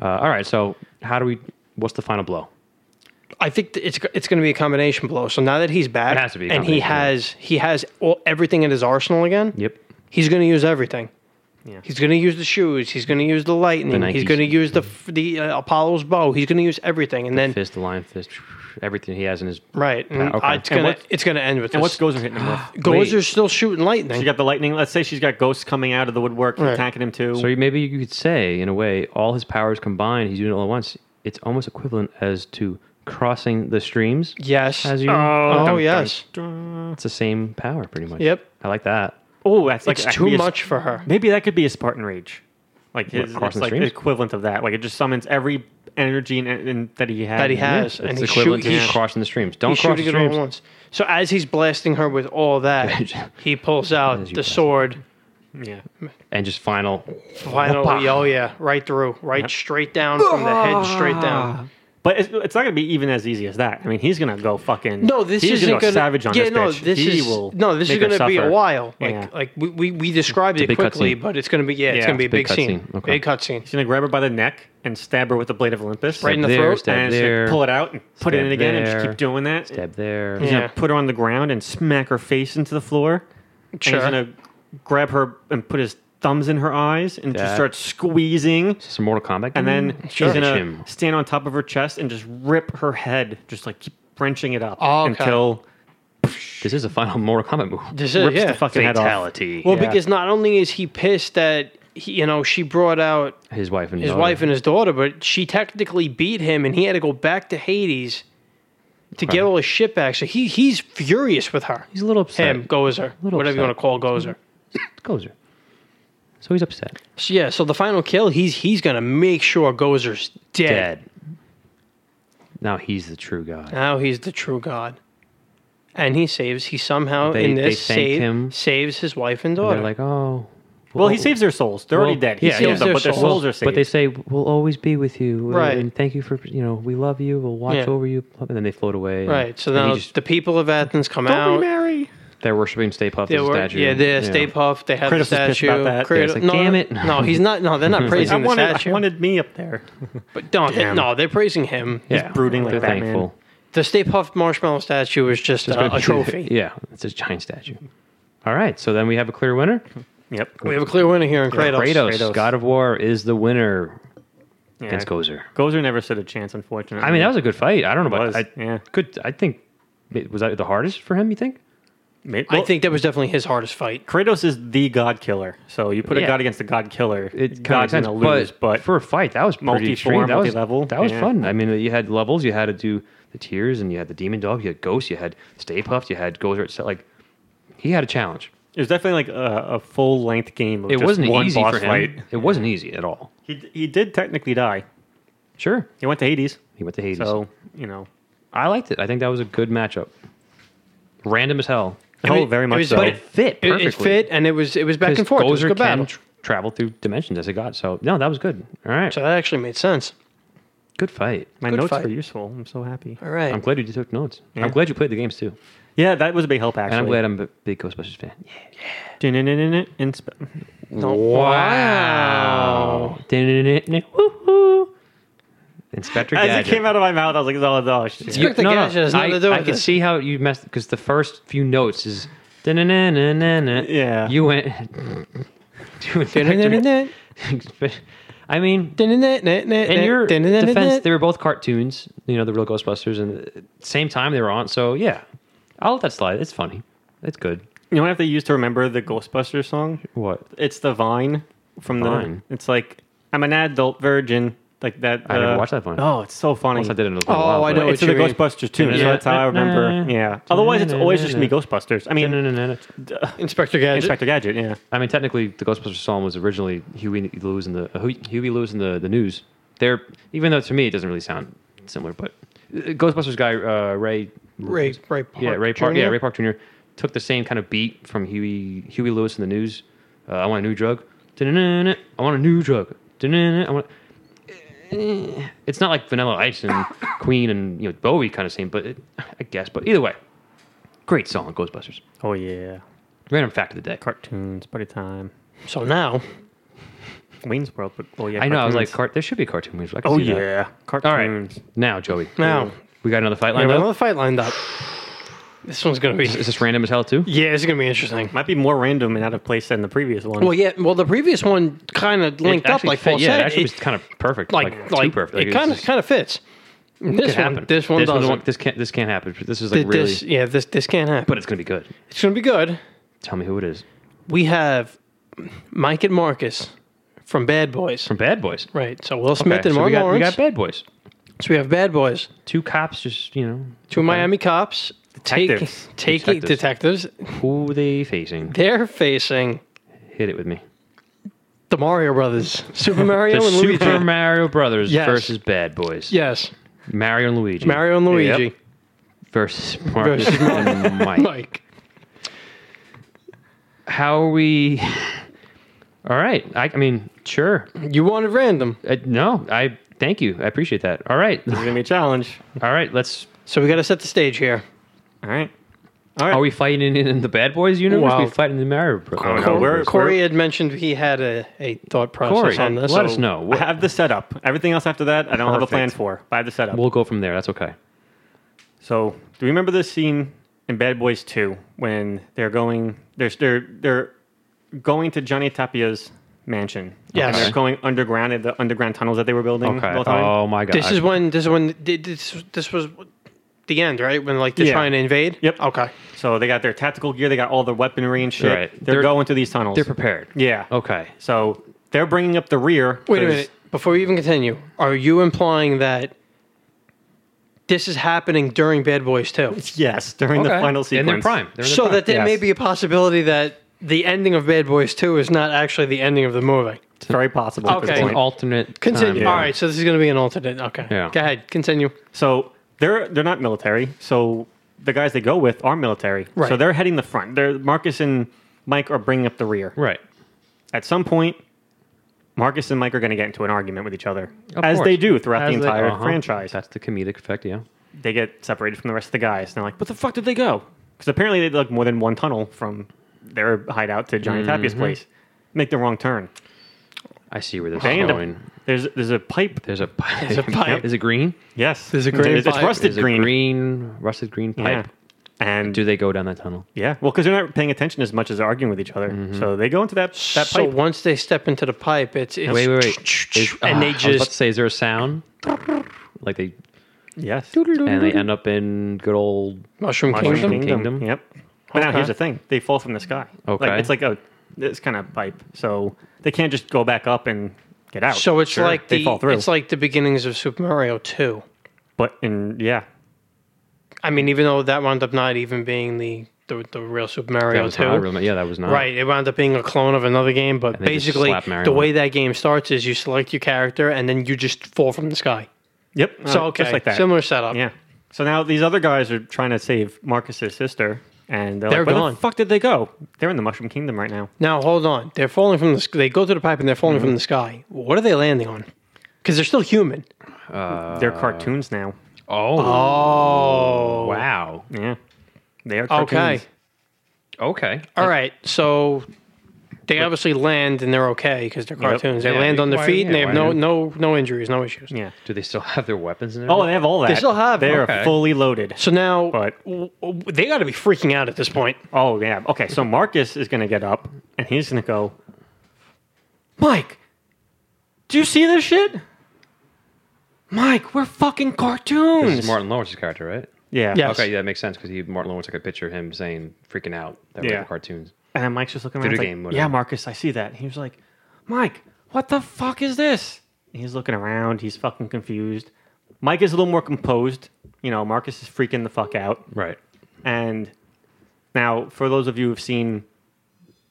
Speaker 4: Uh, all right. So how do we? What's the final blow?
Speaker 2: I think th- it's it's going to be a combination blow. So now that he's back,
Speaker 4: It has to be a
Speaker 2: and he
Speaker 4: combination, yeah.
Speaker 2: has he has all, everything in his arsenal again.
Speaker 4: Yep.
Speaker 2: He's going to use everything.
Speaker 3: Yeah.
Speaker 2: He's going to use the shoes. He's going to use the lightning.
Speaker 4: The
Speaker 2: he's
Speaker 4: Nikes.
Speaker 2: going to use the f- the uh, Apollo's bow. He's going to use everything, and then
Speaker 4: Fist, the lion fist, everything he has in his.
Speaker 2: right, and
Speaker 4: okay.
Speaker 2: I- it's
Speaker 4: And
Speaker 2: going to
Speaker 3: what-
Speaker 2: it's going to end with
Speaker 3: And what's
Speaker 2: this.
Speaker 3: Gozer hitting him with?
Speaker 4: [SIGHS]
Speaker 2: Gozer's
Speaker 4: wait.
Speaker 2: still shooting lightning.
Speaker 3: She got the lightning. Let's say she's got ghosts coming out of the woodwork
Speaker 2: Right.
Speaker 3: attacking him too.
Speaker 4: So you- maybe you could say, in a way, all his powers combined, he's doing it all at once. It's almost equivalent as to crossing the streams.
Speaker 2: yes.
Speaker 4: As you,
Speaker 2: oh
Speaker 3: dun,
Speaker 2: yes.
Speaker 3: dun.
Speaker 4: it's the same power, pretty much.
Speaker 2: Yep.
Speaker 4: I like that.
Speaker 3: Oh, that's like
Speaker 2: It's
Speaker 3: that could
Speaker 2: too
Speaker 3: be a-
Speaker 2: much for her.
Speaker 3: Maybe that could be a Spartan Rage. Like his,
Speaker 4: crossing
Speaker 3: it's like the
Speaker 4: streams?
Speaker 3: equivalent of that. Like it just summons every energy and, and that he had.
Speaker 2: That he had.
Speaker 4: It's
Speaker 2: Yes, and
Speaker 4: it's
Speaker 2: he
Speaker 4: equivalent
Speaker 2: shoot-
Speaker 4: to
Speaker 2: he sh-
Speaker 4: crossing the streams. Don't
Speaker 2: He's
Speaker 4: cross the
Speaker 2: shooting it all at
Speaker 4: streams.
Speaker 2: once. So as he's blasting her with all
Speaker 3: [LAUGHS]
Speaker 2: that, he pulls out
Speaker 4: As you
Speaker 2: the
Speaker 4: blast.
Speaker 2: sword.
Speaker 3: Yeah.
Speaker 4: And just final.
Speaker 2: Finally, oh yeah, right through, right straight down from the head, straight down.
Speaker 3: But it's, it's not going to be even as easy as that. I mean, he's going to go fucking.
Speaker 2: No, this
Speaker 3: he's
Speaker 2: isn't
Speaker 3: gonna
Speaker 2: gonna
Speaker 3: go savage on
Speaker 2: yeah,
Speaker 3: this
Speaker 2: no,
Speaker 3: bitch.
Speaker 2: this
Speaker 3: he
Speaker 2: is
Speaker 3: will
Speaker 2: no, this is
Speaker 3: make her
Speaker 2: gonna be a
Speaker 3: suffer.
Speaker 2: while. Like
Speaker 3: Yeah.
Speaker 2: like we, we, we described it
Speaker 4: big
Speaker 2: quickly,
Speaker 4: cutscene.
Speaker 2: but it's gonna be yeah, it's
Speaker 3: Yeah.
Speaker 2: gonna be a
Speaker 4: It's a
Speaker 2: big,
Speaker 4: big
Speaker 2: scene,
Speaker 4: cutscene. Okay.
Speaker 2: big cutscene.
Speaker 3: He's going to grab her by the neck and stab her with the blade of Olympus.
Speaker 2: Right in the
Speaker 4: there,
Speaker 2: throat?
Speaker 4: Stab
Speaker 3: and she's
Speaker 4: there.
Speaker 3: gonna pull it out and put it
Speaker 4: Stab
Speaker 3: in again and just
Speaker 4: there.
Speaker 3: keep doing that.
Speaker 4: Stab there.
Speaker 3: He's
Speaker 2: Yeah.
Speaker 3: going to put her on the ground and smack her face into the floor.
Speaker 2: Sure.
Speaker 3: And he's going to grab her and put his thumbs in her eyes and just
Speaker 4: That-
Speaker 3: starts squeezing.
Speaker 4: Some Mortal Kombat.
Speaker 3: And then she's
Speaker 4: Finish
Speaker 3: gonna
Speaker 4: him.
Speaker 3: stand on top of her chest and just rip her head, just like keep wrenching it up
Speaker 2: Oh, okay.
Speaker 3: until
Speaker 4: This is a final Mortal Kombat move.
Speaker 2: This is,
Speaker 3: rips
Speaker 2: yeah.
Speaker 3: the fucking
Speaker 4: Fatality.
Speaker 2: well,
Speaker 3: yeah.
Speaker 2: because not only is he pissed that he, you know she brought out
Speaker 4: his wife and
Speaker 2: his
Speaker 4: daughter.
Speaker 2: wife and his daughter, but she technically beat him, and he had to go back to Hades to get all his shit back. So he he's furious with her.
Speaker 4: He's a little upset.
Speaker 2: Him, Gozer,
Speaker 4: little
Speaker 2: whatever you want
Speaker 4: upset.
Speaker 2: to call Gozer.
Speaker 4: Gozer. So he's upset.
Speaker 2: So, yeah. So the final kill, he's he's gonna make sure Gozer's dead.
Speaker 4: Dead. Now he's the true god.
Speaker 2: Now he's the true god, and he saves. He somehow
Speaker 4: They-
Speaker 2: in
Speaker 4: they
Speaker 2: this
Speaker 4: thanked
Speaker 2: save
Speaker 4: him.
Speaker 2: saves his wife and
Speaker 4: They're
Speaker 2: daughter.
Speaker 4: like, oh.
Speaker 3: well, he saves their souls. They're already
Speaker 4: Well,
Speaker 3: dead. He
Speaker 4: yeah,
Speaker 3: saves
Speaker 4: yeah.
Speaker 3: them, but their
Speaker 2: Saves their
Speaker 3: souls are saved.
Speaker 4: But they say we'll always be with you, uh,
Speaker 2: Right.
Speaker 4: And thank you for you know we love you. We'll watch
Speaker 2: Yeah.
Speaker 4: over you. And then they float away.
Speaker 2: right. So
Speaker 4: And he
Speaker 2: now
Speaker 4: just-
Speaker 2: the people of Athens come
Speaker 3: Don't
Speaker 2: out.
Speaker 3: remarry.
Speaker 4: they're worshiping Stay Puft
Speaker 2: They
Speaker 4: as a
Speaker 2: were,
Speaker 4: statue.
Speaker 2: yeah, they're Stay Puft. They have
Speaker 3: Kratos is
Speaker 2: the
Speaker 3: pissed
Speaker 2: statue.
Speaker 3: about that.
Speaker 4: Yeah, it's like,
Speaker 2: no,
Speaker 4: "Damn it."
Speaker 2: No, he's not.
Speaker 4: [LAUGHS]
Speaker 2: No, they're not
Speaker 3: I
Speaker 2: praising the
Speaker 3: wanted,
Speaker 2: statue.
Speaker 3: I wanted me up there.
Speaker 2: but don't.
Speaker 3: Damn.
Speaker 2: No, they're praising him.
Speaker 4: Yeah.
Speaker 3: brooding like
Speaker 4: they're
Speaker 3: Batman.
Speaker 4: thankful.
Speaker 2: The Stay Puft marshmallow statue is just, uh,
Speaker 4: [LAUGHS]
Speaker 2: a trophy.
Speaker 4: yeah, it's a giant statue. All right, so then we have a clear winner.
Speaker 3: Yep.
Speaker 2: We have a clear winner here in Kratos.
Speaker 4: Kratos,
Speaker 3: Kratos.
Speaker 4: God of War, is the winner
Speaker 3: Yeah.
Speaker 4: against Gozer.
Speaker 3: Gozer never stood a chance, unfortunately.
Speaker 4: I mean, that was a good fight. I don't know about
Speaker 3: It was,
Speaker 4: I,
Speaker 3: yeah.
Speaker 4: Good. I think was that the hardest for him. You think?
Speaker 3: Ma-
Speaker 2: I
Speaker 3: well,
Speaker 2: think that was definitely his hardest fight.
Speaker 3: Kratos is the god killer. So you put a
Speaker 4: Yeah.
Speaker 3: god against a god killer,
Speaker 4: It kind of
Speaker 3: god's
Speaker 4: sense,
Speaker 3: gonna lose.
Speaker 4: but,
Speaker 3: But,
Speaker 4: for a fight, that was pretty
Speaker 3: Multi-form,
Speaker 4: extreme. That was
Speaker 3: multi-level,
Speaker 4: That was
Speaker 3: yeah.
Speaker 4: fun. I mean, you had levels. You had to do the tears, and you had the demon dog. You had ghosts. You had Stay Puffed. You had Gozer. It's like he had a challenge.
Speaker 3: it was definitely like a, a full length game. Of
Speaker 4: It
Speaker 3: just
Speaker 4: wasn't
Speaker 3: one
Speaker 4: easy
Speaker 3: boss
Speaker 4: for him.
Speaker 3: fight.
Speaker 4: It wasn't easy at all.
Speaker 3: He d- he did technically die.
Speaker 4: Sure,
Speaker 3: He went to Hades.
Speaker 4: he went to Hades.
Speaker 3: So you know,
Speaker 4: I liked it. I think that was a good matchup. Random as hell.
Speaker 3: oh,
Speaker 2: was-
Speaker 3: very
Speaker 2: it
Speaker 3: much
Speaker 2: was-
Speaker 3: so.
Speaker 2: but it-
Speaker 4: Fit
Speaker 2: It,
Speaker 4: perfectly.
Speaker 2: it fit, and it was it was back
Speaker 4: Because
Speaker 2: and forth. it was a
Speaker 4: Gozer
Speaker 2: good battle.
Speaker 4: can tr- travel through dimensions as a god. So no, that was good. All right,
Speaker 2: So that actually made sense.
Speaker 4: good fight.
Speaker 3: My
Speaker 2: good
Speaker 3: notes
Speaker 2: fight.
Speaker 3: were useful. I'm so happy.
Speaker 2: All right.
Speaker 4: I'm glad you took notes.
Speaker 3: Yeah.
Speaker 4: I'm glad you played the games too,
Speaker 3: Yeah, that was a big help actually.
Speaker 4: and I'm glad I'm a big Ghostbusters fan.
Speaker 3: Dun-dun-dun-dun-dun, and sp-
Speaker 4: Wow. Woo-hoo. Inspector
Speaker 3: As it
Speaker 4: Gadget.
Speaker 3: came out of my mouth, I was like, "Oh, oh shit!"
Speaker 2: Inspector Gadget has nothing
Speaker 4: I,
Speaker 2: to do
Speaker 4: I
Speaker 2: with
Speaker 4: can
Speaker 2: this.
Speaker 4: see how you messed because the first few notes is na-na-na-na-na.
Speaker 3: Yeah.
Speaker 4: You went [LAUGHS] to
Speaker 2: [LAUGHS]
Speaker 4: Inspector. I mean, [LAUGHS] in your defense, they were both cartoons. You know, the real Ghostbusters, and at the same time they were on. So yeah, I'll let that slide. It's funny. It's good.
Speaker 3: You know what I have to use to remember the Ghostbusters song?
Speaker 4: What?
Speaker 3: It's the Vine from the.
Speaker 4: Vine?
Speaker 3: It's like I'm an adult virgin, like that.
Speaker 4: I never
Speaker 3: uh,
Speaker 4: watched that Vine.
Speaker 3: Oh, it's so funny.
Speaker 4: Unless I did it. in a little
Speaker 2: Oh,
Speaker 4: while,
Speaker 2: I
Speaker 4: but-
Speaker 2: know
Speaker 3: It's
Speaker 2: what
Speaker 3: the
Speaker 2: you mean.
Speaker 3: Ghostbusters tune.
Speaker 4: Yeah.
Speaker 3: so that's how I
Speaker 4: [LAUGHS]
Speaker 3: remember. Yeah. Otherwise, it's always just me Ghostbusters. I mean,
Speaker 4: Na-na-na-na-na.
Speaker 2: Inspector Gadget.
Speaker 3: Inspector Gadget. Yeah.
Speaker 4: I mean, technically, the Ghostbusters song was originally Huey Lewis and the uh, Huey- Huey Lewis and the, the News. They're even though to me it doesn't really sound similar, but uh, Ghostbusters guy uh, Ray,
Speaker 2: Ray, Ray Park
Speaker 4: yeah Ray Park, yeah
Speaker 2: Jr.?
Speaker 4: Ray Park Jr. took the same kind of beat from Huey Huey Lewis and the News. Uh, I want a new drug. Da-na-na-na. I want a new drug. Da-na-na. I want. eh, It's not like Vanilla Ice
Speaker 2: [COUGHS]
Speaker 4: and Queen and you know Bowie kind of same, but it, I guess. But either way, great song, Ghostbusters.
Speaker 3: Oh yeah.
Speaker 4: Random fact of the day.
Speaker 3: Cartoons. Party time.
Speaker 2: So now,
Speaker 3: Wayne's World. But, oh yeah.
Speaker 4: I know. I was like,
Speaker 3: cartoons.
Speaker 4: cart. There should be a cartoon movies. I can
Speaker 3: Oh
Speaker 4: see that.
Speaker 3: yeah.
Speaker 4: All
Speaker 3: Cartoons.
Speaker 4: right, now Joey.
Speaker 2: now,
Speaker 4: we got another fight
Speaker 2: we have
Speaker 4: lined up.
Speaker 2: another fight lined up. This one's gonna be.
Speaker 4: Is this random as hell too?
Speaker 2: Yeah, it's gonna be
Speaker 4: [LAUGHS]
Speaker 2: interesting.
Speaker 3: Might be more random and out of place than the previous one.
Speaker 2: Well, yeah. Well, the previous one kind of linked
Speaker 4: It
Speaker 2: up,
Speaker 4: actually
Speaker 2: like
Speaker 4: fit-
Speaker 2: Paul
Speaker 4: yeah,
Speaker 2: said.
Speaker 4: it actually
Speaker 2: It-
Speaker 4: was kind of perfect, like,
Speaker 2: like,
Speaker 4: too
Speaker 2: like,
Speaker 4: perfect.
Speaker 2: it kind of kind of fits. This one,
Speaker 4: happen.
Speaker 2: this one
Speaker 4: this
Speaker 2: doesn't.
Speaker 4: This can't. This can't happen. This is
Speaker 2: Th-
Speaker 4: like really.
Speaker 2: this, yeah, this this can't happen.
Speaker 4: But it's gonna be good.
Speaker 2: It's gonna be good.
Speaker 4: Tell me who it is
Speaker 2: We have Mike and Marcus from Bad Boys.
Speaker 4: from Bad Boys.
Speaker 2: Right. So Will Smith
Speaker 4: Okay,
Speaker 2: and
Speaker 4: so we got,
Speaker 2: Martin
Speaker 4: we
Speaker 2: Lawrence.
Speaker 4: got Bad Boys.
Speaker 2: so we have Bad Boys.
Speaker 4: Two cops, just you know,
Speaker 2: Two Miami cops. take-
Speaker 3: Detectives.
Speaker 2: Take, taking detectives.
Speaker 4: who they facing?
Speaker 2: They're facing
Speaker 4: Hit it with me.
Speaker 2: the Mario Brothers,
Speaker 4: [LAUGHS]
Speaker 2: Super
Speaker 4: The
Speaker 2: Mario and Luigi.
Speaker 4: Super Mario Brothers
Speaker 2: Yes.
Speaker 4: versus Bad Boys.
Speaker 2: yes,
Speaker 4: Mario and Luigi.
Speaker 2: Mario and Luigi.
Speaker 4: Yep. versus Oh Marcus and
Speaker 2: [LAUGHS]
Speaker 4: Mike.
Speaker 2: Mike.
Speaker 4: How are we? [LAUGHS] All right. I, I mean, sure.
Speaker 2: You wanted random,
Speaker 4: Uh, no, I thank you. I appreciate that. All right, [LAUGHS]
Speaker 3: It's gonna be a challenge.
Speaker 4: all right. Let's.
Speaker 2: so we got to set the stage here.
Speaker 3: All right. All right.
Speaker 4: Are we fighting in, in the Bad Boys universe?
Speaker 2: Wow.
Speaker 4: We fighting in the Mario Bros.
Speaker 3: Oh, no, we're-
Speaker 2: Corey had mentioned he had a, a thought process
Speaker 4: Corey,
Speaker 2: on this.
Speaker 4: let
Speaker 2: so-
Speaker 4: us know.
Speaker 3: I
Speaker 4: We'll,
Speaker 3: have the setup. Everything else after that, I don't have a plan
Speaker 4: Perfect.
Speaker 3: for. But I have the setup.
Speaker 4: we'll go from there. That's okay.
Speaker 3: So, do you remember this scene in Bad Boys 2 when they're going, they're, they're, they're going to Johnny Tapia's mansion.
Speaker 2: Yes.
Speaker 3: And they're going underground at the underground tunnels that they were building.
Speaker 4: Okay.
Speaker 3: the whole time.
Speaker 4: Oh my god.
Speaker 2: This is when this is when this this was the end, right? When like they're
Speaker 3: Yeah.
Speaker 2: trying to invade.
Speaker 3: Yep.
Speaker 2: Okay.
Speaker 3: So they got their tactical gear, they got all their weaponry and shit.
Speaker 4: Right.
Speaker 3: They're,
Speaker 4: They're-
Speaker 3: going to these tunnels.
Speaker 4: They're prepared.
Speaker 3: yeah.
Speaker 4: Okay.
Speaker 3: So they're bringing up the rear.
Speaker 2: Wait a
Speaker 3: 'cause-
Speaker 2: minute. Before we even continue, are you implying that this is happening during Bad Boys too?
Speaker 3: Yes, during the
Speaker 4: Okay.
Speaker 3: final
Speaker 4: In
Speaker 3: sequence.
Speaker 4: their prime. They're in their
Speaker 2: So
Speaker 4: prime.
Speaker 2: that there may
Speaker 3: Yes.
Speaker 2: be a possibility that the ending of Bad Boys Two is not actually the ending of the movie.
Speaker 3: It's very possible. At
Speaker 2: Okay.
Speaker 3: this
Speaker 4: It's
Speaker 3: point.
Speaker 4: an alternate.
Speaker 2: Continue.
Speaker 4: time.
Speaker 2: All right. So this is going to be an alternate. Okay.
Speaker 4: Yeah.
Speaker 2: Go ahead. Continue.
Speaker 3: So they're they're not military. So the guys they go with are military.
Speaker 2: Right.
Speaker 3: So they're heading the front. They're Marcus and Mike are bringing up the rear.
Speaker 4: Right.
Speaker 3: At some point, Marcus and Mike are going to get into an argument with each other,
Speaker 4: Of
Speaker 3: as
Speaker 4: course.
Speaker 3: they do throughout the
Speaker 4: As they-
Speaker 3: entire
Speaker 4: uh-huh.
Speaker 3: franchise.
Speaker 4: That's the comedic effect. Yeah.
Speaker 3: They get separated from the rest of the guys, and they're like, "What the fuck did they go?" Because apparently they dug more than one tunnel from their hideout to Johnny
Speaker 4: Mm-hmm.
Speaker 3: Tapia's place. Make the wrong turn.
Speaker 4: Oh, I see where this
Speaker 3: They
Speaker 4: is
Speaker 3: end
Speaker 4: going.
Speaker 3: up, there's there's a pipe.
Speaker 4: There's a [LAUGHS] pipe.
Speaker 2: There's a pipe.
Speaker 4: Is it green?
Speaker 3: Yes,
Speaker 2: There's a green
Speaker 3: It's, it's
Speaker 2: pipe.
Speaker 3: rusted
Speaker 4: There's
Speaker 3: green.
Speaker 4: a green, rusted green
Speaker 3: Yeah.
Speaker 4: pipe.
Speaker 3: And
Speaker 4: Do they go down that tunnel?
Speaker 3: Yeah, well, because they're not paying attention as much as they're arguing with each other, so they go into that that
Speaker 2: Mm-hmm. so
Speaker 3: pipe.
Speaker 2: once they step into the pipe, it's, it's
Speaker 4: Wait, wait, wait. Is-
Speaker 2: and
Speaker 4: ah,
Speaker 2: they
Speaker 4: I was about to
Speaker 2: just
Speaker 4: say, is there a sound? Like they
Speaker 3: Yes,
Speaker 4: and they end up in good old.
Speaker 2: Mushroom,
Speaker 3: Mushroom
Speaker 2: Kingdom.
Speaker 3: Kingdom.
Speaker 4: Kingdom?
Speaker 3: Yep. But now
Speaker 2: Okay.
Speaker 3: here's the thing: they fall from the sky.
Speaker 4: Okay.
Speaker 3: like, it's like a this kind of pipe, so they can't just go back up and get out.
Speaker 2: So it's
Speaker 3: Sure,
Speaker 2: like
Speaker 3: they
Speaker 2: the
Speaker 3: fall through.
Speaker 2: it's like the beginnings of Super Mario Two.
Speaker 3: but in yeah,
Speaker 2: I mean, even though that wound up not even being the the, the real Super
Speaker 4: That
Speaker 2: Mario
Speaker 4: was
Speaker 2: Two,
Speaker 4: not real- yeah, that was not
Speaker 2: right? It wound up being a clone of another game, but
Speaker 4: they just
Speaker 2: basically
Speaker 4: slap Mario
Speaker 2: the
Speaker 4: on
Speaker 2: way that game starts is you select your character and then you just fall from the sky.
Speaker 3: yep.
Speaker 2: So
Speaker 3: uh,
Speaker 2: okay,
Speaker 3: just like that.
Speaker 2: similar setup.
Speaker 3: Yeah. So now these other guys are trying to save Marcus's sister, and they're,
Speaker 2: They're
Speaker 3: like, "Where
Speaker 2: gone.
Speaker 3: the fuck did they go? They're in the Mushroom Kingdom right now."
Speaker 2: Now hold on, they're falling from the sk- they go through the pipe and they're falling
Speaker 3: Mm-hmm.
Speaker 2: from the sky. What are they landing on? Because they're still human.
Speaker 3: they're
Speaker 2: Uh.
Speaker 3: cartoons now.
Speaker 4: Oh,
Speaker 2: Oh,
Speaker 4: wow.
Speaker 3: Yeah, they are cartoons.
Speaker 2: okay.
Speaker 4: Okay.
Speaker 2: All right, so they obviously land and they're okay because they're cartoons. They
Speaker 4: Yeah,
Speaker 2: land on their
Speaker 4: why-
Speaker 2: feet and
Speaker 4: yeah,
Speaker 2: they have
Speaker 4: why
Speaker 2: no
Speaker 4: not?
Speaker 2: no no injuries, no issues.
Speaker 3: Yeah.
Speaker 4: Do they still have their weapons? And
Speaker 3: Oh,
Speaker 4: everything?
Speaker 3: they have all that.
Speaker 2: still have-
Speaker 3: They
Speaker 4: okay.
Speaker 3: are fully loaded.
Speaker 2: So now
Speaker 3: But-
Speaker 2: w- w- they got to be freaking out at this point.
Speaker 3: Oh yeah. Okay, so Marcus is gonna get up and he's gonna go. Mike, do you see this shit? Mike, we're fucking
Speaker 4: this
Speaker 3: cartoons.
Speaker 4: is Martin Lawrence's character, right?
Speaker 3: yeah.
Speaker 2: Yeah.
Speaker 4: Okay, yeah, that makes sense because Martin Lawrence. I could picture him saying, "Freaking out." That
Speaker 3: Yeah.
Speaker 4: yeah. cartoons.
Speaker 3: And then Mike's just looking around.
Speaker 4: Video
Speaker 3: he's like,
Speaker 4: game,
Speaker 3: yeah,
Speaker 4: whatever.
Speaker 3: Marcus, I see that. And he was like, Mike, what the fuck is this? And he's looking around. He's fucking confused. Mike is a little more composed. You know, Marcus is freaking the fuck out.
Speaker 4: Right.
Speaker 3: And now, for those of you who've seen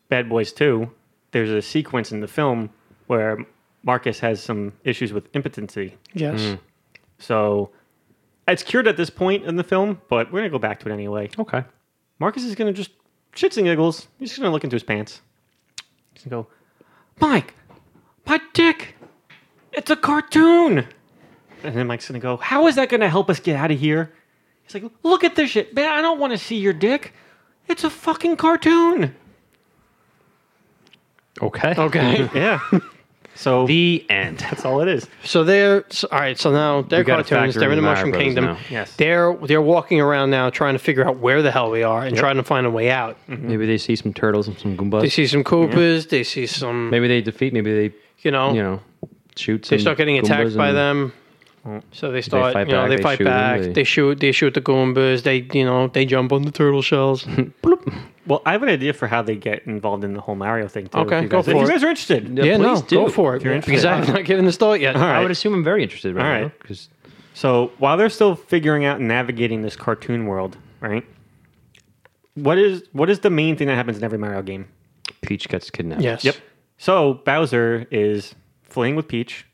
Speaker 3: Bad Boys 2, there's a sequence in the film where Marcus has some issues with impotency.
Speaker 2: Yes.
Speaker 3: So it's cured at this point in the film, but we're going to go back to it anyway.
Speaker 4: Okay.
Speaker 3: Marcus is going to just shits and giggles. He's just going to look into his pants. He's going to go, Mike, my dick, it's a cartoon. And then Mike's going to go, How is that going to help us get out of here? He's like, Look at this shit. Man, I don't want to see your dick. It's a fucking cartoon.
Speaker 4: Okay. [LAUGHS]
Speaker 2: Okay.
Speaker 3: Yeah. [LAUGHS] so
Speaker 4: The end.
Speaker 3: that's all it is.
Speaker 2: so they're so, all right. So now they're
Speaker 4: gotta
Speaker 2: cartoons.
Speaker 4: factor
Speaker 2: They're in
Speaker 4: in
Speaker 2: the
Speaker 4: the
Speaker 2: Mushroom
Speaker 4: Mario Brothers
Speaker 2: Kingdom.
Speaker 4: now.
Speaker 3: Yes.
Speaker 2: They're they're walking around now trying to figure out where the hell we are and trying to find a way out.
Speaker 4: Mm-hmm. Maybe they see some turtles and some goombas.
Speaker 2: They see some Koopas. They see some.
Speaker 4: Maybe they defeat. Maybe they
Speaker 2: you know.
Speaker 4: you know shoot.
Speaker 2: Oh. they
Speaker 4: some
Speaker 2: start getting attacked
Speaker 4: Goombas
Speaker 2: by
Speaker 4: and-
Speaker 2: them. So they start,
Speaker 4: fight
Speaker 2: you know,
Speaker 4: back,
Speaker 2: they,
Speaker 4: they
Speaker 2: fight
Speaker 4: shoot 'em,
Speaker 2: back.
Speaker 4: they-
Speaker 2: They shoot, they shoot the Goombas. They, you know, they jump on the turtle shells.
Speaker 3: Well, I have an idea for how they get involved in the whole Mario thing. Too,
Speaker 2: Okay,
Speaker 3: if you
Speaker 2: go
Speaker 3: guys-
Speaker 2: for
Speaker 3: If
Speaker 2: it.
Speaker 3: you guys are interested.
Speaker 2: yeah, no,
Speaker 4: please do.
Speaker 2: go for it.
Speaker 3: you're
Speaker 2: Because
Speaker 3: interested.
Speaker 2: I've not given this thought yet.
Speaker 4: I
Speaker 3: right.
Speaker 4: would assume I'm very interested right
Speaker 3: All
Speaker 4: now
Speaker 3: right.
Speaker 4: because
Speaker 3: So while they're still figuring out and navigating this cartoon world, right? What is what is the main thing that happens in every Mario game?
Speaker 4: Peach gets kidnapped.
Speaker 2: Yes.
Speaker 3: So Bowser is fleeing with Peach.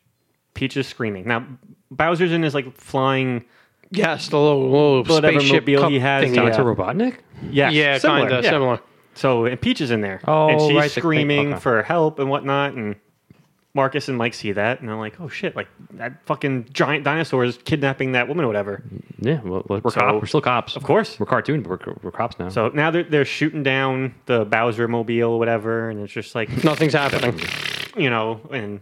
Speaker 3: Peach is screaming. Now Bowser's in his like flying.
Speaker 2: Yes, the little, little
Speaker 3: Whatever
Speaker 2: spaceship
Speaker 3: mobile
Speaker 2: cup
Speaker 3: he has,
Speaker 2: thingy.
Speaker 3: yeah.
Speaker 4: Dr. Robotnik?
Speaker 3: Yes,
Speaker 2: Yeah,
Speaker 3: similar,
Speaker 2: kind of
Speaker 3: yeah.
Speaker 2: similar.
Speaker 3: So and Peach is in there,
Speaker 4: Oh,
Speaker 3: and she's
Speaker 4: right, the thing,
Speaker 3: screaming
Speaker 4: okay.
Speaker 3: for help and whatnot. And Marcus and Mike see that, and they're like, "Oh shit! Like that fucking giant dinosaur is kidnapping that woman or whatever."
Speaker 4: Yeah, well, we're,
Speaker 3: So-
Speaker 4: cop, we're still cops.
Speaker 3: Of course.
Speaker 4: We're cartoon, but we're, we're cops now.
Speaker 3: So now they're they're shooting down the Bowser mobile, whatever, and it's just like
Speaker 2: Nothing's happening.
Speaker 3: you know, and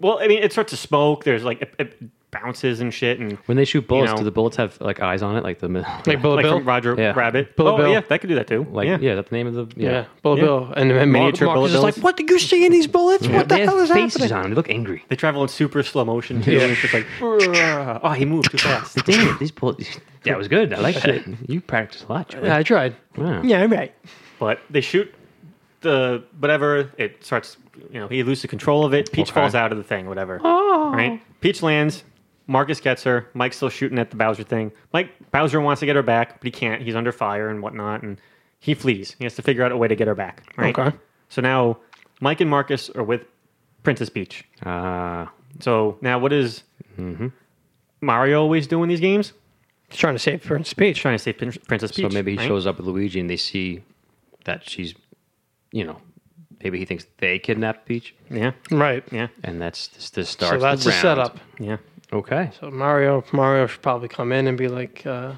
Speaker 3: well, I mean, it starts to smoke. There's like it, it, bounces and shit. And
Speaker 4: When they shoot bullets,
Speaker 3: know.
Speaker 4: do the bullets have like eyes on it, like the like,
Speaker 2: Like Bullet
Speaker 3: like
Speaker 2: Bill.
Speaker 3: from Roger
Speaker 4: Yeah.
Speaker 3: Rabbit.
Speaker 2: Bullet
Speaker 3: oh
Speaker 2: Bill.
Speaker 3: yeah, that could do that too.
Speaker 4: [LAUGHS] like yeah.
Speaker 3: yeah.
Speaker 4: that's the name of the
Speaker 2: yeah.
Speaker 4: yeah.
Speaker 2: Bullet
Speaker 3: Yeah.
Speaker 2: Bill. And then Mark,
Speaker 3: Miniature
Speaker 2: Mark is
Speaker 3: Bullet
Speaker 2: just like,
Speaker 3: Bills.
Speaker 2: what did you see in these bullets? What the
Speaker 4: They have
Speaker 2: hell is
Speaker 4: faces
Speaker 2: happening?
Speaker 4: on them. They look angry.
Speaker 3: They travel in super slow motion too.
Speaker 2: Yeah.
Speaker 3: And it's just like, [LAUGHS] oh, he moved
Speaker 2: [LAUGHS]
Speaker 3: too fast.
Speaker 4: Damn it, these bullets. [LAUGHS] That was good. I like
Speaker 3: [LAUGHS]
Speaker 4: that. You practiced a lot. Jordan.
Speaker 2: I tried.
Speaker 4: Wow.
Speaker 2: Yeah, I'm right.
Speaker 3: But they shoot the whatever. It starts. You know, he loses control of it. Peach
Speaker 4: Okay.
Speaker 3: falls out of the thing. Whatever. Oh. Right. Peach lands. Marcus gets her. Mike's still shooting at the Bowser thing. Mike Bowser wants to get her back, but he can't. He's under fire and whatnot, and he flees. He has to figure out a way to get her back. Right.
Speaker 2: Okay.
Speaker 3: So now Mike and Marcus are with Princess Peach.
Speaker 4: Ah,
Speaker 3: So now, what is
Speaker 4: Mm-hmm.
Speaker 3: Mario always do in these games?
Speaker 2: Just trying to save for speech.
Speaker 3: Trying to save Prin- Princess Peach.
Speaker 4: so maybe he
Speaker 3: right?
Speaker 4: shows up with Luigi and they see that she's, you know, maybe he thinks they kidnapped Peach,
Speaker 3: Yeah,
Speaker 2: Right.
Speaker 3: yeah,
Speaker 4: and that's this, this starts.
Speaker 2: So that's
Speaker 4: the
Speaker 2: the
Speaker 4: round.
Speaker 2: setup.
Speaker 3: yeah.
Speaker 4: Okay.
Speaker 2: So Mario, Mario should probably come in and be like, uh,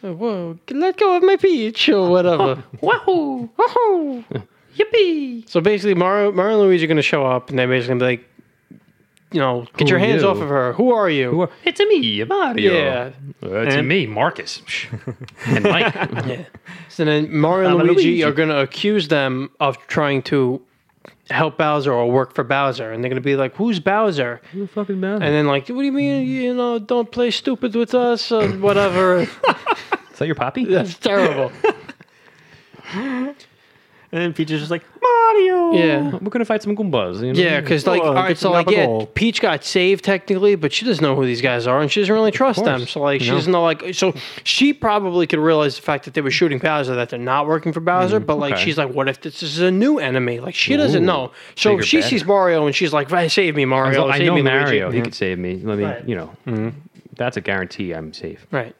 Speaker 2: "Whoa, let go of my peach or
Speaker 4: [LAUGHS]
Speaker 2: whatever." Wahoo! Wahoo! Yippee! So basically, Mario, Mario, and Luigi are going to show up, and they're basically gonna be like, you know, get
Speaker 4: Who
Speaker 2: your
Speaker 4: are
Speaker 2: hands
Speaker 4: you?
Speaker 2: off of her. Who are you?
Speaker 4: Who are- It's a me, Mario.
Speaker 2: Yeah.
Speaker 4: Uh, it's a
Speaker 3: And-
Speaker 4: me,
Speaker 2: [LAUGHS]
Speaker 4: Marcus, and Mike.
Speaker 2: So then Mario and
Speaker 4: I'm a
Speaker 2: Luigi,
Speaker 4: Luigi.
Speaker 2: are going to accuse them of trying to help Bowser or work for Bowser, and they're going to be like, "Who's Bowser?"
Speaker 4: Who the fucking man?
Speaker 2: And then like, "What do you mean? You know, don't play stupid with us or
Speaker 4: [LAUGHS]
Speaker 2: whatever."
Speaker 4: Is that your poppy?
Speaker 2: That's terrible.
Speaker 3: And then Peach is just like Mario.
Speaker 2: Yeah.
Speaker 4: We're gonna fight some goombas. You know?
Speaker 2: Yeah, because like,
Speaker 3: Well,
Speaker 2: all right,
Speaker 3: it's
Speaker 2: so like,
Speaker 3: another
Speaker 2: yeah,
Speaker 3: goal.
Speaker 2: Peach got saved technically, but she doesn't know who these guys are, and she doesn't really trust them.
Speaker 4: course.
Speaker 2: So like, she doesn't know like, so she probably could realize the fact that they were shooting Bowser that they're not working for Bowser, but like,
Speaker 4: Mm, okay.
Speaker 2: she's like, what if this is a new enemy? Like, she doesn't
Speaker 4: Ooh.
Speaker 2: know. So
Speaker 4: Bigger
Speaker 2: she
Speaker 4: bet.
Speaker 2: sees Mario and she's like, "Right, save me,
Speaker 4: I,
Speaker 2: Mario!
Speaker 4: know-
Speaker 2: Mm-hmm.
Speaker 4: I
Speaker 2: save
Speaker 4: know
Speaker 2: me, Luigi."
Speaker 4: Mario. He could save me. Let me,
Speaker 3: Right.
Speaker 4: you know, that's a guarantee. I'm safe.
Speaker 2: Mm-hmm. Right.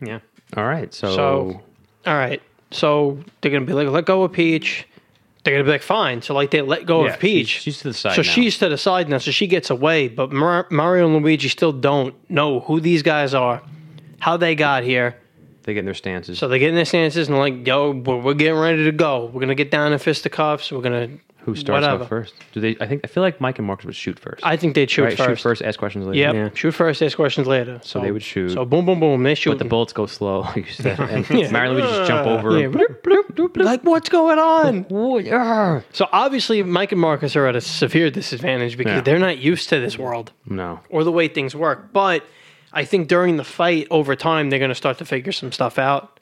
Speaker 3: yeah.
Speaker 4: All right. So,
Speaker 2: So-
Speaker 4: Oh.
Speaker 2: All right. So they're gonna be like, let go of Peach. They're gonna be like, fine. So like, they let go
Speaker 4: Yeah,
Speaker 2: of oh, Peach.
Speaker 4: she's- she's to the side now.
Speaker 2: So she's to the side now. So she gets away, but Mar- Mario and Luigi still don't know who these guys are, how they got here.
Speaker 4: they get in their stances.
Speaker 2: So they get in their stances and like, yo, we're, we're getting ready to go. We're gonna get down in fisticuffs. We're gonna.
Speaker 4: Who starts
Speaker 2: whatever.
Speaker 4: off first? Do they? I think I feel like Mike and Marcus would shoot first.
Speaker 2: I think they'd shoot
Speaker 4: right,
Speaker 2: first.
Speaker 4: shoot first, ask questions later.
Speaker 2: Yep.
Speaker 3: Yeah.
Speaker 2: Shoot first. Ask questions later. So,
Speaker 4: they would shoot.
Speaker 2: So boom, boom, boom. They shoot.
Speaker 4: But the bullets go slow. [LAUGHS] like you said,
Speaker 2: [LAUGHS]
Speaker 4: and Marilyn would just jump over.
Speaker 2: Yeah, bloop, bloop, bloop, bloop. like what's going on?
Speaker 4: Yeah.
Speaker 2: So obviously, Mike and Marcus are at a severe disadvantage because
Speaker 4: Yeah.
Speaker 2: they're not used to this world
Speaker 4: No.
Speaker 2: or the way things work. But I think during the fight, over time, they're going to start to figure some stuff out.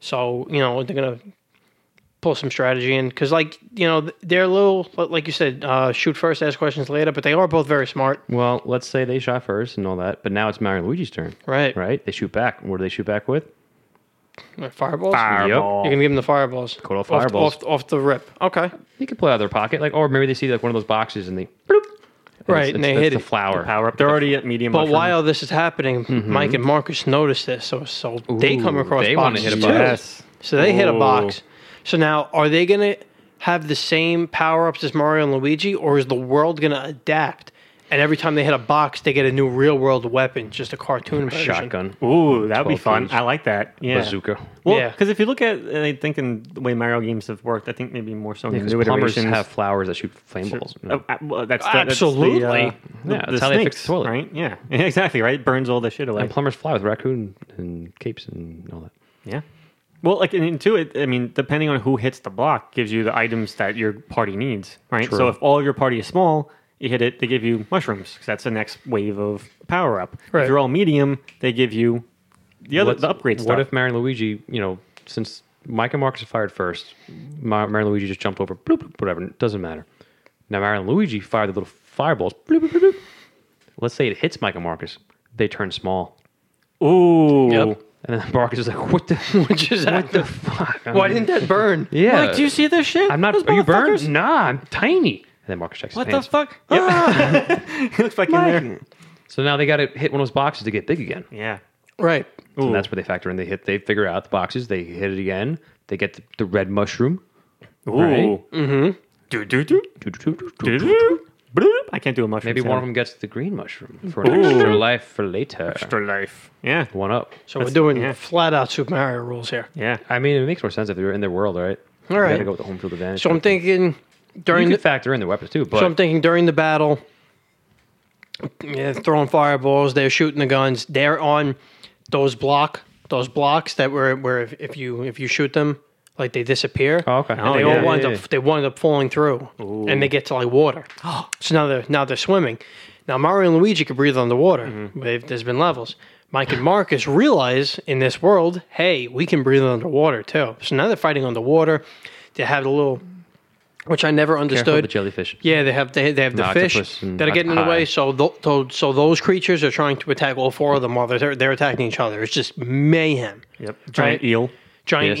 Speaker 2: So you know they're going to pull some strategy in because, like you know, they're a little like you said, uh, shoot first, ask questions later. But they are both very smart,
Speaker 4: Well, let's say they shot first and all that, but now it's Mario and Luigi's turn.
Speaker 2: right?
Speaker 4: Right? They shoot back. What do they shoot back with?
Speaker 2: Fireballs.
Speaker 3: Fireball.
Speaker 2: You're gonna give them the fireballs.
Speaker 4: Good old
Speaker 2: Off-
Speaker 4: fireballs.
Speaker 2: off, off, the rip. Okay.
Speaker 4: They could pull it out of their pocket, like, or maybe they see like one of those boxes and they bloop.
Speaker 2: Right, and they hit
Speaker 4: the
Speaker 2: it.
Speaker 4: flower.
Speaker 3: Power up. They're already at medium.
Speaker 2: But
Speaker 3: mushroom.
Speaker 2: while this is happening, Mike and Marcus notice this, so so they come
Speaker 4: Mm-hmm. Ooh,
Speaker 2: across
Speaker 4: they wanna
Speaker 2: boxes
Speaker 4: hit a
Speaker 2: too.
Speaker 4: box.
Speaker 3: Yes.
Speaker 2: So they hit a
Speaker 3: Ooh.
Speaker 2: box. So now, are they going to have the same power ups as Mario and Luigi, or is the world going to adapt? And every time they hit a box, they get a new real world weapon, just a cartoon version.
Speaker 4: Shotgun.
Speaker 3: Ooh, that would be
Speaker 4: 12
Speaker 3: fun.
Speaker 4: keys.
Speaker 3: I like that. Yeah.
Speaker 4: Bazooka.
Speaker 3: Well,
Speaker 2: Yeah.
Speaker 3: because if you look at, I think in the way Mario games have worked, I think maybe more so in
Speaker 4: Because
Speaker 3: the new
Speaker 4: plumbers
Speaker 3: iterations.
Speaker 4: have flowers that shoot flame balls. you know.
Speaker 3: Oh, uh, well, that's the-
Speaker 2: Absolutely.
Speaker 3: That's the, uh, the,
Speaker 4: Yeah, that's
Speaker 3: the
Speaker 4: how they fix
Speaker 3: snakes,
Speaker 4: the toilet.
Speaker 3: right? Yeah. [LAUGHS] yeah, exactly. Right, it burns all the shit away.
Speaker 4: And plumbers fly with raccoon and capes and all that.
Speaker 3: Yeah. Well, like and into it, I mean, depending on who hits the block, gives you the items that your party needs, right?
Speaker 4: True.
Speaker 3: So if all of your party is small, you hit it, they give you mushrooms 'cause that's the next wave of power up.
Speaker 2: Right.
Speaker 3: If you're all medium, they give you the other
Speaker 4: What's-
Speaker 3: the upgrade
Speaker 4: What
Speaker 3: stuff.
Speaker 4: if Mario and Luigi, you know, since Mike and Marcus are fired first, Ma- Mario and Luigi just jumped over, bloop, bloop, whatever, it doesn't matter. Now Mario and Luigi fire the little fireballs. Bloop, bloop, bloop, bloop. Let's say it hits Mike and Marcus. They turn small.
Speaker 3: Ooh, [LAUGHS]
Speaker 2: Yep.
Speaker 4: And then Marcus is like, what the, [LAUGHS] what
Speaker 2: Which is
Speaker 4: the fuck? I
Speaker 2: Why
Speaker 4: mean,
Speaker 2: didn't that
Speaker 4: [LAUGHS]
Speaker 2: burn?
Speaker 4: Yeah.
Speaker 3: Like, do you see this shit?
Speaker 4: I'm not,
Speaker 3: Those
Speaker 4: are you
Speaker 3: motherfuckers?
Speaker 4: burned? Nah, I'm tiny. And then Marcus checks
Speaker 3: What
Speaker 4: his
Speaker 3: the
Speaker 4: pants.
Speaker 3: fuck? Yeah. he looks back in there.
Speaker 4: So now they got to hit one of those boxes to get big again.
Speaker 3: Yeah.
Speaker 2: Right.
Speaker 4: So
Speaker 3: Ooh.
Speaker 4: that's where they factor in. They hit, they figure out the boxes. They hit it again. They get the, the red mushroom.
Speaker 3: Ooh.
Speaker 4: Right.
Speaker 3: Mm-hmm. Do do do do do. Bloop. I can't do a mushroom.
Speaker 4: Maybe one of
Speaker 3: sound.
Speaker 4: them gets the green mushroom for an extra life for later.
Speaker 3: Extra life. Yeah.
Speaker 4: One up.
Speaker 2: So we're doing
Speaker 3: yeah.
Speaker 2: flat out Super Mario rules here.
Speaker 3: Yeah.
Speaker 4: I mean, it makes more sense if you're in their world, right?
Speaker 2: All
Speaker 4: You
Speaker 2: right.
Speaker 4: gotta go with the home field advantage.
Speaker 2: So I'm thinking
Speaker 4: you
Speaker 2: during
Speaker 4: could
Speaker 2: the,
Speaker 4: factor in the weapons too, but
Speaker 2: so I'm thinking during the battle, yeah, throwing fireballs. They're shooting the guns. They're on those block those blocks that were where if, if you if you shoot them, like they disappear.
Speaker 4: Oh, okay.
Speaker 2: And
Speaker 4: Oh,
Speaker 2: they
Speaker 4: yeah,
Speaker 2: all
Speaker 4: yeah,
Speaker 2: wind
Speaker 4: yeah.
Speaker 2: up they wind up falling through, and they get to like
Speaker 4: [GASPS]
Speaker 2: water. so now they're now they're swimming. Now Mario and Luigi can breathe underwater.
Speaker 4: Mm-hmm.
Speaker 2: But if there's been levels. Mike and Marcus [LAUGHS] realize in this world, hey, we can breathe underwater too. So now they're fighting underwater. They have a little, which I never
Speaker 4: Careful with
Speaker 2: understood.
Speaker 4: the jellyfish.
Speaker 2: Yeah, they have they, they have the
Speaker 4: No,
Speaker 2: fish
Speaker 4: octopus and
Speaker 2: that are getting in the
Speaker 4: octopi.
Speaker 2: way. So, th- so so those creatures are trying to attack all four of them while they're they're attacking each other. It's just mayhem.
Speaker 3: Yep. Giant
Speaker 2: Right.
Speaker 3: eel.
Speaker 2: Giant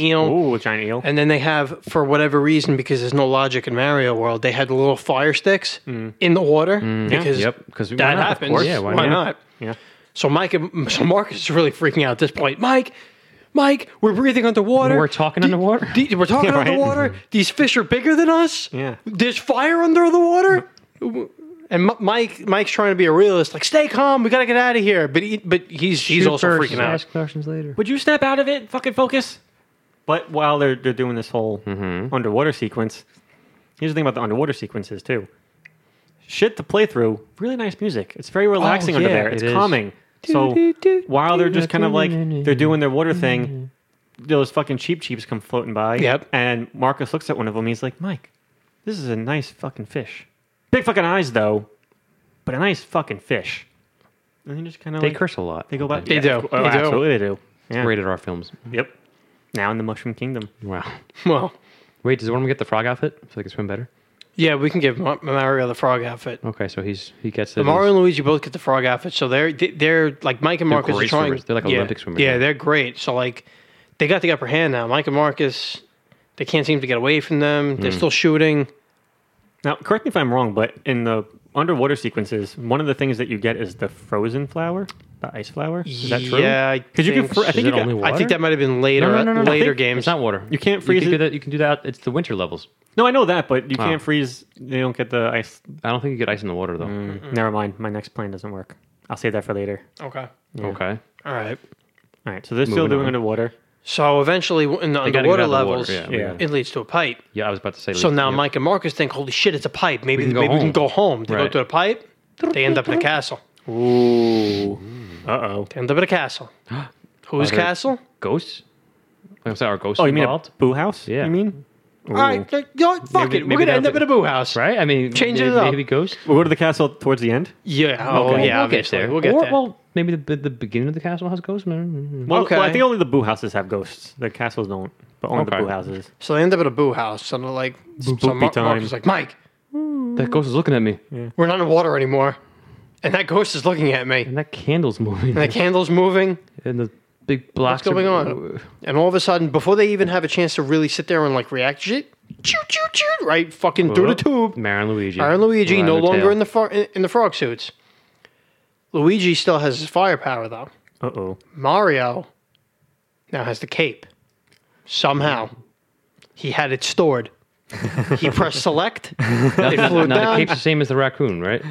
Speaker 4: Yes.
Speaker 2: eel.
Speaker 3: Ooh, giant eel.
Speaker 2: And then they have, for whatever reason, because there's no logic in Mario World, they had little fire sticks in the water because
Speaker 4: Mm. Yep. Because
Speaker 2: that happens.
Speaker 4: Yeah.
Speaker 2: why,
Speaker 4: not?
Speaker 2: not?
Speaker 3: yeah.
Speaker 2: So Mike, [LAUGHS] and, so Marcus is really freaking out at this point. Mike, Mike, we're breathing underwater.
Speaker 4: We're talking underwater?
Speaker 2: the- we're talking
Speaker 3: Yeah, right.
Speaker 2: underwater. These fish are bigger than us.
Speaker 3: Yeah.
Speaker 2: There's fire under the water. And M- Mike, Mike's trying to be a realist. Like, stay calm. We gotta get out of here. But he, but he's he's also freaking out.
Speaker 4: Ask questions later.
Speaker 3: Would you snap out of it? Fucking focus. But while they're they're doing this whole
Speaker 4: Mm-hmm.
Speaker 3: underwater sequence, here's the thing about the underwater sequences too. Shit to play through. Really nice music. It's very relaxing under
Speaker 4: Oh, yeah,
Speaker 3: there. It's
Speaker 4: it is.
Speaker 3: calming. So while they're just kind of like they're doing their water thing,
Speaker 4: Mm-hmm.
Speaker 3: those fucking cheap cheeps come floating by.
Speaker 2: Yep.
Speaker 3: And Marcus looks at one of them. He's like, Mike, this is a nice fucking fish. Big fucking eyes though, but a nice fucking fish. And they just kind of
Speaker 4: They
Speaker 3: like,
Speaker 4: curse a lot.
Speaker 3: They go back.
Speaker 2: They do.
Speaker 3: Oh,
Speaker 2: They do.
Speaker 3: absolutely, they do. Yeah.
Speaker 4: Rated R films.
Speaker 3: Yep. Now in the Mushroom Kingdom.
Speaker 4: Wow.
Speaker 2: Well,
Speaker 4: Wait, does one of them get the frog outfit so they can swim better?
Speaker 2: yeah, we can give Ma- Mario the frog outfit.
Speaker 4: Okay, so he's he gets it.
Speaker 2: But Mario and Luigi both get the frog outfit, so they're they're like Mike and Marcus are
Speaker 4: great
Speaker 2: trying.
Speaker 4: swimmers. They're like
Speaker 2: yeah,
Speaker 4: Olympic swimmers
Speaker 2: Yeah,
Speaker 4: now.
Speaker 2: they're great. So like, they got the upper hand now. Mike and Marcus, they can't seem to get away from them. They're still shooting.
Speaker 3: Now, correct me if I'm wrong, but in the underwater sequences, one of the things that you get is the frozen flower, the ice flower. Is that true?
Speaker 2: Yeah, I
Speaker 3: because you can.
Speaker 2: think
Speaker 3: Fr- I
Speaker 2: so.
Speaker 3: think
Speaker 4: Is
Speaker 3: you,
Speaker 4: it
Speaker 3: can,
Speaker 4: only
Speaker 3: I-
Speaker 2: I think
Speaker 4: Water?
Speaker 2: that might have been later.
Speaker 4: no, no, no, no.
Speaker 2: Later
Speaker 4: I think
Speaker 2: games.
Speaker 4: It's not water.
Speaker 3: You can't freeze
Speaker 4: you can
Speaker 3: it.
Speaker 4: Do that, you can do that. It's the winter levels.
Speaker 3: no, I know that, but you
Speaker 4: Oh.
Speaker 3: can't freeze. You don't get the ice.
Speaker 4: I don't think you get ice in the water though.
Speaker 2: Mm,
Speaker 3: Never mind. My next plan doesn't work. I'll save that for later.
Speaker 2: okay.
Speaker 4: Okay.
Speaker 2: All right.
Speaker 3: All right. So they're still
Speaker 4: Moving
Speaker 3: doing
Speaker 4: on.
Speaker 3: underwater.
Speaker 2: So eventually, in the
Speaker 4: They gotta get out
Speaker 2: underwater
Speaker 4: of the water,
Speaker 2: levels,
Speaker 4: yeah, we
Speaker 3: yeah.
Speaker 4: gotta-
Speaker 2: it leads to a pipe.
Speaker 4: Yeah, I was about to say.
Speaker 2: So
Speaker 4: like,
Speaker 2: now
Speaker 4: yeah.
Speaker 2: Mike and Marcus think, "Holy shit, it's a pipe. Maybe
Speaker 4: can go
Speaker 2: maybe we can
Speaker 4: home."
Speaker 2: go home." They go
Speaker 4: Right.
Speaker 2: to the pipe. They end
Speaker 4: [GASPS]
Speaker 2: up in a castle.
Speaker 3: Ooh. Uh oh.
Speaker 2: They end up in
Speaker 4: [GASPS]
Speaker 2: a castle. Whose
Speaker 4: they're-
Speaker 2: castle?
Speaker 4: ghosts. I'm sorry, are ghosts
Speaker 3: Oh, you mean a
Speaker 4: involved?
Speaker 3: boo house?
Speaker 4: Yeah.
Speaker 3: You mean?
Speaker 2: All right, you know what? Fuck
Speaker 4: Maybe-
Speaker 2: it. We're
Speaker 4: maybe
Speaker 2: gonna end up
Speaker 4: that'll
Speaker 2: in a boo house,
Speaker 4: right? I mean,
Speaker 2: Change
Speaker 4: maybe,
Speaker 2: it up.
Speaker 4: Maybe ghosts.
Speaker 3: We'll go to the castle towards the end.
Speaker 2: Yeah. Oh,
Speaker 3: Okay.
Speaker 2: yeah.
Speaker 4: we'll
Speaker 2: obviously,
Speaker 4: get there.
Speaker 2: we'll get
Speaker 4: or,
Speaker 2: there.
Speaker 4: Well, maybe the, the the beginning of the castle has ghosts. Mm, mm, mm.
Speaker 3: Well,
Speaker 2: Okay.
Speaker 3: well, I think only the boo houses have ghosts. The castles don't, but only the
Speaker 4: Okay.
Speaker 3: boo houses.
Speaker 2: so they end up at a boo house, and they're like, so
Speaker 3: boopy
Speaker 2: Mar-
Speaker 3: time.
Speaker 2: Marcus is like, Mike,
Speaker 4: That ghost is looking at me,
Speaker 2: we're not in water anymore, and that ghost is looking at me, and
Speaker 4: and that candle's moving,
Speaker 2: the candle's moving,
Speaker 4: and the big blocks.
Speaker 2: What's going
Speaker 4: are-
Speaker 2: on? and all of a sudden, before they even have a chance to really sit there and like react, shit, choo choo choo, right, fucking through the
Speaker 3: Uh-huh.
Speaker 2: tube.
Speaker 4: Mario and Oh, Luigi.
Speaker 2: Iron Luigi
Speaker 4: Right,
Speaker 2: no
Speaker 4: their
Speaker 2: longer
Speaker 4: tail.
Speaker 2: in the fro- in in the frog suits. Luigi still has his firepower though.
Speaker 3: Uh oh.
Speaker 2: Mario now has the cape. Somehow, he had it stored. He pressed select.
Speaker 3: [LAUGHS]
Speaker 2: They flew it
Speaker 4: Now the
Speaker 2: down.
Speaker 4: cape's the same as the raccoon, right?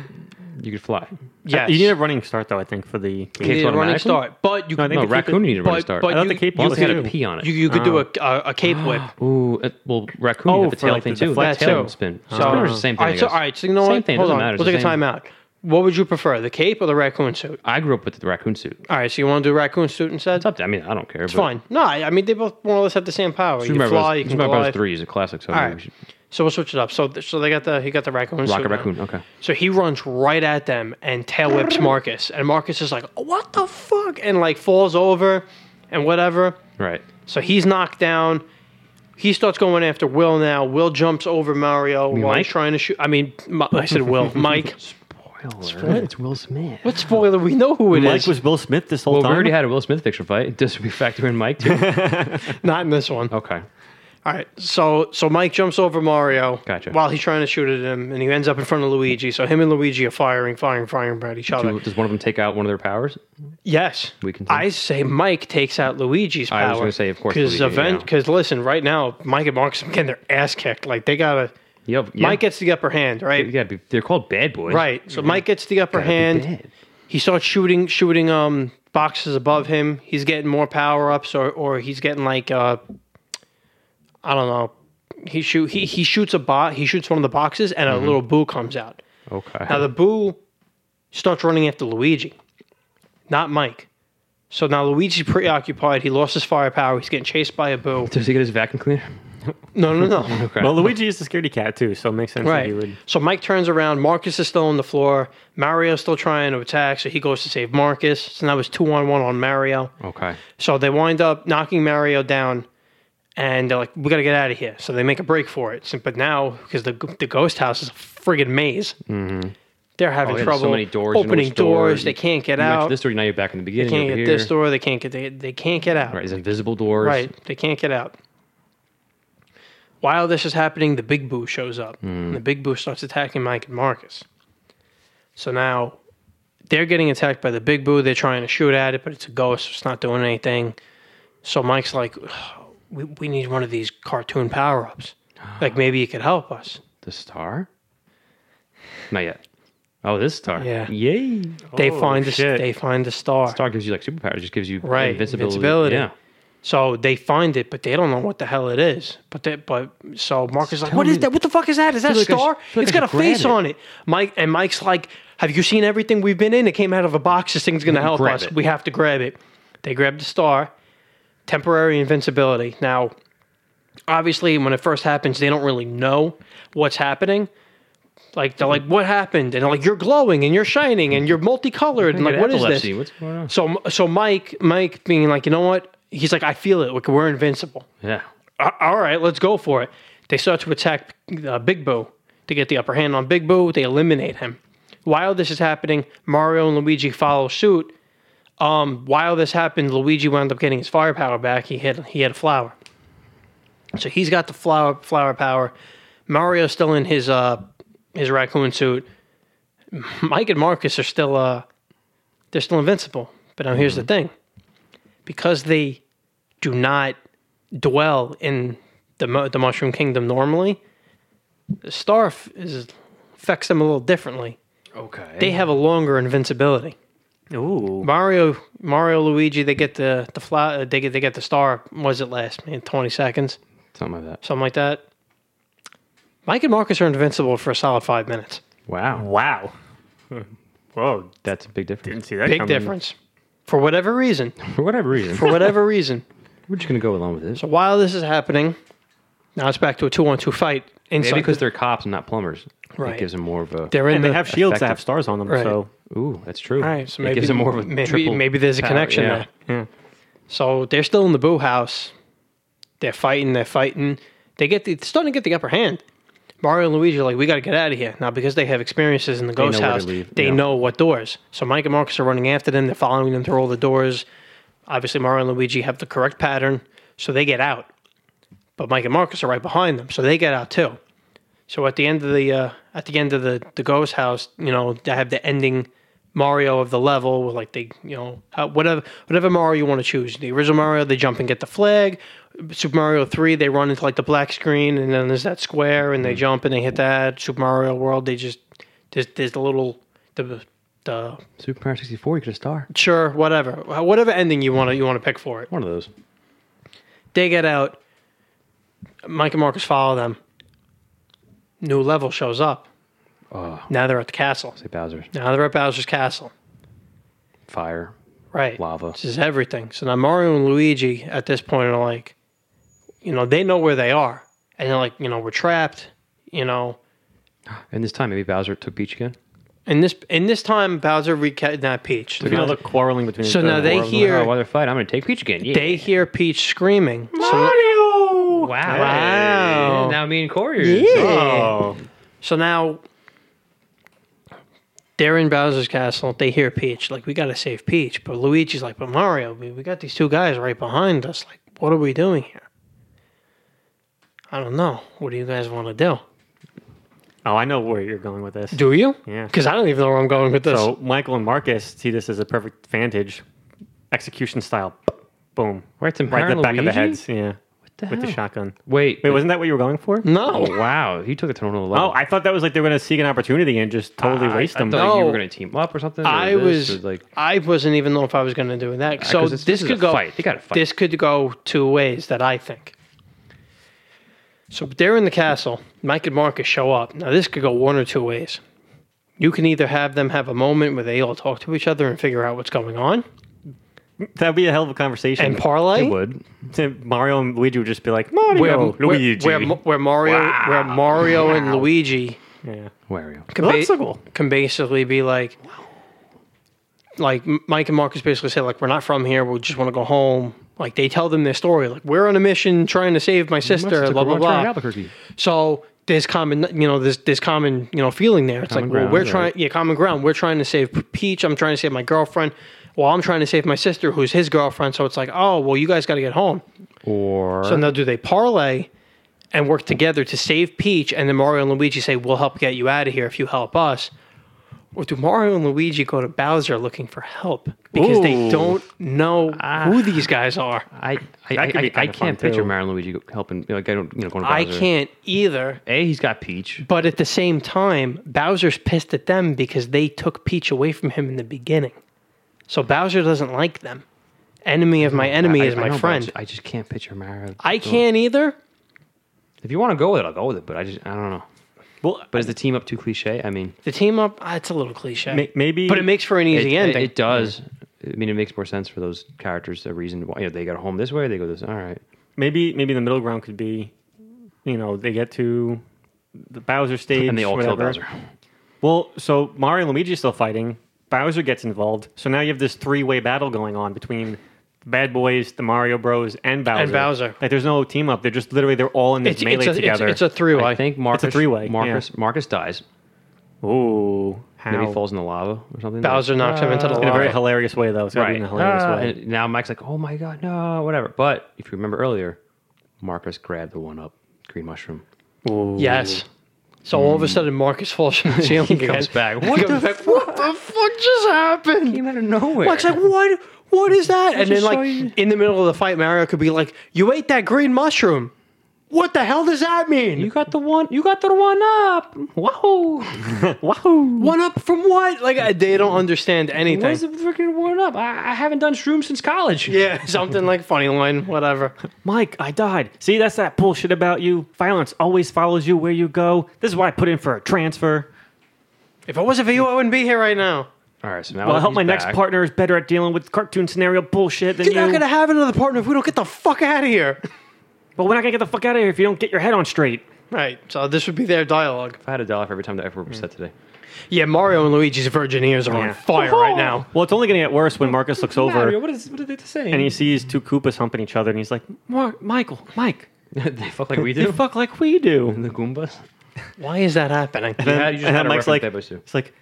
Speaker 4: You could fly.
Speaker 2: Yes.
Speaker 3: You need a running start though, I think, for the
Speaker 2: You need
Speaker 4: cape's
Speaker 2: a running
Speaker 4: automatically?
Speaker 2: start, but you
Speaker 3: No, I
Speaker 2: could,
Speaker 3: think
Speaker 4: No,
Speaker 3: the cape-
Speaker 4: raccoon you need to run
Speaker 2: but-
Speaker 4: a start.
Speaker 2: but
Speaker 3: I thought the
Speaker 2: you-
Speaker 3: cape
Speaker 4: Well,
Speaker 3: was
Speaker 4: it's got a
Speaker 3: too.
Speaker 4: pee on it.
Speaker 2: you, you could do a, a, a cape whip.
Speaker 3: [GASPS]
Speaker 2: [GASPS]
Speaker 3: [CLEARS THROAT]
Speaker 4: Ooh, uh, well, raccoon you
Speaker 3: Oh,
Speaker 4: have the
Speaker 3: for,
Speaker 4: tail
Speaker 3: like,
Speaker 4: thing
Speaker 3: the
Speaker 4: too.
Speaker 3: deflect
Speaker 4: The
Speaker 3: Oh.
Speaker 4: tail
Speaker 2: too.
Speaker 4: can spin.
Speaker 2: So-
Speaker 4: Spinners are the same thing.
Speaker 2: all right, so
Speaker 4: I,
Speaker 2: all
Speaker 4: guess.
Speaker 2: right, so you know
Speaker 4: Same
Speaker 2: what?
Speaker 4: thing,
Speaker 2: Hold
Speaker 4: doesn't
Speaker 2: on,
Speaker 4: matter,
Speaker 2: we'll
Speaker 4: it's
Speaker 2: take a
Speaker 4: the same.
Speaker 2: timeout. What would you prefer, the cape or the raccoon suit?
Speaker 4: I grew up with the raccoon suit.
Speaker 2: All right, so you want to do raccoon suit instead?
Speaker 4: It's up to, I mean, I don't care.
Speaker 2: It's fine. No, I I mean they both more or less have the same power. you can fly, you can
Speaker 4: Super Mario Bros.
Speaker 2: glide.
Speaker 4: 3 is a classic, so
Speaker 2: All
Speaker 4: maybe
Speaker 2: right.
Speaker 4: we should
Speaker 2: So we'll switch it up. So th- so they got the he got the raccoon suit.
Speaker 4: rock a
Speaker 2: now.
Speaker 4: raccoon. Okay.
Speaker 2: So he runs right at them and tail whips Marcus, and Marcus is like, "What the fuck?" and like falls over, and whatever.
Speaker 4: Right.
Speaker 2: So he's knocked down. He starts going after Will now. Will jumps over Mario while
Speaker 4: Mike?
Speaker 2: he's trying to shoot. I mean, Mi- I said Will.
Speaker 4: [LAUGHS]
Speaker 2: Mike.
Speaker 4: Spoiler. It's Will Smith.
Speaker 2: What spoiler? We know who it is.
Speaker 3: Mike was Will Smith this whole
Speaker 4: Well, we
Speaker 3: time.
Speaker 4: already had a Will Smith fiction fight. [LAUGHS] Does we factor in Mike
Speaker 2: [LAUGHS]
Speaker 4: too?
Speaker 2: Not in this one.
Speaker 4: okay.
Speaker 2: All right. So so Mike jumps over Mario
Speaker 4: Gotcha.
Speaker 2: while he's trying to shoot at him, and he ends up in front of Luigi. So him and Luigi are firing, firing, firing at each other.
Speaker 4: Do- Does one of them take out one of their powers?
Speaker 2: Yes,
Speaker 4: We can
Speaker 2: I say Mike takes out Luigi's power.
Speaker 4: I was gonna say, of course,
Speaker 2: because
Speaker 4: Luigi, yeah.
Speaker 2: Because listen, right now Mike and Marcus are getting their ass kicked. Like they gotta.
Speaker 4: Yep. yeah.
Speaker 2: Mike gets the upper hand, right?
Speaker 4: You gotta be. They're called bad boys.
Speaker 2: Right. So Mike gets the upper
Speaker 4: Gotta be
Speaker 2: hand.
Speaker 4: bad.
Speaker 2: He starts shooting, shooting um boxes above him. He's getting more power ups, or or he's getting like uh, I don't know. He shoot he
Speaker 3: Mm-hmm.
Speaker 2: he shoots a bot. He shoots one of the boxes, and a little boo comes out.
Speaker 4: Okay.
Speaker 2: Now the boo starts running after Luigi, not Mike. So now Luigi's preoccupied. He lost his firepower. He's getting chased by a boo.
Speaker 4: Does he get his vacuum cleaner?
Speaker 2: No,
Speaker 3: [LAUGHS]
Speaker 2: no, no.
Speaker 4: Okay.
Speaker 3: [LAUGHS] Well, Luigi is the scaredy cat too, so it makes sense that he
Speaker 2: Right.
Speaker 3: would.
Speaker 2: So Mike turns around. Marcus is still on the floor. Mario's still trying to attack, so he goes to save Marcus. So now it's two on one on Mario.
Speaker 4: okay.
Speaker 2: So they wind up knocking Mario down, and they're like, "We got to get out of here." So they make a break for it. So- But now, because the the ghost house is a friggin' maze, they're having
Speaker 4: Oh, yeah, there's
Speaker 2: trouble
Speaker 4: so many doors into
Speaker 2: opening
Speaker 4: each door.
Speaker 2: doors. They can't get
Speaker 4: You mentioned
Speaker 2: out.
Speaker 4: This story now you're back in the
Speaker 2: they
Speaker 4: beginning.
Speaker 2: can't
Speaker 4: over
Speaker 2: get
Speaker 4: here.
Speaker 2: this door. They can't get they, they can't get out.
Speaker 4: Right, there's invisible doors.
Speaker 2: Right. They can't get out. While this is happening, the Big Boo shows up. And the Big Boo starts attacking Mike and Marcus. So now they're getting attacked by the Big Boo. They're trying to shoot at it, but it's a ghost. It's not doing anything. So Mike's like, we, we need one of these cartoon power ups. Like maybe it could help us.
Speaker 4: The star? Not yet. Oh, this star.
Speaker 2: Yeah.
Speaker 4: Yay.
Speaker 2: They
Speaker 3: Oh,
Speaker 2: find the
Speaker 3: shit.
Speaker 2: they find the star.
Speaker 4: Star gives you like superpowers. Just gives you
Speaker 2: Right,
Speaker 4: invincibility.
Speaker 2: invincibility.
Speaker 4: Yeah.
Speaker 2: So they find it, but they don't know what the hell it is. But they, but so Marcus is like,
Speaker 4: Tell
Speaker 2: what
Speaker 4: me-
Speaker 2: is that? What the fuck is that? Is that a
Speaker 4: feel like I
Speaker 2: star?
Speaker 4: should- feel like
Speaker 2: it's
Speaker 4: I
Speaker 2: got a
Speaker 4: should grab
Speaker 2: face
Speaker 4: it."
Speaker 2: on it. Mike and Mike's like, have you seen everything we've been in? It came out of a box. This thing's gonna help
Speaker 4: Grab
Speaker 2: us.
Speaker 4: it.
Speaker 2: We have to grab it. They grab the star. Temporary invincibility. Now, obviously, when it first happens, they don't really know what's happening. Like they're like, what happened? And they're like, you're glowing and you're shining and you're multicolored. And
Speaker 4: I
Speaker 2: like,
Speaker 4: got
Speaker 2: what is this?
Speaker 4: epilepsy. What's going on?
Speaker 2: So so Mike Mike being like, you know what? He's like, I feel it. Like we're invincible.
Speaker 4: Yeah.
Speaker 2: A- "Uh, All right, let's go for it. They start to attack uh, Big Boo to get the upper hand on Big Boo. They eliminate him. While this is happening, Mario and Luigi follow suit. Um, while this happened, Luigi wound up getting his firepower back. He had he had a flower, so he's got the flower flower power. Mario's still in his uh his raccoon suit. Mike and Marcus are still uh they're still invincible. But now here's the thing. Because they do not dwell in the mu- the mushroom kingdom normally, the star f- is affects them a little differently.
Speaker 4: Okay.
Speaker 2: They have a longer invincibility.
Speaker 3: Ooh.
Speaker 2: Mario, Mario, Luigi, they get the the fly, they get they get the star. What does it last? Man, twenty seconds,
Speaker 4: Something like that.
Speaker 2: something like that. Mike and Marcus are invincible for a solid five minutes.
Speaker 4: Wow.
Speaker 3: Wow. Whoa.
Speaker 4: That's a big difference.
Speaker 3: Didn't see that.
Speaker 2: Big
Speaker 3: coming.
Speaker 2: difference. For whatever reason,
Speaker 4: [LAUGHS] For whatever reason.
Speaker 2: for whatever [LAUGHS] reason.
Speaker 4: We're just going to go along with this.
Speaker 2: So while this is happening, now it's back to a two-on-two fight inside.
Speaker 4: Maybe because they're cops and not plumbers.
Speaker 2: Right.
Speaker 4: It gives them more of a.
Speaker 2: they're in
Speaker 3: And
Speaker 2: the,
Speaker 3: they have shields that
Speaker 4: effective-
Speaker 3: have stars on them,
Speaker 2: Right.
Speaker 3: so
Speaker 4: Ooh, that's true.
Speaker 2: All right, so
Speaker 4: it
Speaker 2: maybe
Speaker 4: gives them more of a
Speaker 2: maybe,
Speaker 4: triple
Speaker 2: maybe there's a
Speaker 4: power,
Speaker 2: connection
Speaker 4: yeah.
Speaker 2: there. So they're still in the boo house. They're fighting. They're fighting. They get the they're starting to get the upper hand. Mario and Luigi are like, we got to get out of here now because they have experiences in the ghost
Speaker 4: know where to
Speaker 2: house.
Speaker 4: leave,
Speaker 2: They
Speaker 4: yeah.
Speaker 2: know what doors. So Mike and Marcus are running after them. They're following them through all the doors. Obviously, Mario and Luigi have the correct pattern, so they get out. But Mike and Marcus are right behind them, so they get out too. So at the end of the uh, at the end of the the ghost house, you know, they have the ending Mario of the level with like they you know how, whatever whatever Mario you want to choose. The original Mario, they jump and get the flag. Super Mario Three, they run into like the black screen, and then there's that square, and they jump and they hit that. Super Mario World, they just there's there's the little the the
Speaker 4: Super Mario 64, you get a star.
Speaker 2: sure whatever whatever ending you want to you want to pick for it.
Speaker 4: One of those.
Speaker 2: They get out. Mike and Marcus follow them. New level shows up.
Speaker 4: Oh,
Speaker 2: Now they're at the castle.
Speaker 4: say Bowser's.
Speaker 2: Now they're at Bowser's castle.
Speaker 4: Fire.
Speaker 2: Right.
Speaker 4: Lava.
Speaker 2: This is everything. So now Mario and Luigi at this point are like, you know, they know where they are. And they're like, you know, we're trapped, you know.
Speaker 4: And this time, maybe Bowser took Peach again.
Speaker 2: And this in this time Bowser recadnapped Peach.
Speaker 3: you know the quarreling between.
Speaker 2: So
Speaker 3: the
Speaker 2: now they
Speaker 3: quarreling.
Speaker 2: hear-
Speaker 4: Oh, while they're fighting, I'm going to take Peach again. Yeah.
Speaker 2: They hear Peach screaming. So,
Speaker 3: Mario.
Speaker 4: Wow.
Speaker 2: Wow.
Speaker 4: Now me and Corey.
Speaker 2: Yeah.
Speaker 3: Oh.
Speaker 2: so now they're in Bowser's castle. They hear Peach. Like, we got to save Peach. But Luigi's like, but Mario, we, we got these two guys right behind us. Like, what are we doing here? I don't know. What do you guys want to do?
Speaker 3: Oh, I know where you're going with this.
Speaker 2: Do you?
Speaker 3: Yeah.
Speaker 2: Because I don't even know where I'm going with this.
Speaker 3: So Michael and Marcus see this as a perfect vantage, execution style. Boom.
Speaker 4: Right to
Speaker 3: Right in the back of the
Speaker 4: Luigi?
Speaker 3: heads. Yeah.
Speaker 4: the
Speaker 3: with the
Speaker 4: hell?
Speaker 3: shotgun.
Speaker 4: Wait.
Speaker 3: Wait, wasn't that what you were going for?
Speaker 2: no.
Speaker 4: Oh, wow. He took it to another level.
Speaker 3: Oh, I thought that was like they were going to seek an opportunity and just totally
Speaker 4: I-
Speaker 3: waste
Speaker 4: I
Speaker 3: them.
Speaker 4: thought you
Speaker 2: No.
Speaker 4: were going to team up or something. or
Speaker 2: I
Speaker 4: this,
Speaker 2: was
Speaker 4: or like,
Speaker 2: I wasn't even know if I was going to do that. So
Speaker 4: 'cause it's- this
Speaker 2: this,
Speaker 4: is
Speaker 2: could
Speaker 4: a
Speaker 2: go.
Speaker 4: fight. They gotta fight.
Speaker 2: This could go two ways that I think. So they're in the castle. Mike and Marcus show up. Now this could go one or two ways. You can either have them have a moment where they all talk to each other and figure out what's going on,
Speaker 3: That'd be a hell of a conversation.
Speaker 2: and parlay.
Speaker 4: It
Speaker 3: [LAUGHS]
Speaker 4: would.
Speaker 3: Mario and Luigi would just be like, Mario, Luigi.
Speaker 2: Where, where, where Mario, where Mario and Luigi
Speaker 3: yeah.
Speaker 4: Wario.
Speaker 2: can,
Speaker 3: Popsicle.
Speaker 2: can basically be like, like M- Mike and Marcus basically say, like, we're not from here. We just want to go home. Like they tell them their story, like we're on a mission trying to save my sister, blah blah blah. So there's common, you know, there's there's common, you know, feeling there. It's
Speaker 4: Common
Speaker 2: like,
Speaker 4: ground,
Speaker 2: well, we're
Speaker 4: right.
Speaker 2: trying, yeah, common ground. We're trying to save Peach. I'm trying to save my girlfriend. Well, I'm trying to save my sister, who's his girlfriend. So it's like, oh, well, you guys got to get home.
Speaker 4: Or
Speaker 2: So now, do they parlay and work together to save Peach, and then Mario and Luigi say, "We'll help get you out of here if you help us," or do Mario and Luigi go to Bowser looking for help because they
Speaker 3: Ooh.
Speaker 2: don't know
Speaker 4: Ah.
Speaker 2: who these guys are?
Speaker 4: I, I,
Speaker 3: That could be
Speaker 4: I, I, I
Speaker 3: kinda fun,
Speaker 4: can't picture
Speaker 3: too.
Speaker 4: Mario and Luigi go- helping. Like I don't, you know, going to
Speaker 2: I
Speaker 4: Bowser.
Speaker 2: can't either.
Speaker 4: A, he's got Peach.
Speaker 2: But at the same time, Bowser's pissed at them because they took Peach away from him in the beginning. So Bowser doesn't like them. Enemy of my enemy
Speaker 4: Mm-hmm. I-
Speaker 2: is
Speaker 4: I
Speaker 2: my
Speaker 4: know, but I
Speaker 2: friend.
Speaker 4: just- I just can't picture Mario.
Speaker 2: I
Speaker 4: doing-
Speaker 2: can't either.
Speaker 4: If you want to go with it, I'll go with it. But I just, I don't know.
Speaker 3: Well,
Speaker 4: But is the team up too cliche? I mean,
Speaker 2: The team up, ah, it's a little cliche.
Speaker 3: may- maybe.
Speaker 2: but it makes for an
Speaker 4: it,
Speaker 2: easy
Speaker 4: it-
Speaker 2: ending.
Speaker 4: it does. I mean, it makes more sense for those characters. The reason why you know, they got home this way, they go this. All right.
Speaker 3: maybe maybe the middle ground could be, you know, they get to the Bowser stage
Speaker 4: And they all kill
Speaker 3: whatever.
Speaker 4: Bowser.
Speaker 3: Well, so Mario and Luigi are still fighting. Bowser gets involved. So now you have this three-way battle going on between the Bad Boys, the Mario Bros, and Bowser.
Speaker 2: Bowser.
Speaker 3: Like there's no team up. They're just literally they're all in this
Speaker 2: it's, it's
Speaker 3: melee
Speaker 2: a, it's-
Speaker 3: together.
Speaker 2: it's a three-way.
Speaker 4: I think Marcus.
Speaker 3: three-way, yeah.
Speaker 4: Marcus. Marcus dies.
Speaker 3: Ooh,
Speaker 4: Maybe
Speaker 3: how?
Speaker 4: falls in the lava or something.
Speaker 2: Bowser knocks him into the
Speaker 3: in a very
Speaker 2: lava.
Speaker 3: hilarious way though. It's gotta be
Speaker 4: right.
Speaker 3: in a hilarious
Speaker 4: Ah,
Speaker 3: way.
Speaker 4: and now Mike's like, oh my god, no, whatever. But if you remember earlier, Marcus grabbed the one up green mushroom.
Speaker 2: Yes. So all of a sudden, Marcus falls from the ceiling.
Speaker 4: He comes
Speaker 2: again.
Speaker 4: back. What
Speaker 2: Hmm. [LAUGHS] He comes back, what the fuck just happened?
Speaker 4: Came out of nowhere.
Speaker 2: Mike's like, what? What is that? And then,
Speaker 4: just
Speaker 2: like,
Speaker 4: saw you-
Speaker 2: in the middle of the fight, Mario could be like, "You ate that green mushroom. What the hell does that mean?
Speaker 4: you got the one. You got the one up.
Speaker 3: [LAUGHS]
Speaker 4: Whoa.
Speaker 3: Wahoo!
Speaker 2: one up from what? Like, I- they don't understand anything.
Speaker 4: Where's the freaking one up? I, I haven't done shrooms since college.
Speaker 2: [LAUGHS] yeah, something like funny line, whatever.
Speaker 3: Mike, I died. See, that's that bullshit about you. Violence always follows you where you go. This is why I put in for a transfer.
Speaker 2: If it wasn't for you, I wouldn't be here right now.
Speaker 4: All right. So now
Speaker 3: Well, I
Speaker 4: that
Speaker 3: hope
Speaker 4: he's
Speaker 3: my
Speaker 4: back-
Speaker 3: next partner is better at dealing with cartoon scenario bullshit than
Speaker 2: You're
Speaker 3: you.
Speaker 2: not gonna have another partner if we don't get the fuck out of here. [LAUGHS]
Speaker 3: But we're not gonna get the fuck out of here if you don't get your head on straight.
Speaker 2: Right. So this would be their dialogue.
Speaker 4: If I had a dollar for every time that F word was said today.
Speaker 2: Yeah, Mario and Luigi's virgin ears are
Speaker 3: Yeah.
Speaker 2: on fire right now.
Speaker 3: Well, it's only gonna get worse when Marcus looks over
Speaker 4: what is what are they saying?
Speaker 3: and he sees two Koopas humping each other, and he's like, Mar- "Michael, Mike,
Speaker 4: [LAUGHS] they fuck like [LAUGHS] we
Speaker 3: you
Speaker 4: do.
Speaker 3: fuck like we do."
Speaker 4: the Goombas.
Speaker 2: [LAUGHS] Why is that [LAUGHS] happening?
Speaker 4: You had- you just
Speaker 3: and
Speaker 4: had
Speaker 3: then
Speaker 4: a reference
Speaker 3: Mike's like,
Speaker 4: there, Basu.
Speaker 3: "It's like,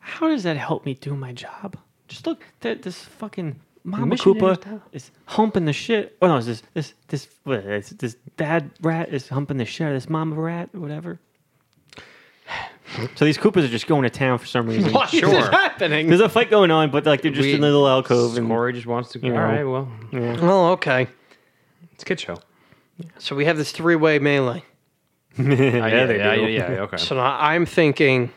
Speaker 3: how does that help me do my job? Just look, th- this fucking Mama
Speaker 4: missionary
Speaker 3: Koopa
Speaker 4: style.
Speaker 3: is humping the shit. Oh no, is this this this what, is this dad rat is humping the shit out of this mama rat, whatever." So these Koopas are just going to town for some
Speaker 4: [LAUGHS]
Speaker 3: reason.
Speaker 2: Why is
Speaker 4: Sure.
Speaker 2: this happening? [LAUGHS]
Speaker 3: [LAUGHS] There's a fight going on, but like they're just
Speaker 4: We-
Speaker 3: in a little alcove. And,
Speaker 4: Corey just wants to.
Speaker 3: You know.
Speaker 4: All right. Well,
Speaker 2: Well, Oh, okay.
Speaker 4: it's a kid show.
Speaker 2: So we have this three-way melee.
Speaker 4: I-
Speaker 3: [LAUGHS] yeah, they
Speaker 4: yeah,
Speaker 3: do.
Speaker 4: yeah, yeah, Okay.
Speaker 2: So now I'm thinking,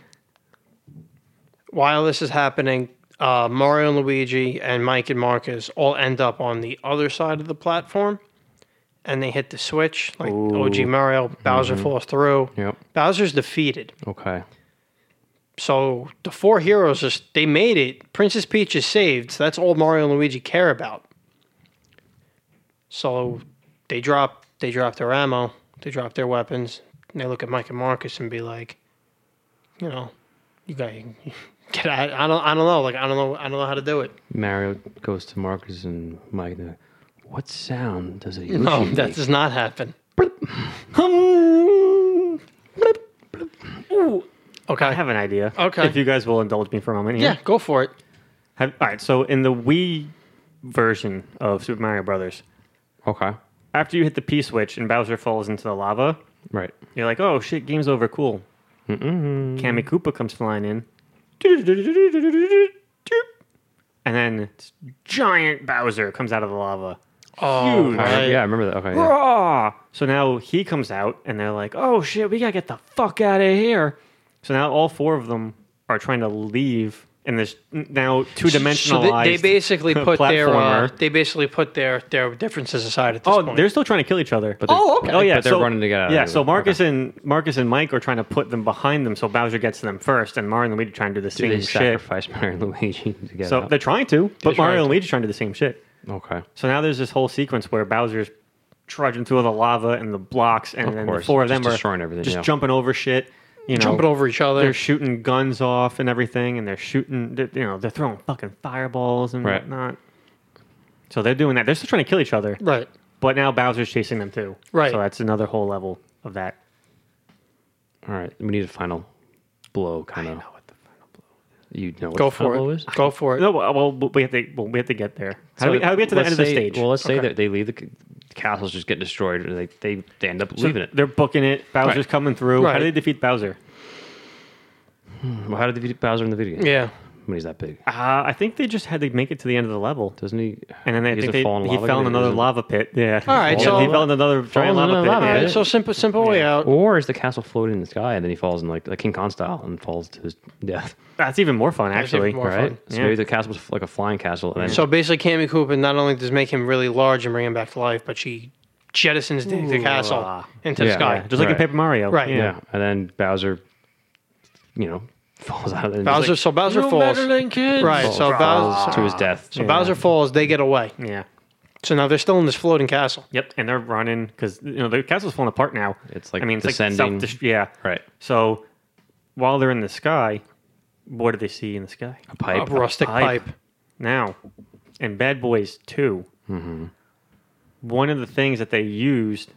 Speaker 2: while this is happening, uh, Mario and Luigi and Mike and Marcus all end up on the other side of the platform, and they hit the switch. Like OG Mario, Bowser falls through.
Speaker 4: Yep.
Speaker 2: Bowser's defeated.
Speaker 4: Okay.
Speaker 2: So the four heroes just they made it. Princess Peach is saved. So that's all Mario and Luigi care about. So they drop they drop their ammo, they drop their weapons, and they look at Mike and Marcus and be like, you know, you got [LAUGHS] get out. I don't I don't know. Like I don't know I don't know how to do it.
Speaker 4: Mario goes to Marcus and Mike. and they're like, What sound [LAUGHS] does it?
Speaker 3: [LAUGHS]
Speaker 2: No, that does not happen.
Speaker 3: I
Speaker 2: Okay.
Speaker 3: have an idea.
Speaker 2: Okay.
Speaker 3: If you guys will indulge me for a moment. here.
Speaker 2: Yeah, go for it.
Speaker 3: Have, all right. So in the Wii version of Super Mario Brothers,
Speaker 4: Okay.
Speaker 3: after you hit the P switch and Bowser falls into the lava,
Speaker 4: Right.
Speaker 3: you're like, "Oh shit, game's over. Cool." mm Kami Koopa comes flying in, and then it's giant Bowser comes out of the lava.
Speaker 2: Oh,
Speaker 3: Huge.
Speaker 2: right.
Speaker 4: Yeah, I remember that. Okay. yeah.
Speaker 3: Rah! So now he comes out, and they're like, "Oh shit, we gotta get the fuck out of here!" So now all four of them are trying to leave and this now two
Speaker 2: So
Speaker 3: dimensional.
Speaker 2: they, they basically put their uh,
Speaker 3: platformer.
Speaker 2: they basically put their their differences aside at this
Speaker 3: Oh,
Speaker 2: point.
Speaker 3: they're still trying to kill each other. But
Speaker 2: Oh, okay.
Speaker 3: Oh yeah,
Speaker 4: But they're
Speaker 3: so-
Speaker 4: running together.
Speaker 3: Yeah, so Marcus and Marcus and Mike are trying to put them behind them, so Bowser gets to them first, and Mario and Luigi trying to do the
Speaker 4: Do
Speaker 3: same
Speaker 4: they
Speaker 3: shit.
Speaker 4: sacrifice [LAUGHS] Mario and Luigi together.
Speaker 3: So they're trying to, but
Speaker 2: trying
Speaker 3: Mario
Speaker 2: to.
Speaker 3: and Luigi trying to do the same shit.
Speaker 4: okay.
Speaker 3: So now there's this whole sequence where Bowser's trudging through the lava and the blocks, and then the
Speaker 4: course,
Speaker 3: four of
Speaker 4: just
Speaker 3: them are
Speaker 4: destroying everything,
Speaker 3: just
Speaker 4: yeah.
Speaker 3: jumping over shit. You know,
Speaker 2: jumping over each other.
Speaker 3: They're shooting guns off and everything, and they're shooting. They're, you know, they're throwing fucking fireballs and
Speaker 4: Right.
Speaker 3: whatnot. So they're doing that. They're still trying to kill each other,
Speaker 2: Right.
Speaker 3: but now Bowser's chasing them too.
Speaker 2: Right.
Speaker 3: So that's another whole level of that.
Speaker 4: All right. We need a final blow, kind of. know what the final blow is. You know what
Speaker 2: Go
Speaker 4: the final
Speaker 2: for
Speaker 4: blow
Speaker 2: it.
Speaker 4: is?
Speaker 2: Go for it.
Speaker 3: No, well, well, we have to. Well, we have to get there. How, do, we, how do we get to the end
Speaker 4: let's
Speaker 3: of the
Speaker 4: say-
Speaker 3: stage?
Speaker 4: Well, let's say that they leave the, c- the castle's just getting destroyed, and they, they, they end up
Speaker 3: So
Speaker 4: leaving it.
Speaker 3: They're booking it. Bowser's
Speaker 4: Right.
Speaker 3: coming through. How
Speaker 2: Right.
Speaker 3: do they defeat Bowser?
Speaker 4: Well, how did the video, Bowser in the video game?
Speaker 2: Yeah.
Speaker 4: When he's that big,
Speaker 3: Uh, I think they just had to make it to the end of the level.
Speaker 4: doesn't he?
Speaker 3: And then I
Speaker 4: he
Speaker 3: think
Speaker 4: doesn't
Speaker 3: they,
Speaker 4: fall in
Speaker 3: he
Speaker 4: lava
Speaker 3: fell in
Speaker 4: because he
Speaker 3: another
Speaker 4: doesn't-
Speaker 3: lava pit. Yeah.
Speaker 2: All right,
Speaker 3: Yeah,
Speaker 2: so-
Speaker 3: he fell in another giant
Speaker 4: in
Speaker 3: lava
Speaker 4: another
Speaker 3: pit.
Speaker 4: lava
Speaker 3: yeah.
Speaker 2: All right.
Speaker 4: Yeah.
Speaker 2: So simple simple way out.
Speaker 4: Or is the castle floating in the sky, and then he falls in like like King Kong style and falls to his death?
Speaker 3: That's even more fun,
Speaker 2: That's even
Speaker 3: actually.
Speaker 2: more
Speaker 4: Right.
Speaker 2: fun.
Speaker 4: So
Speaker 3: Yeah.
Speaker 4: maybe the castle was like a flying castle, and then
Speaker 2: So basically, Cammy Cooper not only does make him really large and bring him back to life, but she jettisons the, the castle into the
Speaker 4: Yeah.
Speaker 2: sky.
Speaker 4: Yeah.
Speaker 3: Just like in
Speaker 4: Right.
Speaker 3: Paper Mario.
Speaker 2: Right.
Speaker 4: yeah. and then Bowser, you know, [LAUGHS] falls out of it. and just,
Speaker 2: Bowser, so Bowser falls. Right. So
Speaker 4: like,
Speaker 2: Bowser,
Speaker 4: falls to his death.
Speaker 2: so Bowser falls. They get away.
Speaker 3: Yeah.
Speaker 2: So now they're still in this floating castle.
Speaker 3: Yep. And they're running because you know the castle's falling apart now.
Speaker 4: It's like
Speaker 3: I mean, it's
Speaker 4: descending.
Speaker 3: like self-dest- yeah.
Speaker 4: Right.
Speaker 3: So while they're in the sky, what do they see in the sky?
Speaker 4: A pipe.
Speaker 2: A rustic
Speaker 3: pipe.
Speaker 2: pipe.
Speaker 3: Now, in Bad Boys 2, one of the things that they used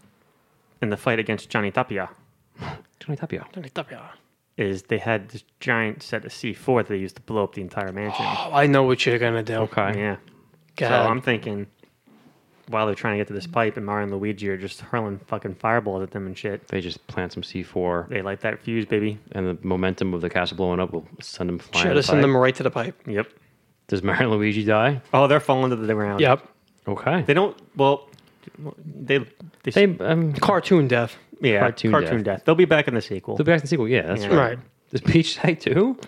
Speaker 3: in the fight against Johnny Tapia
Speaker 4: Johnny Tapia.
Speaker 3: is they had this giant set of C4 that they used to blow up the entire mansion.
Speaker 2: Oh, I know what you're gonna do.
Speaker 4: Okay.
Speaker 3: yeah. So
Speaker 2: God.
Speaker 3: I'm thinking, while they're trying to get to this pipe, and Mario and Luigi are just hurling fucking fireballs at them and shit.
Speaker 4: They just plant some C4,
Speaker 3: They light that fuse, baby.
Speaker 4: and the momentum of the castle blowing up will send them flying.
Speaker 2: jettison
Speaker 4: the
Speaker 2: them
Speaker 4: pipe.
Speaker 2: right to the pipe.
Speaker 3: Yep.
Speaker 4: Does Mario and Luigi die?
Speaker 3: Oh, they're falling to the ground.
Speaker 2: Yep.
Speaker 4: Okay.
Speaker 3: They don't. Well, they they,
Speaker 4: They um,
Speaker 2: Cartoon death.
Speaker 3: yeah
Speaker 4: cartoon
Speaker 3: death. They'll be back in the sequel.
Speaker 4: the back and sequel. Yeah, that's
Speaker 3: Yeah.
Speaker 4: right.
Speaker 2: Right.
Speaker 4: Does Peach die too?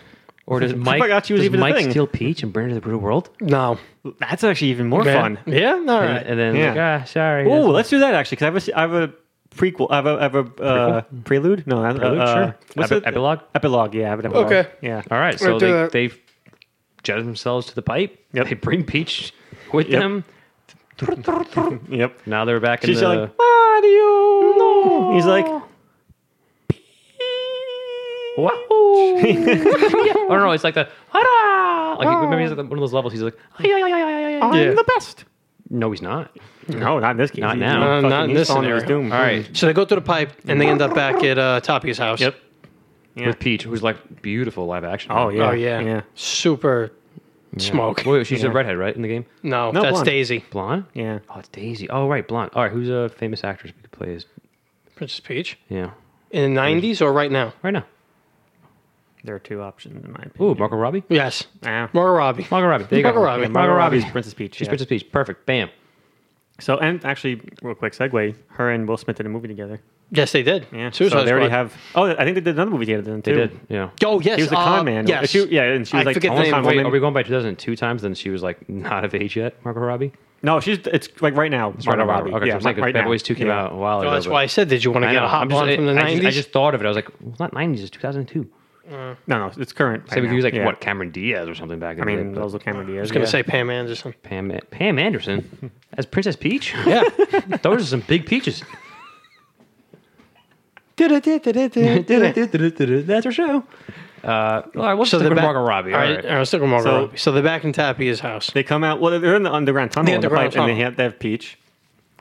Speaker 4: Or does Mike?
Speaker 3: forgot she was
Speaker 4: does
Speaker 3: even a
Speaker 4: Mike
Speaker 3: thing.
Speaker 4: steal Peach and bring her to the real world?
Speaker 2: No.
Speaker 3: That's actually even more fun.
Speaker 2: Yeah. All
Speaker 4: And-
Speaker 2: right.
Speaker 4: And then
Speaker 3: Yeah.
Speaker 4: like, ah, sorry.
Speaker 3: Oh,
Speaker 4: that's-
Speaker 3: let's do that actually, because I have a, s- I have a prequel. I have a, I have a uh, prelude. No, I-
Speaker 4: Prelude,
Speaker 3: uh,
Speaker 4: sure.
Speaker 3: What's
Speaker 4: Epi-
Speaker 3: the-
Speaker 4: epilogue?
Speaker 3: Epilogue. Yeah, I have an epilogue.
Speaker 2: Okay.
Speaker 3: Yeah.
Speaker 4: all right. So
Speaker 2: We'll do
Speaker 4: they
Speaker 2: that.
Speaker 4: they jet themselves to the pipe.
Speaker 3: Yep.
Speaker 4: They bring Peach with
Speaker 3: Yep.
Speaker 4: them.
Speaker 3: Yep.
Speaker 4: Now they're back
Speaker 3: She's
Speaker 4: in the.
Speaker 3: like Mario. No. He's like.
Speaker 4: What?
Speaker 3: [LAUGHS]
Speaker 4: [LAUGHS] oh no, it's like the. Hurrah! Like
Speaker 3: Ah.
Speaker 4: remember, he's like one of those levels. He's like, "Ay, ay, ay, ay, ay, ay, ay."
Speaker 3: I'm
Speaker 2: Yeah.
Speaker 3: the best.
Speaker 4: no, he's not.
Speaker 3: No, not in this case.
Speaker 4: Not
Speaker 3: He-
Speaker 4: now.
Speaker 3: he
Speaker 4: No,
Speaker 3: fucking-
Speaker 2: not in
Speaker 3: he's
Speaker 2: this
Speaker 3: falling to his
Speaker 2: scenario.
Speaker 3: doom.
Speaker 4: All right,
Speaker 2: So they go through the pipe and they end up back at uh, Tapia's house.
Speaker 3: Yep. Yeah.
Speaker 4: with Peach, who's like beautiful live action.
Speaker 3: Oh yeah.
Speaker 2: Oh yeah.
Speaker 3: Yeah.
Speaker 2: Super smoke.
Speaker 4: Wait, she's a redhead, right? In the game,
Speaker 2: No,
Speaker 3: No,
Speaker 2: that's
Speaker 3: blonde.
Speaker 2: Daisy.
Speaker 4: blonde.
Speaker 3: Mm-hmm. Yeah.
Speaker 4: Oh, it's Daisy. Oh right, blonde. All right, who's a famous actress we could play as?
Speaker 2: Princess Peach.
Speaker 4: Yeah,
Speaker 2: In the 90s or right now?
Speaker 4: right now.
Speaker 3: There are two options in my opinion.
Speaker 4: Ooh, Margot Robbie.
Speaker 2: Yes.
Speaker 3: Ah.
Speaker 2: Margot Robbie.
Speaker 4: Margot Robbie. There you
Speaker 2: Margot
Speaker 4: go.
Speaker 2: Robbie.
Speaker 4: Yeah,
Speaker 3: Margot
Speaker 4: Margot Robbie's
Speaker 3: Robbie's Princess Peach.
Speaker 4: She's
Speaker 3: yeah.
Speaker 4: Princess Peach. Perfect. Bam.
Speaker 3: So, and actually, real quick segue: her and Will Smith did a movie together.
Speaker 2: Yes, they did.
Speaker 3: Yeah.
Speaker 2: Suicide
Speaker 3: so they already
Speaker 2: Squad.
Speaker 3: have. Oh, I think they did another movie together. Then,
Speaker 4: They
Speaker 3: too.
Speaker 4: did. Yeah.
Speaker 2: Oh, yes.
Speaker 3: He was a con
Speaker 2: uh,
Speaker 3: man.
Speaker 2: Yes.
Speaker 3: She- yeah, and she was
Speaker 2: I
Speaker 3: like
Speaker 2: forget the
Speaker 3: almost
Speaker 2: name.
Speaker 3: con
Speaker 2: Wait,
Speaker 3: woman.
Speaker 4: Are we going by 2002 times? Then she was like not of age yet. Margot Robbie.
Speaker 3: No, she's it's like right now. It's
Speaker 4: Margot Robbie. Okay,
Speaker 3: yeah,
Speaker 4: so it's like
Speaker 3: right
Speaker 4: Bad
Speaker 3: now.
Speaker 4: Boys 2 came
Speaker 3: Yeah.
Speaker 4: out a while
Speaker 2: Oh,
Speaker 4: ago.
Speaker 2: that's
Speaker 4: but-
Speaker 2: why I said, did you want to
Speaker 4: I
Speaker 2: get
Speaker 4: know.
Speaker 2: a hot
Speaker 4: I'm just-
Speaker 2: blonde from the
Speaker 4: I
Speaker 2: 90s?
Speaker 4: just- I just thought of it. I was like, well, not 90s, it's 2002.
Speaker 3: No, no, it's current.
Speaker 4: So
Speaker 3: right
Speaker 4: we could use
Speaker 3: now.
Speaker 4: like
Speaker 3: Yeah.
Speaker 4: what Cameron Diaz or something back in
Speaker 3: I
Speaker 4: the
Speaker 3: mean,
Speaker 4: day. but
Speaker 3: those look camera Diaz. I
Speaker 2: was going to say Pam Anderson.
Speaker 4: Pam Pam Anderson as Princess Peach.
Speaker 2: Yeah.
Speaker 4: [LAUGHS] those are some big peaches. That's our show. Uh, all right, we'll
Speaker 2: So
Speaker 4: stick
Speaker 2: they're
Speaker 4: with
Speaker 2: back-
Speaker 4: Margot Robbie. All right.
Speaker 2: I was still with Margot
Speaker 3: So-
Speaker 2: Robbie. So they're back in Tapia's house.
Speaker 3: [LAUGHS] they come out. Well, they're in the underground tunnel,
Speaker 2: The
Speaker 3: in
Speaker 2: underground
Speaker 3: pipe, and they
Speaker 2: tunnel.
Speaker 3: have, they have Peach.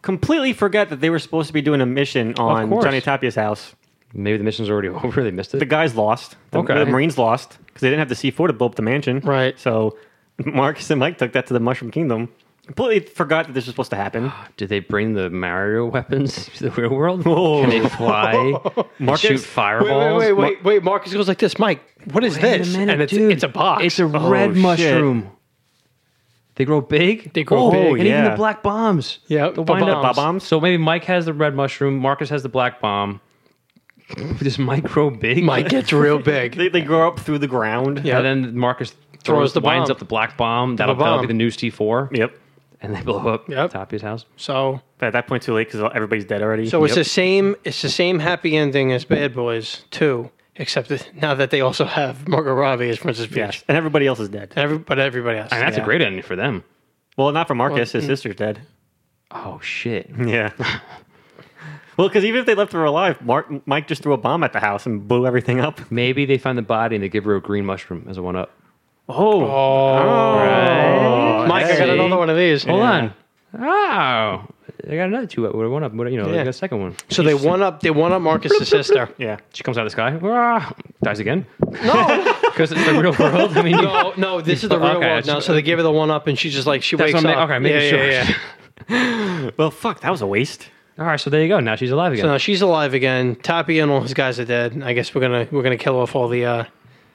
Speaker 3: Completely forget that they were supposed to be doing a mission on
Speaker 4: course.
Speaker 3: Johnny Tapia's house.
Speaker 4: Maybe the mission's already [LAUGHS] over. They missed
Speaker 3: The
Speaker 4: it.
Speaker 3: guys lost. The,
Speaker 4: Okay.
Speaker 3: the Marines lost because they didn't have the C4 to blow up the mansion.
Speaker 2: Right.
Speaker 3: So Marcus and Mike took that to the Mushroom Kingdom. Completely forgot that this was supposed to happen.
Speaker 4: Did they bring the Mario weapons [LAUGHS] to the real world?
Speaker 3: Whoa.
Speaker 4: Can they fly? and
Speaker 3: Marcus-
Speaker 4: shoot
Speaker 2: Wait, wait,
Speaker 4: fireballs?
Speaker 2: wait, wait, wait. Marcus goes like this, Mike. What is
Speaker 4: Wait a
Speaker 2: this?
Speaker 4: minute,
Speaker 2: and it's,
Speaker 4: dude.
Speaker 2: it's a box.
Speaker 4: It's a
Speaker 3: Oh,
Speaker 4: red
Speaker 3: shit.
Speaker 4: mushroom. They grow big.
Speaker 2: They grow
Speaker 4: Oh,
Speaker 2: big.
Speaker 4: And even
Speaker 3: yeah.
Speaker 4: the black bombs.
Speaker 2: Yeah,
Speaker 4: the
Speaker 2: ba-
Speaker 4: wind
Speaker 2: bombs.
Speaker 4: up
Speaker 3: Ba-bombs.
Speaker 4: So maybe Mike has the red mushroom. Marcus has the black bomb. [LAUGHS] Does Mike grow big?
Speaker 2: [LAUGHS] Mike gets real big.
Speaker 3: They, they grow up through the ground.
Speaker 2: [LAUGHS] Yeah.
Speaker 4: [LAUGHS] And then Marcus
Speaker 2: Throws the
Speaker 4: winds
Speaker 2: bomb.
Speaker 4: up the black bomb. That'll,
Speaker 2: The
Speaker 4: that'll be
Speaker 2: bomb.
Speaker 4: the new T four,
Speaker 3: Yep.
Speaker 4: and they blow up
Speaker 2: Yep.
Speaker 4: Tapia's house.
Speaker 2: So
Speaker 3: But at that point, too late because everybody's dead already.
Speaker 2: so it's
Speaker 3: Yep.
Speaker 2: the same it's the same happy ending as Bad Boys 2, except that now that they also have Margot Robbie as Princess Peach.
Speaker 3: yes, and everybody else is dead.
Speaker 2: Every, but everybody else.
Speaker 4: And that's
Speaker 2: Yeah.
Speaker 4: a great ending for them.
Speaker 3: Well, not for Marcus. His sister's dead.
Speaker 4: Oh shit!
Speaker 2: hmm.
Speaker 3: Yeah.
Speaker 2: [LAUGHS]
Speaker 3: well, because even if they left her alive, Mark, Mike just threw a bomb at the house and blew everything up.
Speaker 4: Maybe they find the body and they give her a green mushroom as a one up.
Speaker 3: Oh,
Speaker 2: Oh, Mike, I got
Speaker 4: Hey.
Speaker 2: another one of these.
Speaker 4: Hold on. Oh, they got another two up. what- One up. what- You know, they
Speaker 2: Yeah.
Speaker 4: got a second one.
Speaker 2: So they one up. They one up [LAUGHS] Marcus's sister.
Speaker 3: yeah.
Speaker 4: She comes out of the sky, ah, dies again. [LAUGHS] No, because it's the real world. I mean, you-
Speaker 2: No, no, this is [LAUGHS] the real
Speaker 4: Okay,
Speaker 2: world now.
Speaker 4: it's-
Speaker 2: So they give her the one up, and she just like she
Speaker 4: that's
Speaker 2: wakes
Speaker 4: what I'm
Speaker 2: up.
Speaker 4: ma- okay, making
Speaker 2: yeah,
Speaker 4: sure.
Speaker 2: Yeah, yeah.
Speaker 3: Well, fuck, that was a waste.
Speaker 4: [LAUGHS] All right, so there you go. Now she's alive again.
Speaker 2: So now she's alive again. Tapi and all his guys are dead. I guess we're gonna we're gonna kill off all the. uh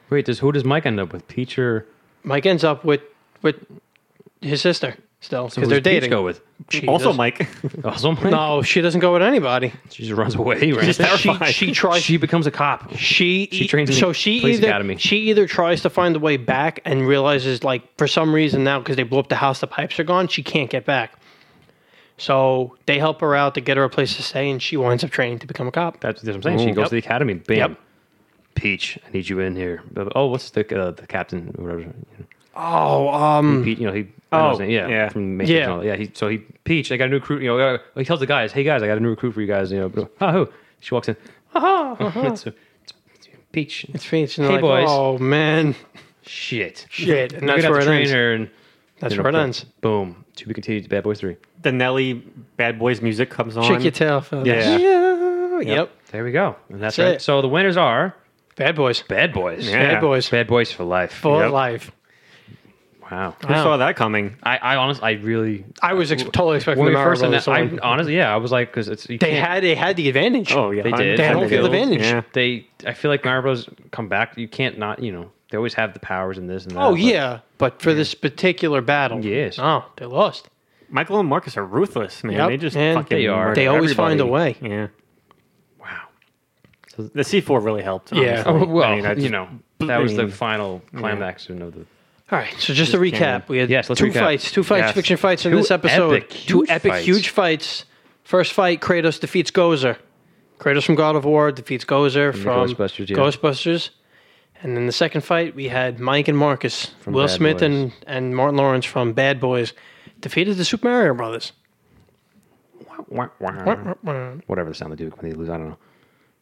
Speaker 4: Wait, does who does Mike end up with? Peach or
Speaker 2: Mike ends up with with his sister still because
Speaker 4: who's
Speaker 2: they're
Speaker 4: Peach
Speaker 2: dating.
Speaker 4: Go with
Speaker 2: She
Speaker 3: also,
Speaker 2: doesn't-
Speaker 3: Mike. [LAUGHS]
Speaker 4: also Mike.
Speaker 2: No, she doesn't go with
Speaker 4: [LAUGHS]
Speaker 2: anybody.
Speaker 4: she just runs away. Right?
Speaker 3: She's
Speaker 4: she,
Speaker 3: terrified.
Speaker 4: she tries. She becomes a cop.
Speaker 2: She e,
Speaker 4: She trains in the
Speaker 2: so she
Speaker 4: police
Speaker 2: either
Speaker 4: academy.
Speaker 2: she either tries to find the way back and realizes like for some reason now because they blew up the house the pipes are gone she can't get back. So they help her out to get her a place to stay and she winds up training to become a cop.
Speaker 4: That's, that's what I'm saying. She
Speaker 2: Ooh.
Speaker 4: goes
Speaker 2: Yep.
Speaker 4: to the academy. Bam.
Speaker 2: Yep.
Speaker 4: Peach, I need you in here. Oh, what's the uh, the captain or whatever?
Speaker 2: Oh, um,
Speaker 4: Pete, you know, he. I know his
Speaker 3: Oh,
Speaker 4: name, yeah,
Speaker 3: yeah.
Speaker 4: From Matrix
Speaker 2: Yeah.
Speaker 4: and all that. yeah. He, so he, Peach, I got a new recruit. You know, uh, he tells the guys, "Hey guys, I got a new recruit for you guys." You know, oh, who? She walks in. Oh,
Speaker 2: Uh-huh.
Speaker 4: it's, it's, it's Peach.
Speaker 2: [LAUGHS] it's Phoenix. And
Speaker 4: Hey,
Speaker 2: they're like,
Speaker 4: boys.
Speaker 2: Oh man,
Speaker 4: Shit,
Speaker 2: shit, and
Speaker 4: We're
Speaker 2: that's
Speaker 4: gonna
Speaker 2: where
Speaker 4: have
Speaker 2: it
Speaker 4: to train
Speaker 2: ends.
Speaker 4: her, and
Speaker 2: That's
Speaker 4: you know,
Speaker 2: where it
Speaker 4: boom,
Speaker 2: ends.
Speaker 4: Boom. To be continued. Bad Boys Three.
Speaker 3: the Nelly Bad Boys music comes on.
Speaker 2: Shake your tail, fellas.
Speaker 3: Yeah.
Speaker 2: Yep.
Speaker 4: There we go. And that's,
Speaker 2: That's
Speaker 4: right.
Speaker 2: it.
Speaker 4: So the winners are
Speaker 2: Bad boys.
Speaker 4: Bad Boys.
Speaker 3: Yeah.
Speaker 2: Bad boys.
Speaker 4: Bad Boys for life.
Speaker 2: For
Speaker 3: Yep.
Speaker 2: life.
Speaker 4: Wow.
Speaker 3: Who
Speaker 2: Wow.
Speaker 3: saw that coming?
Speaker 4: I, I honestly, I really.
Speaker 2: I was ex- totally expecting
Speaker 4: When we
Speaker 2: the
Speaker 4: first,
Speaker 2: Marvel
Speaker 4: announced,
Speaker 2: to
Speaker 4: I
Speaker 2: win.
Speaker 4: honestly, yeah, I was like, because it's you
Speaker 2: They
Speaker 4: can't-
Speaker 2: had they had the advantage.
Speaker 3: Oh, yeah.
Speaker 4: They did.
Speaker 2: They had
Speaker 3: Hundred
Speaker 2: home field
Speaker 3: Field.
Speaker 2: advantage.
Speaker 3: Yeah.
Speaker 4: they I feel like Marvel's come back. You can't not, you know, they always have the powers and this and that.
Speaker 2: Oh
Speaker 4: but-
Speaker 2: yeah, but for this particular battle,
Speaker 4: Yes.
Speaker 2: Oh, they lost.
Speaker 3: Michael and Marcus are ruthless, man.
Speaker 2: Yep,
Speaker 3: They just
Speaker 2: man.
Speaker 3: fucking
Speaker 4: They are.
Speaker 3: murder
Speaker 2: They always
Speaker 4: everybody.
Speaker 2: find a way.
Speaker 3: Yeah.
Speaker 4: Wow.
Speaker 3: The C4 really helped.
Speaker 2: Yeah.
Speaker 3: honestly.
Speaker 4: Oh, well,
Speaker 3: I mean, I
Speaker 4: you
Speaker 3: just-
Speaker 4: know,
Speaker 3: I
Speaker 4: that was the
Speaker 3: mean,
Speaker 4: final climax of the
Speaker 2: All right, so just to recap,
Speaker 3: can't-
Speaker 2: we had
Speaker 4: Yes, let's
Speaker 2: two
Speaker 4: recap.
Speaker 2: fights, two fights,
Speaker 3: Yes.
Speaker 2: fiction fights in
Speaker 4: Two
Speaker 2: this episode.
Speaker 4: epic,
Speaker 2: two
Speaker 4: huge
Speaker 2: epic,
Speaker 4: fights.
Speaker 2: huge fights. First fight, Kratos defeats Gozer. Kratos from God of War defeats Gozer
Speaker 4: the
Speaker 2: from
Speaker 4: Ghostbusters, yeah.
Speaker 2: Ghostbusters. And then the second fight, we had Mike and Marcus, Will
Speaker 4: Bad
Speaker 2: Smith
Speaker 4: Boys.
Speaker 2: and and Martin Lawrence from Bad Boys, defeated the Super Mario Brothers.
Speaker 4: whatever the sound they do when they lose. I don't know.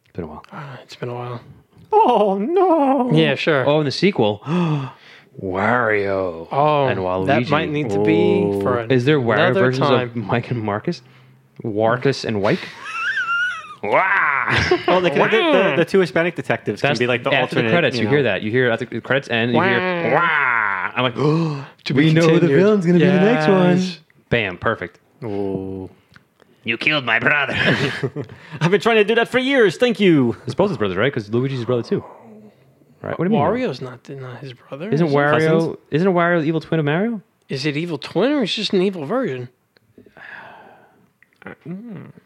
Speaker 4: It's been a while.
Speaker 2: It's been a while.
Speaker 3: Oh, no.
Speaker 2: Yeah, sure.
Speaker 4: Oh, and the sequel, [GASPS] Wario.
Speaker 2: Oh,
Speaker 4: and Waluigi.
Speaker 2: that might need to be for an,
Speaker 4: Is there Wario
Speaker 2: another
Speaker 4: versions
Speaker 2: time.
Speaker 4: of Mike and Marcus, Warkus and Wyke? wow.
Speaker 3: Well, Oh, they could have the, the, the two Hispanic detectives
Speaker 4: That's
Speaker 3: can be like the
Speaker 4: after
Speaker 3: alternate.
Speaker 4: the credits. You,
Speaker 3: know.
Speaker 4: hear that. You hear at the credits end. You hear wah. I'm like, [GASPS]
Speaker 2: to
Speaker 4: we know who the villain's gonna be the next
Speaker 2: Yes.
Speaker 4: one. Bam, perfect. You killed my brother.
Speaker 3: [LAUGHS] I've been trying to do that for years. Thank you.
Speaker 4: it's both his brothers, right? Because Luigi's his brother too. Right? What do you mean?
Speaker 2: Wario's not not his brother.
Speaker 4: Isn't
Speaker 2: is he?
Speaker 4: Wario?
Speaker 3: cousins?
Speaker 4: Isn't Wario the evil twin of Mario?
Speaker 2: Is it evil twin or is it just an evil version?
Speaker 4: I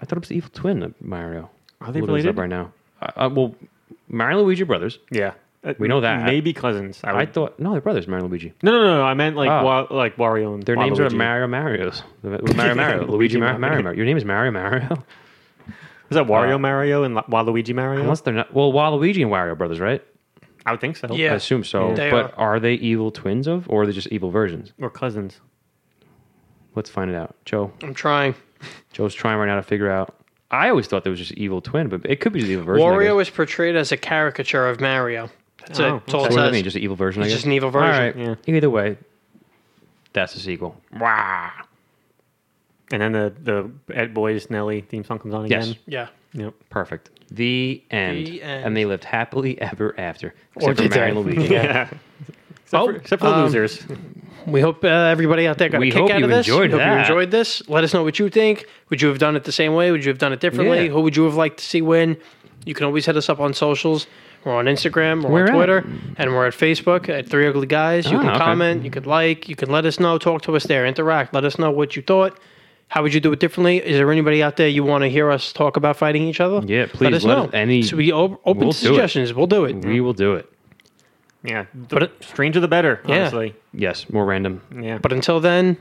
Speaker 4: thought it was the evil twin of Mario.
Speaker 3: Are they
Speaker 4: Looking this
Speaker 3: related?
Speaker 4: up right now? Uh, uh, well, Mario and Luigi are brothers.
Speaker 3: Yeah. Uh,
Speaker 4: We know that.
Speaker 3: Maybe cousins. I
Speaker 4: I
Speaker 3: would,
Speaker 4: thought no, they're brothers, Mario and Luigi.
Speaker 3: no, no, no, no. I meant like
Speaker 4: Ah.
Speaker 3: Wa- like Wario and
Speaker 4: Their names are
Speaker 3: Waluigi.
Speaker 4: Mario Mario's.
Speaker 2: [LAUGHS]
Speaker 4: Mario Mario, Luigi
Speaker 3: Luigi
Speaker 4: Mario, Mario
Speaker 3: Mario.
Speaker 4: Mario. Your name is Mario Mario.
Speaker 3: Is that Wario
Speaker 4: Uh,
Speaker 3: Mario and La- Waluigi Mario?
Speaker 4: Unless they're not. Well, Waluigi and Wario are brothers, right?
Speaker 3: I would think so.
Speaker 2: Yeah.
Speaker 4: I assume so.
Speaker 2: They
Speaker 4: but are. they evil twins of, or are they just evil versions?
Speaker 3: Or cousins.
Speaker 4: Let's find it out. Joe,
Speaker 2: I'm trying.
Speaker 4: Joe's trying right now to figure out. I always thought there was just evil twin, but it could be just evil version. I guess.
Speaker 2: Wario is portrayed as a caricature of Mario. That's
Speaker 3: Oh,
Speaker 2: it. That's all
Speaker 4: So
Speaker 2: it
Speaker 4: what do you
Speaker 2: says.
Speaker 4: mean, just an evil version? I
Speaker 2: It's
Speaker 4: guess?
Speaker 2: just an evil version.
Speaker 4: All right.
Speaker 3: Yeah.
Speaker 4: Either way, that's the sequel. Wow.
Speaker 3: And then the the Ed Boys Nelly theme song comes on
Speaker 4: Yes.
Speaker 3: again.
Speaker 2: Yeah.
Speaker 3: Yep.
Speaker 4: Perfect. The end.
Speaker 2: The end.
Speaker 4: And they lived happily ever after.
Speaker 2: Or
Speaker 4: Except for
Speaker 2: did
Speaker 4: Mario
Speaker 2: they?
Speaker 4: and Luigi.
Speaker 2: [LAUGHS]
Speaker 3: Except
Speaker 2: Oh,
Speaker 3: for, except for the
Speaker 2: um,
Speaker 3: losers.
Speaker 2: We hope uh, everybody out there got
Speaker 4: We
Speaker 2: a kick
Speaker 4: hope
Speaker 2: out
Speaker 4: you
Speaker 2: of this.
Speaker 4: enjoyed
Speaker 2: we hope you
Speaker 4: that.
Speaker 2: enjoyed this. Let us know what you think. Would you have done it the same way? Would you have done it differently?
Speaker 4: Yeah.
Speaker 2: Who would you have liked to see win? You can always hit us up on socials. We're on Instagram, we're,
Speaker 4: We're
Speaker 2: on
Speaker 4: at-
Speaker 2: Twitter, and we're at Facebook at Three Ugly Guys. You
Speaker 4: Ah,
Speaker 2: can
Speaker 4: okay.
Speaker 2: comment, you can like, you can let us know, talk to us there, interact, let us know what you thought. How would you do it differently? Is there anybody out there you want to hear us talk about fighting each other?
Speaker 4: Yeah, please
Speaker 2: Let us
Speaker 4: let
Speaker 2: know.
Speaker 4: us- any-
Speaker 2: so we o- open
Speaker 4: we'll do it.
Speaker 2: suggestions. We'll do it.
Speaker 4: We will do it.
Speaker 3: Yeah, the
Speaker 2: But it-
Speaker 3: stranger the better.
Speaker 2: Yeah.
Speaker 3: Honestly,
Speaker 4: Yes, more random.
Speaker 3: yeah.
Speaker 2: But until then,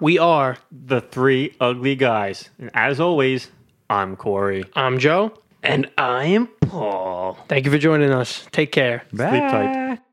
Speaker 2: we are.
Speaker 3: the three ugly guys, and as always, I'm Corey.
Speaker 2: I'm Joe.
Speaker 1: And I am Paul.
Speaker 2: Thank you for joining us. Take care.
Speaker 4: Bye.
Speaker 3: Sleep tight.